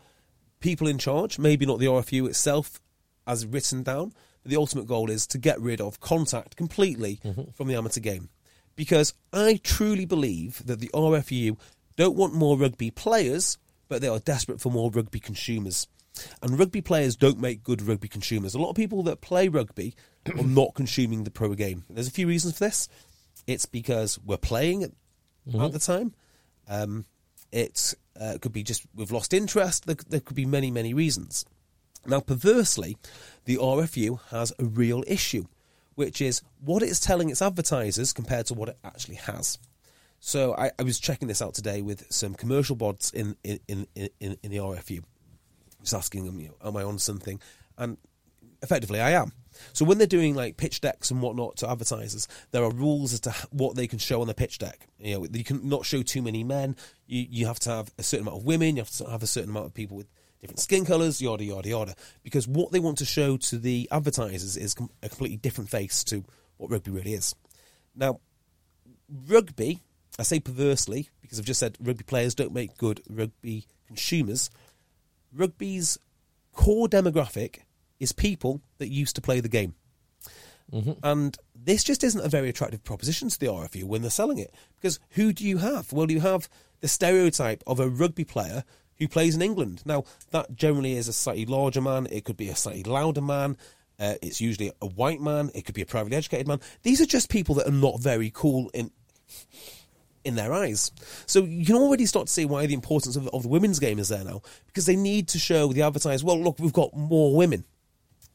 [SPEAKER 4] people in charge, maybe not the RFU itself as written down, but the ultimate goal is to get rid of contact completely from the amateur game. Because I truly believe that the RFU don't want more rugby players, but they are desperate for more rugby consumers. And rugby players don't make good rugby consumers. A lot of people that play rugby are not consuming the pro game. There's a few reasons for this. It's because we're playing it at the time. Um, it uh, could be just we've lost interest. There, there could be many, many reasons. Now, perversely, the RFU has a real issue, which is what it's telling its advertisers compared to what it actually has. So I, I was checking this out today with some commercial bots in in, in, in, in the RFU, just asking them, you know, am I on something? And effectively, I am. So when they're doing like pitch decks and whatnot to advertisers, there are rules as to h- what they can show on their pitch deck. You know, you can not show too many men. You you have to have a certain amount of women. You have to have a certain amount of people with different skin colors. Yada yada yada. Because what they want to show to the advertisers is com- a completely different face to what rugby really is. Now, rugby, I say perversely because I've just said rugby players don't make good rugby consumers. Rugby's core demographic is people that used to play the game. And this just isn't a very attractive proposition to the RFU when they're selling it. Because who do you have? Well, you have the stereotype of a rugby player who plays in England. Now, that generally is a slightly larger man, it could be a slightly louder man. Uh, it's usually a white man. It could be a privately educated man. These are just people that are not very cool in in their eyes. So you can already start to see why the importance of, of the women's game is there now, because they need to show the advertisers, well, look, we've got more women.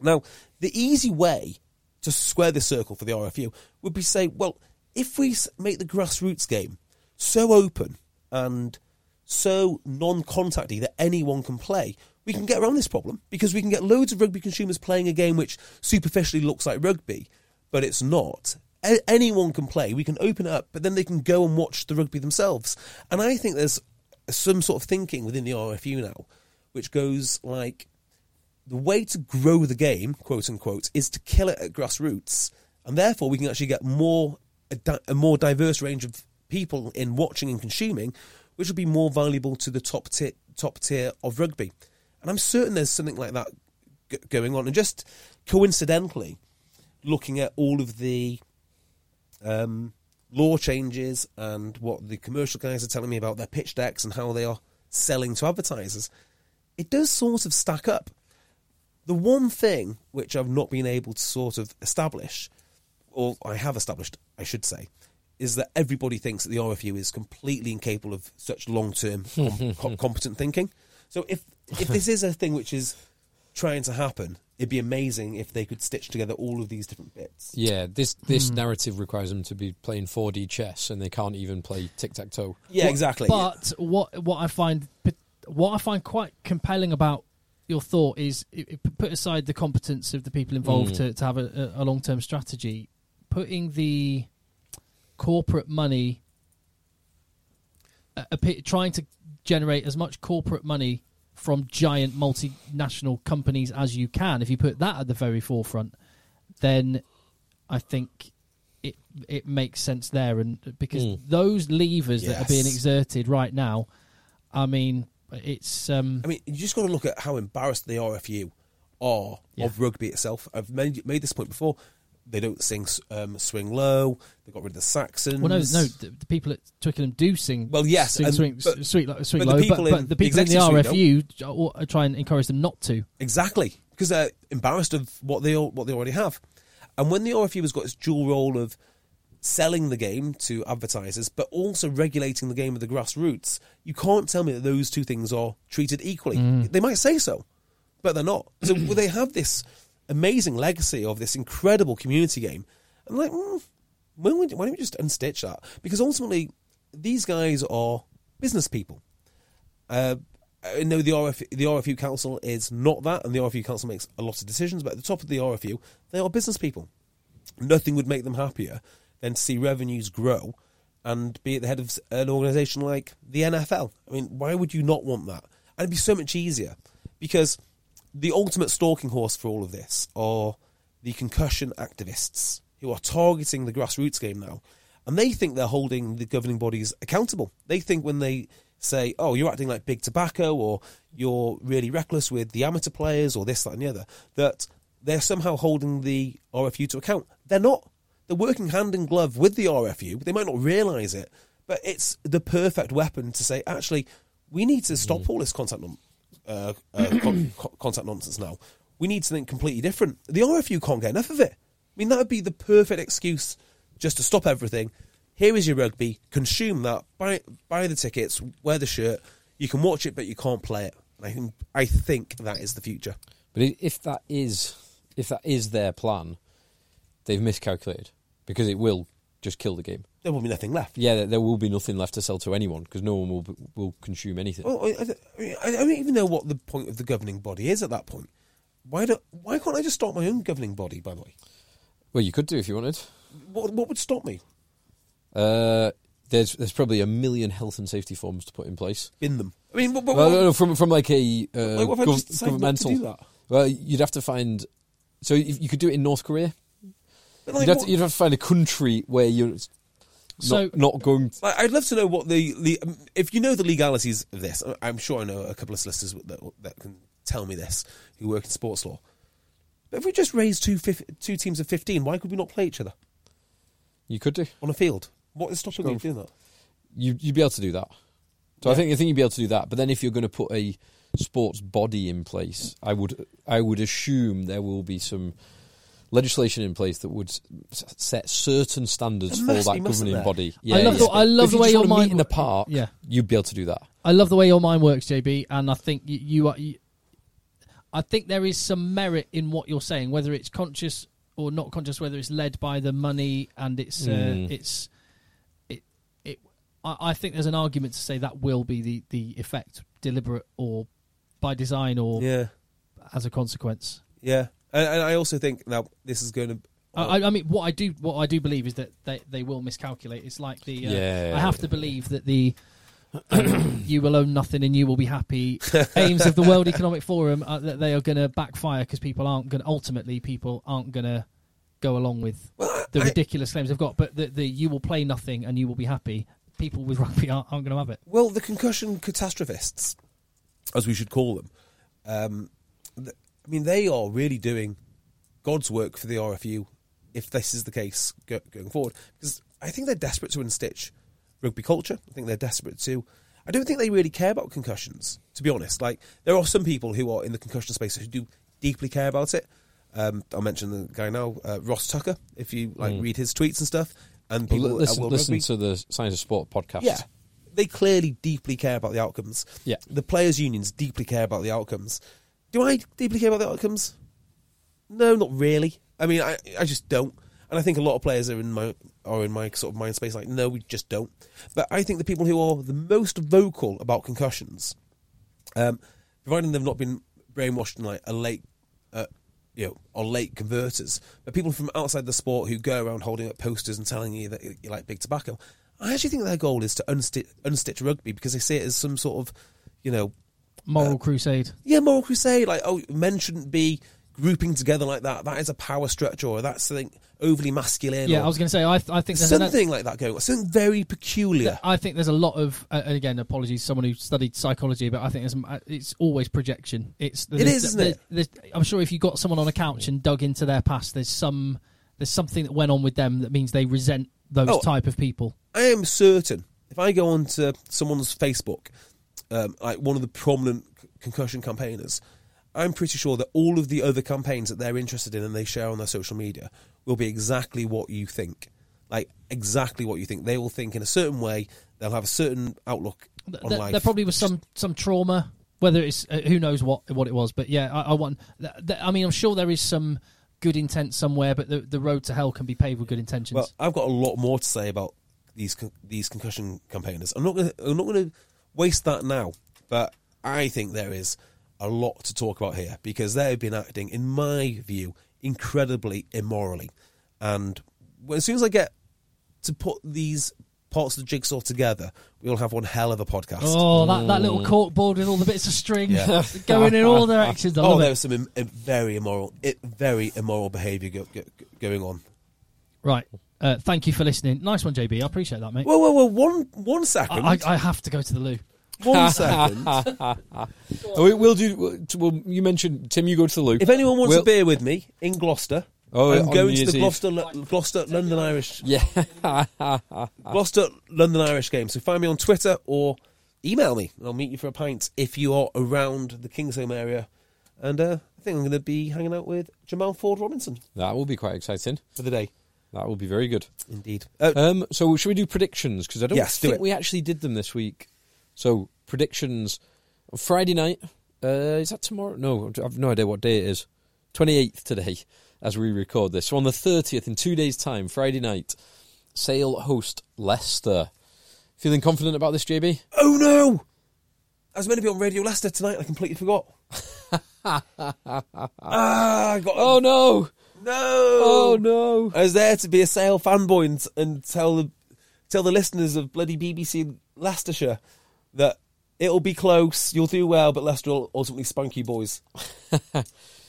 [SPEAKER 4] Now, the easy way to square this circle for the RFU would be say, well, if we s- make the grassroots game so open and so non-contacty that anyone can play, we can get around this problem because we can get loads of rugby consumers playing a game which superficially looks like rugby, but it's not. A- anyone can play. We can open it up, but then they can go and watch the rugby themselves. And I think there's some sort of thinking within the RFU now, which goes like, the way to grow the game, quote unquote, is to kill it at grassroots, and therefore we can actually get more a, di- a more diverse range of people in watching and consuming, which will be more valuable to the top tier top tier of rugby. And I'm certain there's something like that g- going on. And just coincidentally, looking at all of the um, law changes and what the commercial guys are telling me about their pitch decks and how they are selling to advertisers, it does sort of stack up. The one thing which I've not been able to sort of establish, or I have established, I should say, is that everybody thinks that the RFU is completely incapable of such long term com- com- competent thinking. So if if this is a thing which is trying to happen, it'd be amazing if they could stitch together all of these different bits.
[SPEAKER 3] Yeah, this this narrative requires them to be playing 4D chess, and they can't even play tic tac toe.
[SPEAKER 4] Yeah, exactly.
[SPEAKER 2] But what what I find what I find quite compelling about your thought is i- i- put aside the competence of the people
[SPEAKER 3] Mm.
[SPEAKER 2] involved to, to have a, a long term strategy, putting the corporate money, a, a pi- trying to generate as much corporate money from giant multinational companies as you can. If you put that at the very forefront, then I think it it makes sense there, and because
[SPEAKER 3] Mm.
[SPEAKER 2] those levers that are being
[SPEAKER 4] Hmm. Yes.
[SPEAKER 2] exerted right now, I mean, it's um,
[SPEAKER 4] I mean, you just got to look at how embarrassed the RFU are
[SPEAKER 2] Yeah.
[SPEAKER 4] of rugby itself. I've made, made this point before. They don't sing um, swing low. They got rid of the Saxons.
[SPEAKER 2] Well, no, no. The, the people at Twickenham do sing.
[SPEAKER 4] Well, yes,
[SPEAKER 2] sing,
[SPEAKER 4] and-
[SPEAKER 2] swing,
[SPEAKER 4] but-
[SPEAKER 2] s- sweet, lo- sweet
[SPEAKER 4] but the
[SPEAKER 2] low.
[SPEAKER 4] people
[SPEAKER 2] but, but
[SPEAKER 4] in-
[SPEAKER 2] the people in the
[SPEAKER 4] executive suite don't.
[SPEAKER 2] RFU j- or- uh, try and encourage them not to.
[SPEAKER 4] Exactly, because they're embarrassed of what they al- what they already have. And when the RFU has got its dual role of selling the game to advertisers, but also regulating the game of the grassroots, you can't tell me that those two things are treated equally. They might say so, but they're not. So well, they have this amazing legacy of this incredible community game. And like, mm, when would- why don't we just unstitch that? Because ultimately, these guys are business people. Uh, I know the RF, the RFU Council is not that, and the RFU Council makes a lot of decisions. But at the top of the RFU, they are business people. Nothing would make them happier than to see revenues grow and be at the head of s- an organisation like the NFL. I mean, why would you not want that? And it'd be so much easier because the ultimate stalking horse for all of this are the concussion activists who are targeting the grassroots game now. And they think they're holding the governing bodies accountable. They think when they say, oh, you're acting like big tobacco or you're really reckless with the amateur players or this, that, and the other, that they're somehow holding the RFU to account. They're not. They're working hand in glove with the RFU. They might not realise it, but it's the perfect weapon to say, actually, we need to stop all this contact num- uh, uh, con- con- contact nonsense now. We need something completely different. The RFU can't get enough of it. I mean, that would be the perfect excuse just to stop everything. Here is your rugby. Consume that. Buy buy the tickets. Wear the shirt. You can watch it, but you can't play it. And I think I think that is the future.
[SPEAKER 3] But i- if that is if that is their plan, they've miscalculated because it will just kill the game.
[SPEAKER 4] There will be nothing left.
[SPEAKER 3] Yeah, there- there will be nothing left to sell to anyone because no one will b- will consume anything.
[SPEAKER 4] Well, I, I, I mean, I don't even know what the point of the governing body is at that point. Why do Why can't I just start my own governing body? By the way,
[SPEAKER 3] Well, you could do if you wanted.
[SPEAKER 4] what what would stop me?
[SPEAKER 3] Uh, there's there's probably a million health and safety forms to put in place.
[SPEAKER 4] In them. I mean, but, but,
[SPEAKER 3] Well, no, no, from from like a uh,
[SPEAKER 4] Like, what if I
[SPEAKER 3] gov-
[SPEAKER 4] just decide not to
[SPEAKER 3] governmental.
[SPEAKER 4] do that?
[SPEAKER 3] Well, you'd have to find. So you, you could do it in North Korea.
[SPEAKER 4] but like,
[SPEAKER 3] you'd, have
[SPEAKER 4] what-
[SPEAKER 3] to, you'd have to find a country where you're not,
[SPEAKER 2] So-
[SPEAKER 3] not going. To,
[SPEAKER 4] Like, I'd love to know what the, the um, if you know the legalities of this. I- I'm sure I know a couple of solicitors that, that can tell me this who work in sports law. But if we just raised two fif- two teams of fifteen, why could we not play each other
[SPEAKER 3] you could do.
[SPEAKER 4] on a field? What is stopping me
[SPEAKER 3] Go.
[SPEAKER 4] from doing that?
[SPEAKER 3] You you'd be able to do that. So I
[SPEAKER 4] Yeah.
[SPEAKER 3] think I think you'd be able to do that. But then if you're going to put a sports body in place, I would I would assume there will be some legislation in place that would s- s- set certain standards
[SPEAKER 4] There
[SPEAKER 3] for
[SPEAKER 4] must
[SPEAKER 3] that
[SPEAKER 4] be, mustn't
[SPEAKER 3] governing
[SPEAKER 4] there?
[SPEAKER 3] body.
[SPEAKER 2] I love the- I
[SPEAKER 3] But
[SPEAKER 2] love
[SPEAKER 3] if
[SPEAKER 2] the
[SPEAKER 3] you
[SPEAKER 2] way
[SPEAKER 3] just
[SPEAKER 2] your
[SPEAKER 3] wanna meet
[SPEAKER 2] mind
[SPEAKER 3] in the
[SPEAKER 2] wo-
[SPEAKER 3] park.
[SPEAKER 2] yeah.
[SPEAKER 3] you'd be able to do that.
[SPEAKER 2] I love the way your mind works, JB, and I think you, you are. You, I think there is some merit in what you're saying, whether it's conscious or not conscious, whether it's led by the money and it's
[SPEAKER 3] Mm.
[SPEAKER 2] uh, it's it it. I, I think there's an argument to say that will be the the effect, deliberate or by design or
[SPEAKER 4] Yeah,
[SPEAKER 2] as a consequence.
[SPEAKER 4] yeah. And, and I also think now this is going to.
[SPEAKER 2] I, I- I mean, what I do, what I do believe is that they, they will miscalculate. It's like the uh,
[SPEAKER 3] Yeah.
[SPEAKER 2] I have to believe that the you will own nothing and you will be happy aims of the World Economic Forum uh, that they are going to backfire because people aren't going to ultimately people aren't going to go along with the ridiculous claims they've got. But the, the you will play nothing and you will be happy. People with rugby aren't, aren't going to have it.
[SPEAKER 4] Well, the concussion catastrophists, as we should call them, um, th- I mean, they are really doing God's work for the RFU if this is the case go- going forward. Because I think they're desperate to unstitch rugby culture. I think they're desperate to. I don't think they really care about concussions, to be honest. Like, there are some people who are in the concussion space who do deeply care about it. Um, I'll mention the guy now, uh, Ross Tucker, if you like read his tweets and stuff. And
[SPEAKER 3] But
[SPEAKER 4] people at
[SPEAKER 3] Mm. listen,
[SPEAKER 4] World
[SPEAKER 3] listen
[SPEAKER 4] Rugby.
[SPEAKER 3] to the Science of Sport podcast.
[SPEAKER 4] Yeah. they clearly deeply care about the outcomes.
[SPEAKER 3] Yeah.
[SPEAKER 4] The players' unions deeply care about the outcomes. Do I deeply care about the outcomes? No, not really. I mean, I I just don't. And I think a lot of players are in my are in my sort of mind space like, no, we just don't. But I think the people who are the most vocal about concussions, um, providing they've not been brainwashed in like a late, uh, you know, or late converters, but people from outside the sport who go around holding up posters and telling you that you like big tobacco. I actually think their goal is to unstitch, unstitch rugby because they see it as some sort of, you know,
[SPEAKER 2] Moral crusade.
[SPEAKER 4] yeah, moral crusade. Like, oh, men shouldn't be grouping together like that. That is a power structure, or that's something overly masculine.
[SPEAKER 2] Yeah,
[SPEAKER 4] or
[SPEAKER 2] I was going to say. I, th- I think there's an-
[SPEAKER 4] something like that going. on. Something very peculiar.
[SPEAKER 2] I think there's a lot of, uh, and again, apologies, someone who studied psychology, but I think there's, uh, it's always projection. It's
[SPEAKER 4] It is, isn't it?
[SPEAKER 2] there's- I'm sure if you got someone on a couch and dug into their past, there's some, there's something that went on with them that means they resent those
[SPEAKER 4] Oh.
[SPEAKER 2] type of people.
[SPEAKER 4] I am certain if I go onto someone's Facebook, um, like one of the prominent c- concussion campaigners, I'm pretty sure that all of the other campaigns that they're interested in and they share on their social media will be exactly what you think. Like exactly what you think. They will think in a certain way. They'll have a certain outlook
[SPEAKER 2] Th-
[SPEAKER 4] on
[SPEAKER 2] th-
[SPEAKER 4] life.
[SPEAKER 2] there probably was some some trauma, whether it's uh, who knows what what it was, but yeah, I, I want. Th- th- I mean, I'm sure there is some good intent somewhere, but the the road to hell can be paved with good intentions.
[SPEAKER 4] Well, I've got a lot more to say about these con- these concussion campaigners. I'm not gonna, I'm not going to waste that now, but I think there is a lot to talk about here because they have been acting, in my view, incredibly immorally. And well, as soon as I get to put these parts of the jigsaw together, we'll have one hell of a podcast.
[SPEAKER 2] Oh, that, that little cork board with all the bits of string
[SPEAKER 4] Yeah.
[SPEAKER 2] going in all directions. I
[SPEAKER 4] Oh,
[SPEAKER 2] love
[SPEAKER 4] there
[SPEAKER 2] it.
[SPEAKER 4] was some Im- im- very immoral, i- very immoral behaviour go- go- going on.
[SPEAKER 2] Right. Uh, thank you for listening. Nice one, JB. I appreciate that, mate.
[SPEAKER 4] Whoa, whoa, whoa! One, one
[SPEAKER 2] I,
[SPEAKER 4] second,
[SPEAKER 2] I, I have to go to the loo.
[SPEAKER 4] one second.
[SPEAKER 3] Oh, we, we'll do. We'll, well, you mentioned Tim. You go to the loo.
[SPEAKER 4] If anyone wants
[SPEAKER 3] We'll-
[SPEAKER 4] a beer with me in Gloucester,
[SPEAKER 3] Oh,
[SPEAKER 4] I'm
[SPEAKER 3] on
[SPEAKER 4] going
[SPEAKER 3] New
[SPEAKER 4] to
[SPEAKER 3] Year's
[SPEAKER 4] the
[SPEAKER 3] Eve.
[SPEAKER 4] Gloucester, Lo- Gloucester London Irish,
[SPEAKER 3] yeah, Ah.
[SPEAKER 4] Gloucester London Irish game. So find me on Twitter or email me, and I'll meet you for a pint if you are around the Kingsholm area. And uh, I think I'm going to be hanging out with Jamal Ford Robinson
[SPEAKER 3] that will be quite exciting.
[SPEAKER 4] for the day.
[SPEAKER 3] That will be very good.
[SPEAKER 4] Indeed. Uh,
[SPEAKER 3] Um, so should we do predictions? Because I don't
[SPEAKER 4] Yes, do
[SPEAKER 3] think
[SPEAKER 4] it.
[SPEAKER 3] we actually did them this week. So predictions on Friday night. Uh, is that tomorrow? No, I've no idea what day it is. Twenty eighth today, as we record this. So on the thirtieth, in two days' time, Friday night, Sale host Leicester. Feeling confident about this, JB?
[SPEAKER 4] oh no! I was meant to be on Radio Leicester tonight. and I completely forgot. ah, I got
[SPEAKER 3] Oh no!
[SPEAKER 4] no!
[SPEAKER 3] Oh no!
[SPEAKER 4] I was there to be a Sale fanboy and, and tell the tell the listeners of bloody BBC in Leicestershire that it'll be close, you'll do well, but Leicester will ultimately spank you boys.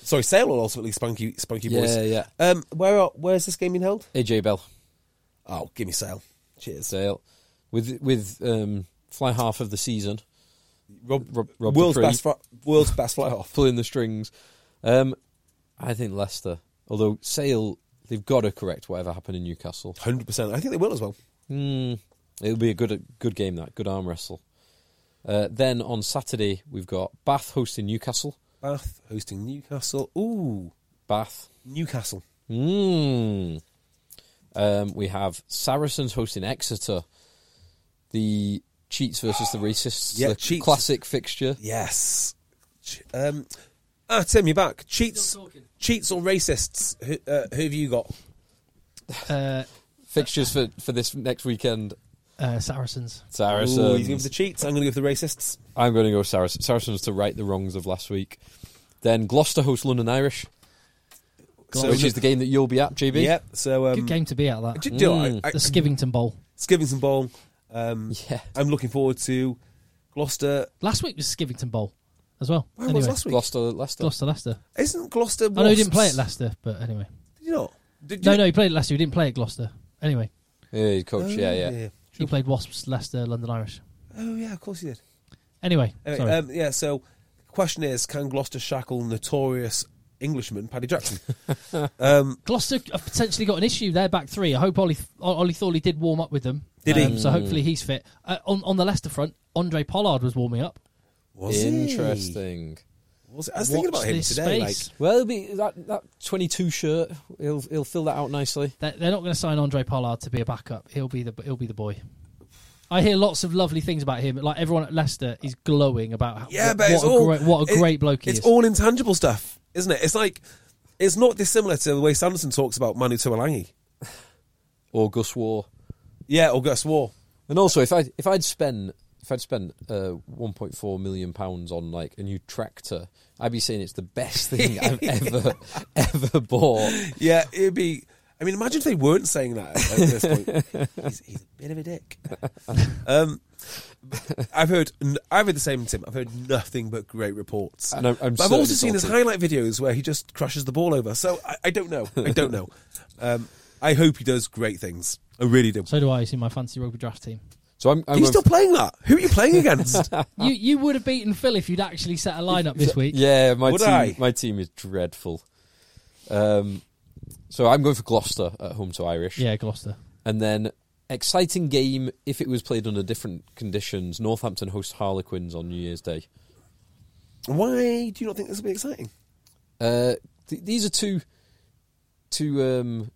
[SPEAKER 4] Sorry, Sale will ultimately spank you, spank you boys.
[SPEAKER 3] Yeah, yeah.
[SPEAKER 4] Um, where are, where's this game being held?
[SPEAKER 3] AJ Bell,
[SPEAKER 4] Oh, give me Sale. Cheers.
[SPEAKER 3] Sale, with with um, fly half of the season.
[SPEAKER 4] Rob,
[SPEAKER 3] Rob- Rob
[SPEAKER 4] world's
[SPEAKER 3] Dupree.
[SPEAKER 4] best, fri- world's best fly off.
[SPEAKER 3] pulling the strings. Um, I think Leicester, although Sale, they've got to correct whatever happened in Newcastle.
[SPEAKER 4] Hundred percent. I think they will as well.
[SPEAKER 3] Hmm. it'll be a good good game that good arm wrestle. Uh, then on Saturday we've got Bath hosting Newcastle.
[SPEAKER 4] Bath hosting Newcastle. Ooh,
[SPEAKER 3] Bath.
[SPEAKER 4] Newcastle.
[SPEAKER 3] Mm. Um, we have Saracens hosting Exeter. The cheats versus the racists.
[SPEAKER 4] Yeah,
[SPEAKER 3] the
[SPEAKER 4] cheats.
[SPEAKER 3] classic fixture.
[SPEAKER 4] Yes. Ch- Um, ah, Tim, you're back. Cheats, cheats or racists? Who, uh, who have you got?
[SPEAKER 2] Uh,
[SPEAKER 3] Fixtures for, for this next weekend.
[SPEAKER 2] uh, Saracens.
[SPEAKER 3] Saracens.
[SPEAKER 4] Ooh, he's going with the cheats. I'm going to go with the racists.
[SPEAKER 3] I'm going to go Saracens, Saracens to right the wrongs of last week. Then Gloucester host London Irish,
[SPEAKER 4] So-
[SPEAKER 3] which Oh, is the game that you'll be at, JB.
[SPEAKER 4] Yep. So um,
[SPEAKER 2] Good game to be at, that.
[SPEAKER 4] Do, do you know what?
[SPEAKER 3] Mm.
[SPEAKER 4] I, I,
[SPEAKER 2] the Skivington Bowl.
[SPEAKER 4] Skivington Bowl. Um,
[SPEAKER 3] Yeah.
[SPEAKER 4] I'm looking forward to Gloucester.
[SPEAKER 2] Last week was Skivington Bowl as well.
[SPEAKER 4] Where
[SPEAKER 2] anyway,
[SPEAKER 4] was last week?
[SPEAKER 3] Gloucester, Leicester.
[SPEAKER 2] Gloucester, Leicester.
[SPEAKER 4] Isn't Gloucester?
[SPEAKER 2] I know he didn't play at
[SPEAKER 4] Wasps?
[SPEAKER 2] Leicester, but anyway.
[SPEAKER 4] Did you not? Did
[SPEAKER 2] No,
[SPEAKER 4] you-
[SPEAKER 2] no, he played at Leicester. He didn't play at Gloucester. Anyway,
[SPEAKER 3] Yeah, he's coach.
[SPEAKER 4] Oh,
[SPEAKER 3] yeah, yeah.
[SPEAKER 2] he played Wasps, Leicester, London Irish.
[SPEAKER 4] Oh yeah, of course you did.
[SPEAKER 2] Anyway,
[SPEAKER 4] Anyway,
[SPEAKER 2] sorry.
[SPEAKER 4] um, yeah. So, question is, can Gloucester shackle notorious Englishman Paddy Jackson? um,
[SPEAKER 2] Gloucester have potentially got an issue. Their back three. I hope Ollie Ollie Thorley did warm up with them. Um,
[SPEAKER 4] Did he?
[SPEAKER 2] So hopefully he's fit. Uh, on on the Leicester front, Andre Pollard was warming up.
[SPEAKER 3] Oh,
[SPEAKER 4] was he?
[SPEAKER 3] Interesting.
[SPEAKER 4] Was it? I was thinking
[SPEAKER 2] Watch
[SPEAKER 4] about him
[SPEAKER 2] this
[SPEAKER 4] today. Like,
[SPEAKER 2] space.
[SPEAKER 3] Well, it'll be that that 22 shirt. He'll he'll fill that out nicely.
[SPEAKER 2] They're, they're not going to sign Andre Pollard to be a backup. He'll be the he'll be the boy. I hear lots of lovely things about him. Like everyone at Leicester is glowing about how,
[SPEAKER 4] Yeah,
[SPEAKER 2] what,
[SPEAKER 4] but
[SPEAKER 2] what
[SPEAKER 4] it's
[SPEAKER 2] a
[SPEAKER 4] all
[SPEAKER 2] great, what a
[SPEAKER 4] it-
[SPEAKER 2] great bloke he
[SPEAKER 4] It's
[SPEAKER 2] is.
[SPEAKER 4] all intangible stuff, isn't it? It's like it's not dissimilar to the way Sanderson talks about Manu Tuolangi.
[SPEAKER 3] or Gus War.
[SPEAKER 4] Yeah, or Gus War.
[SPEAKER 3] And also, if I if I'd spend if I'd spent uh, 1.4 million pounds on like a new tractor, I'd be saying it's the best thing I've ever ever bought.
[SPEAKER 4] Yeah, it'd be. I mean, imagine if they weren't saying that at this point. he's, he's a bit of a dick. Um, I've heard, n- I've heard the same, Tim. I've heard nothing but great reports.
[SPEAKER 3] And I'm- I'm
[SPEAKER 4] but I've also
[SPEAKER 3] certainly
[SPEAKER 4] seen his
[SPEAKER 3] salty.
[SPEAKER 4] highlight videos where he just crushes the ball over. So I, I don't know. I don't know. Um, I hope he does great things. I really do.
[SPEAKER 2] so do I. He's in my fantasy rugby draft team.
[SPEAKER 3] So I'm, I'm
[SPEAKER 4] He's
[SPEAKER 3] going
[SPEAKER 4] still playing that. Who are you playing against?
[SPEAKER 2] You you would have beaten Phil if you'd actually set a lineup this week.
[SPEAKER 3] Ah. Yeah, my
[SPEAKER 4] Would
[SPEAKER 3] team.
[SPEAKER 4] I?
[SPEAKER 3] My team is dreadful. Um, so I'm going for Gloucester at home to Irish,
[SPEAKER 2] Yeah, Gloucester.
[SPEAKER 3] and then exciting game if it was played under different conditions. Northampton host Harlequins on New Year's Day.
[SPEAKER 4] Why do you not think this will be exciting?
[SPEAKER 3] Uh, th- these are two two um,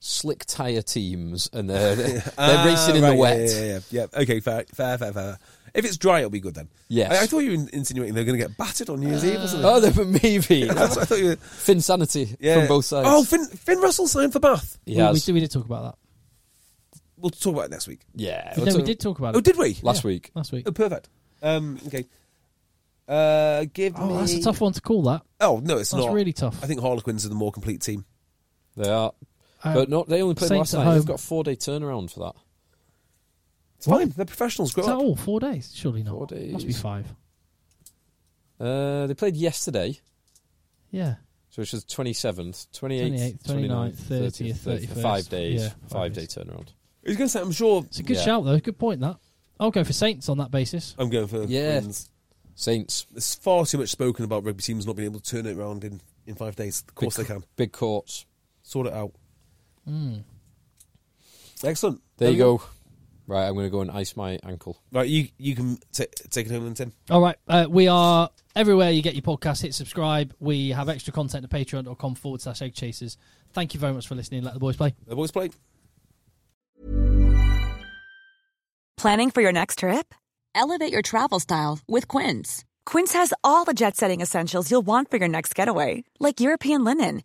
[SPEAKER 3] slick tire teams, and they're they're, they're racing in
[SPEAKER 4] Ah, Uh, right,
[SPEAKER 3] the
[SPEAKER 4] yeah,
[SPEAKER 3] wet.
[SPEAKER 4] Yeah, yeah, yeah. yeah. Okay, fair, fair, fair, fair. If it's dry, it'll be good then.
[SPEAKER 3] Yes.
[SPEAKER 4] I, I thought you were insinuating they were going to get battered on New Year's Eve or something.
[SPEAKER 3] Oh, they're, but maybe
[SPEAKER 4] That's what I thought you were.
[SPEAKER 3] Finn sanity
[SPEAKER 4] Yeah.
[SPEAKER 3] from both sides.
[SPEAKER 4] Oh, Finn, Finn Russell signed for Bath.
[SPEAKER 3] He
[SPEAKER 2] We- we,
[SPEAKER 3] has.
[SPEAKER 2] did, we did talk about
[SPEAKER 4] We'll talk about it next week.
[SPEAKER 3] yeah, uh,
[SPEAKER 2] that. No,
[SPEAKER 3] so-
[SPEAKER 2] we did talk about it
[SPEAKER 4] Oh, did we?
[SPEAKER 3] last week.
[SPEAKER 2] last week.
[SPEAKER 4] Oh, perfect. Um, okay. Uh, give me.
[SPEAKER 2] Oh, that's a tough one to call that.
[SPEAKER 4] Oh no, it's
[SPEAKER 2] That's
[SPEAKER 4] not.
[SPEAKER 2] really tough.
[SPEAKER 4] I think Harlequins are the more complete team.
[SPEAKER 3] They are,
[SPEAKER 4] Uh,
[SPEAKER 2] Um,
[SPEAKER 3] but no, they only played
[SPEAKER 2] Saints at
[SPEAKER 3] last night. They've
[SPEAKER 2] home.
[SPEAKER 3] got a four day turnaround for that.
[SPEAKER 4] It's fine. They're professionals. Grow
[SPEAKER 2] Is that
[SPEAKER 4] up.
[SPEAKER 2] all? Four days? Surely not.
[SPEAKER 3] Four
[SPEAKER 2] Must be
[SPEAKER 3] days.
[SPEAKER 2] five.
[SPEAKER 3] Uh, they played yesterday,
[SPEAKER 2] Yeah.
[SPEAKER 3] so it's the 27th, 28th,
[SPEAKER 2] 28th,
[SPEAKER 3] 29th,
[SPEAKER 2] 30th, 31st.
[SPEAKER 3] Five days,
[SPEAKER 2] Yeah,
[SPEAKER 3] five
[SPEAKER 2] five
[SPEAKER 3] day
[SPEAKER 2] days.
[SPEAKER 3] turnaround.
[SPEAKER 4] He's going to say, I'm sure.
[SPEAKER 2] It's a good
[SPEAKER 3] Yeah.
[SPEAKER 2] shout, though. Good point, that. I'll go for Saints on that basis.
[SPEAKER 4] I'm going for
[SPEAKER 3] Yeah.
[SPEAKER 4] wins.
[SPEAKER 3] Saints,
[SPEAKER 4] There's far too much spoken about rugby teams not being able to turn it around in, in five days. Of course
[SPEAKER 3] big,
[SPEAKER 4] they can.
[SPEAKER 3] Big courts.
[SPEAKER 4] Sort it out. Excellent.
[SPEAKER 3] There you
[SPEAKER 4] we
[SPEAKER 3] go. Right, I'm going to go and ice my ankle.
[SPEAKER 4] Right, you you can t- take it home then, Tim.
[SPEAKER 2] All right. Uh, we are everywhere you get your podcast. Hit subscribe. We have extra content at patreon.com forward slash egg chasers. Thank you very much for listening. Let the boys play.
[SPEAKER 4] The boys play.
[SPEAKER 1] Planning for your next trip?
[SPEAKER 5] Elevate your travel style with Quince.
[SPEAKER 1] Quince has all the jet setting essentials you'll want for your next getaway, like European linen,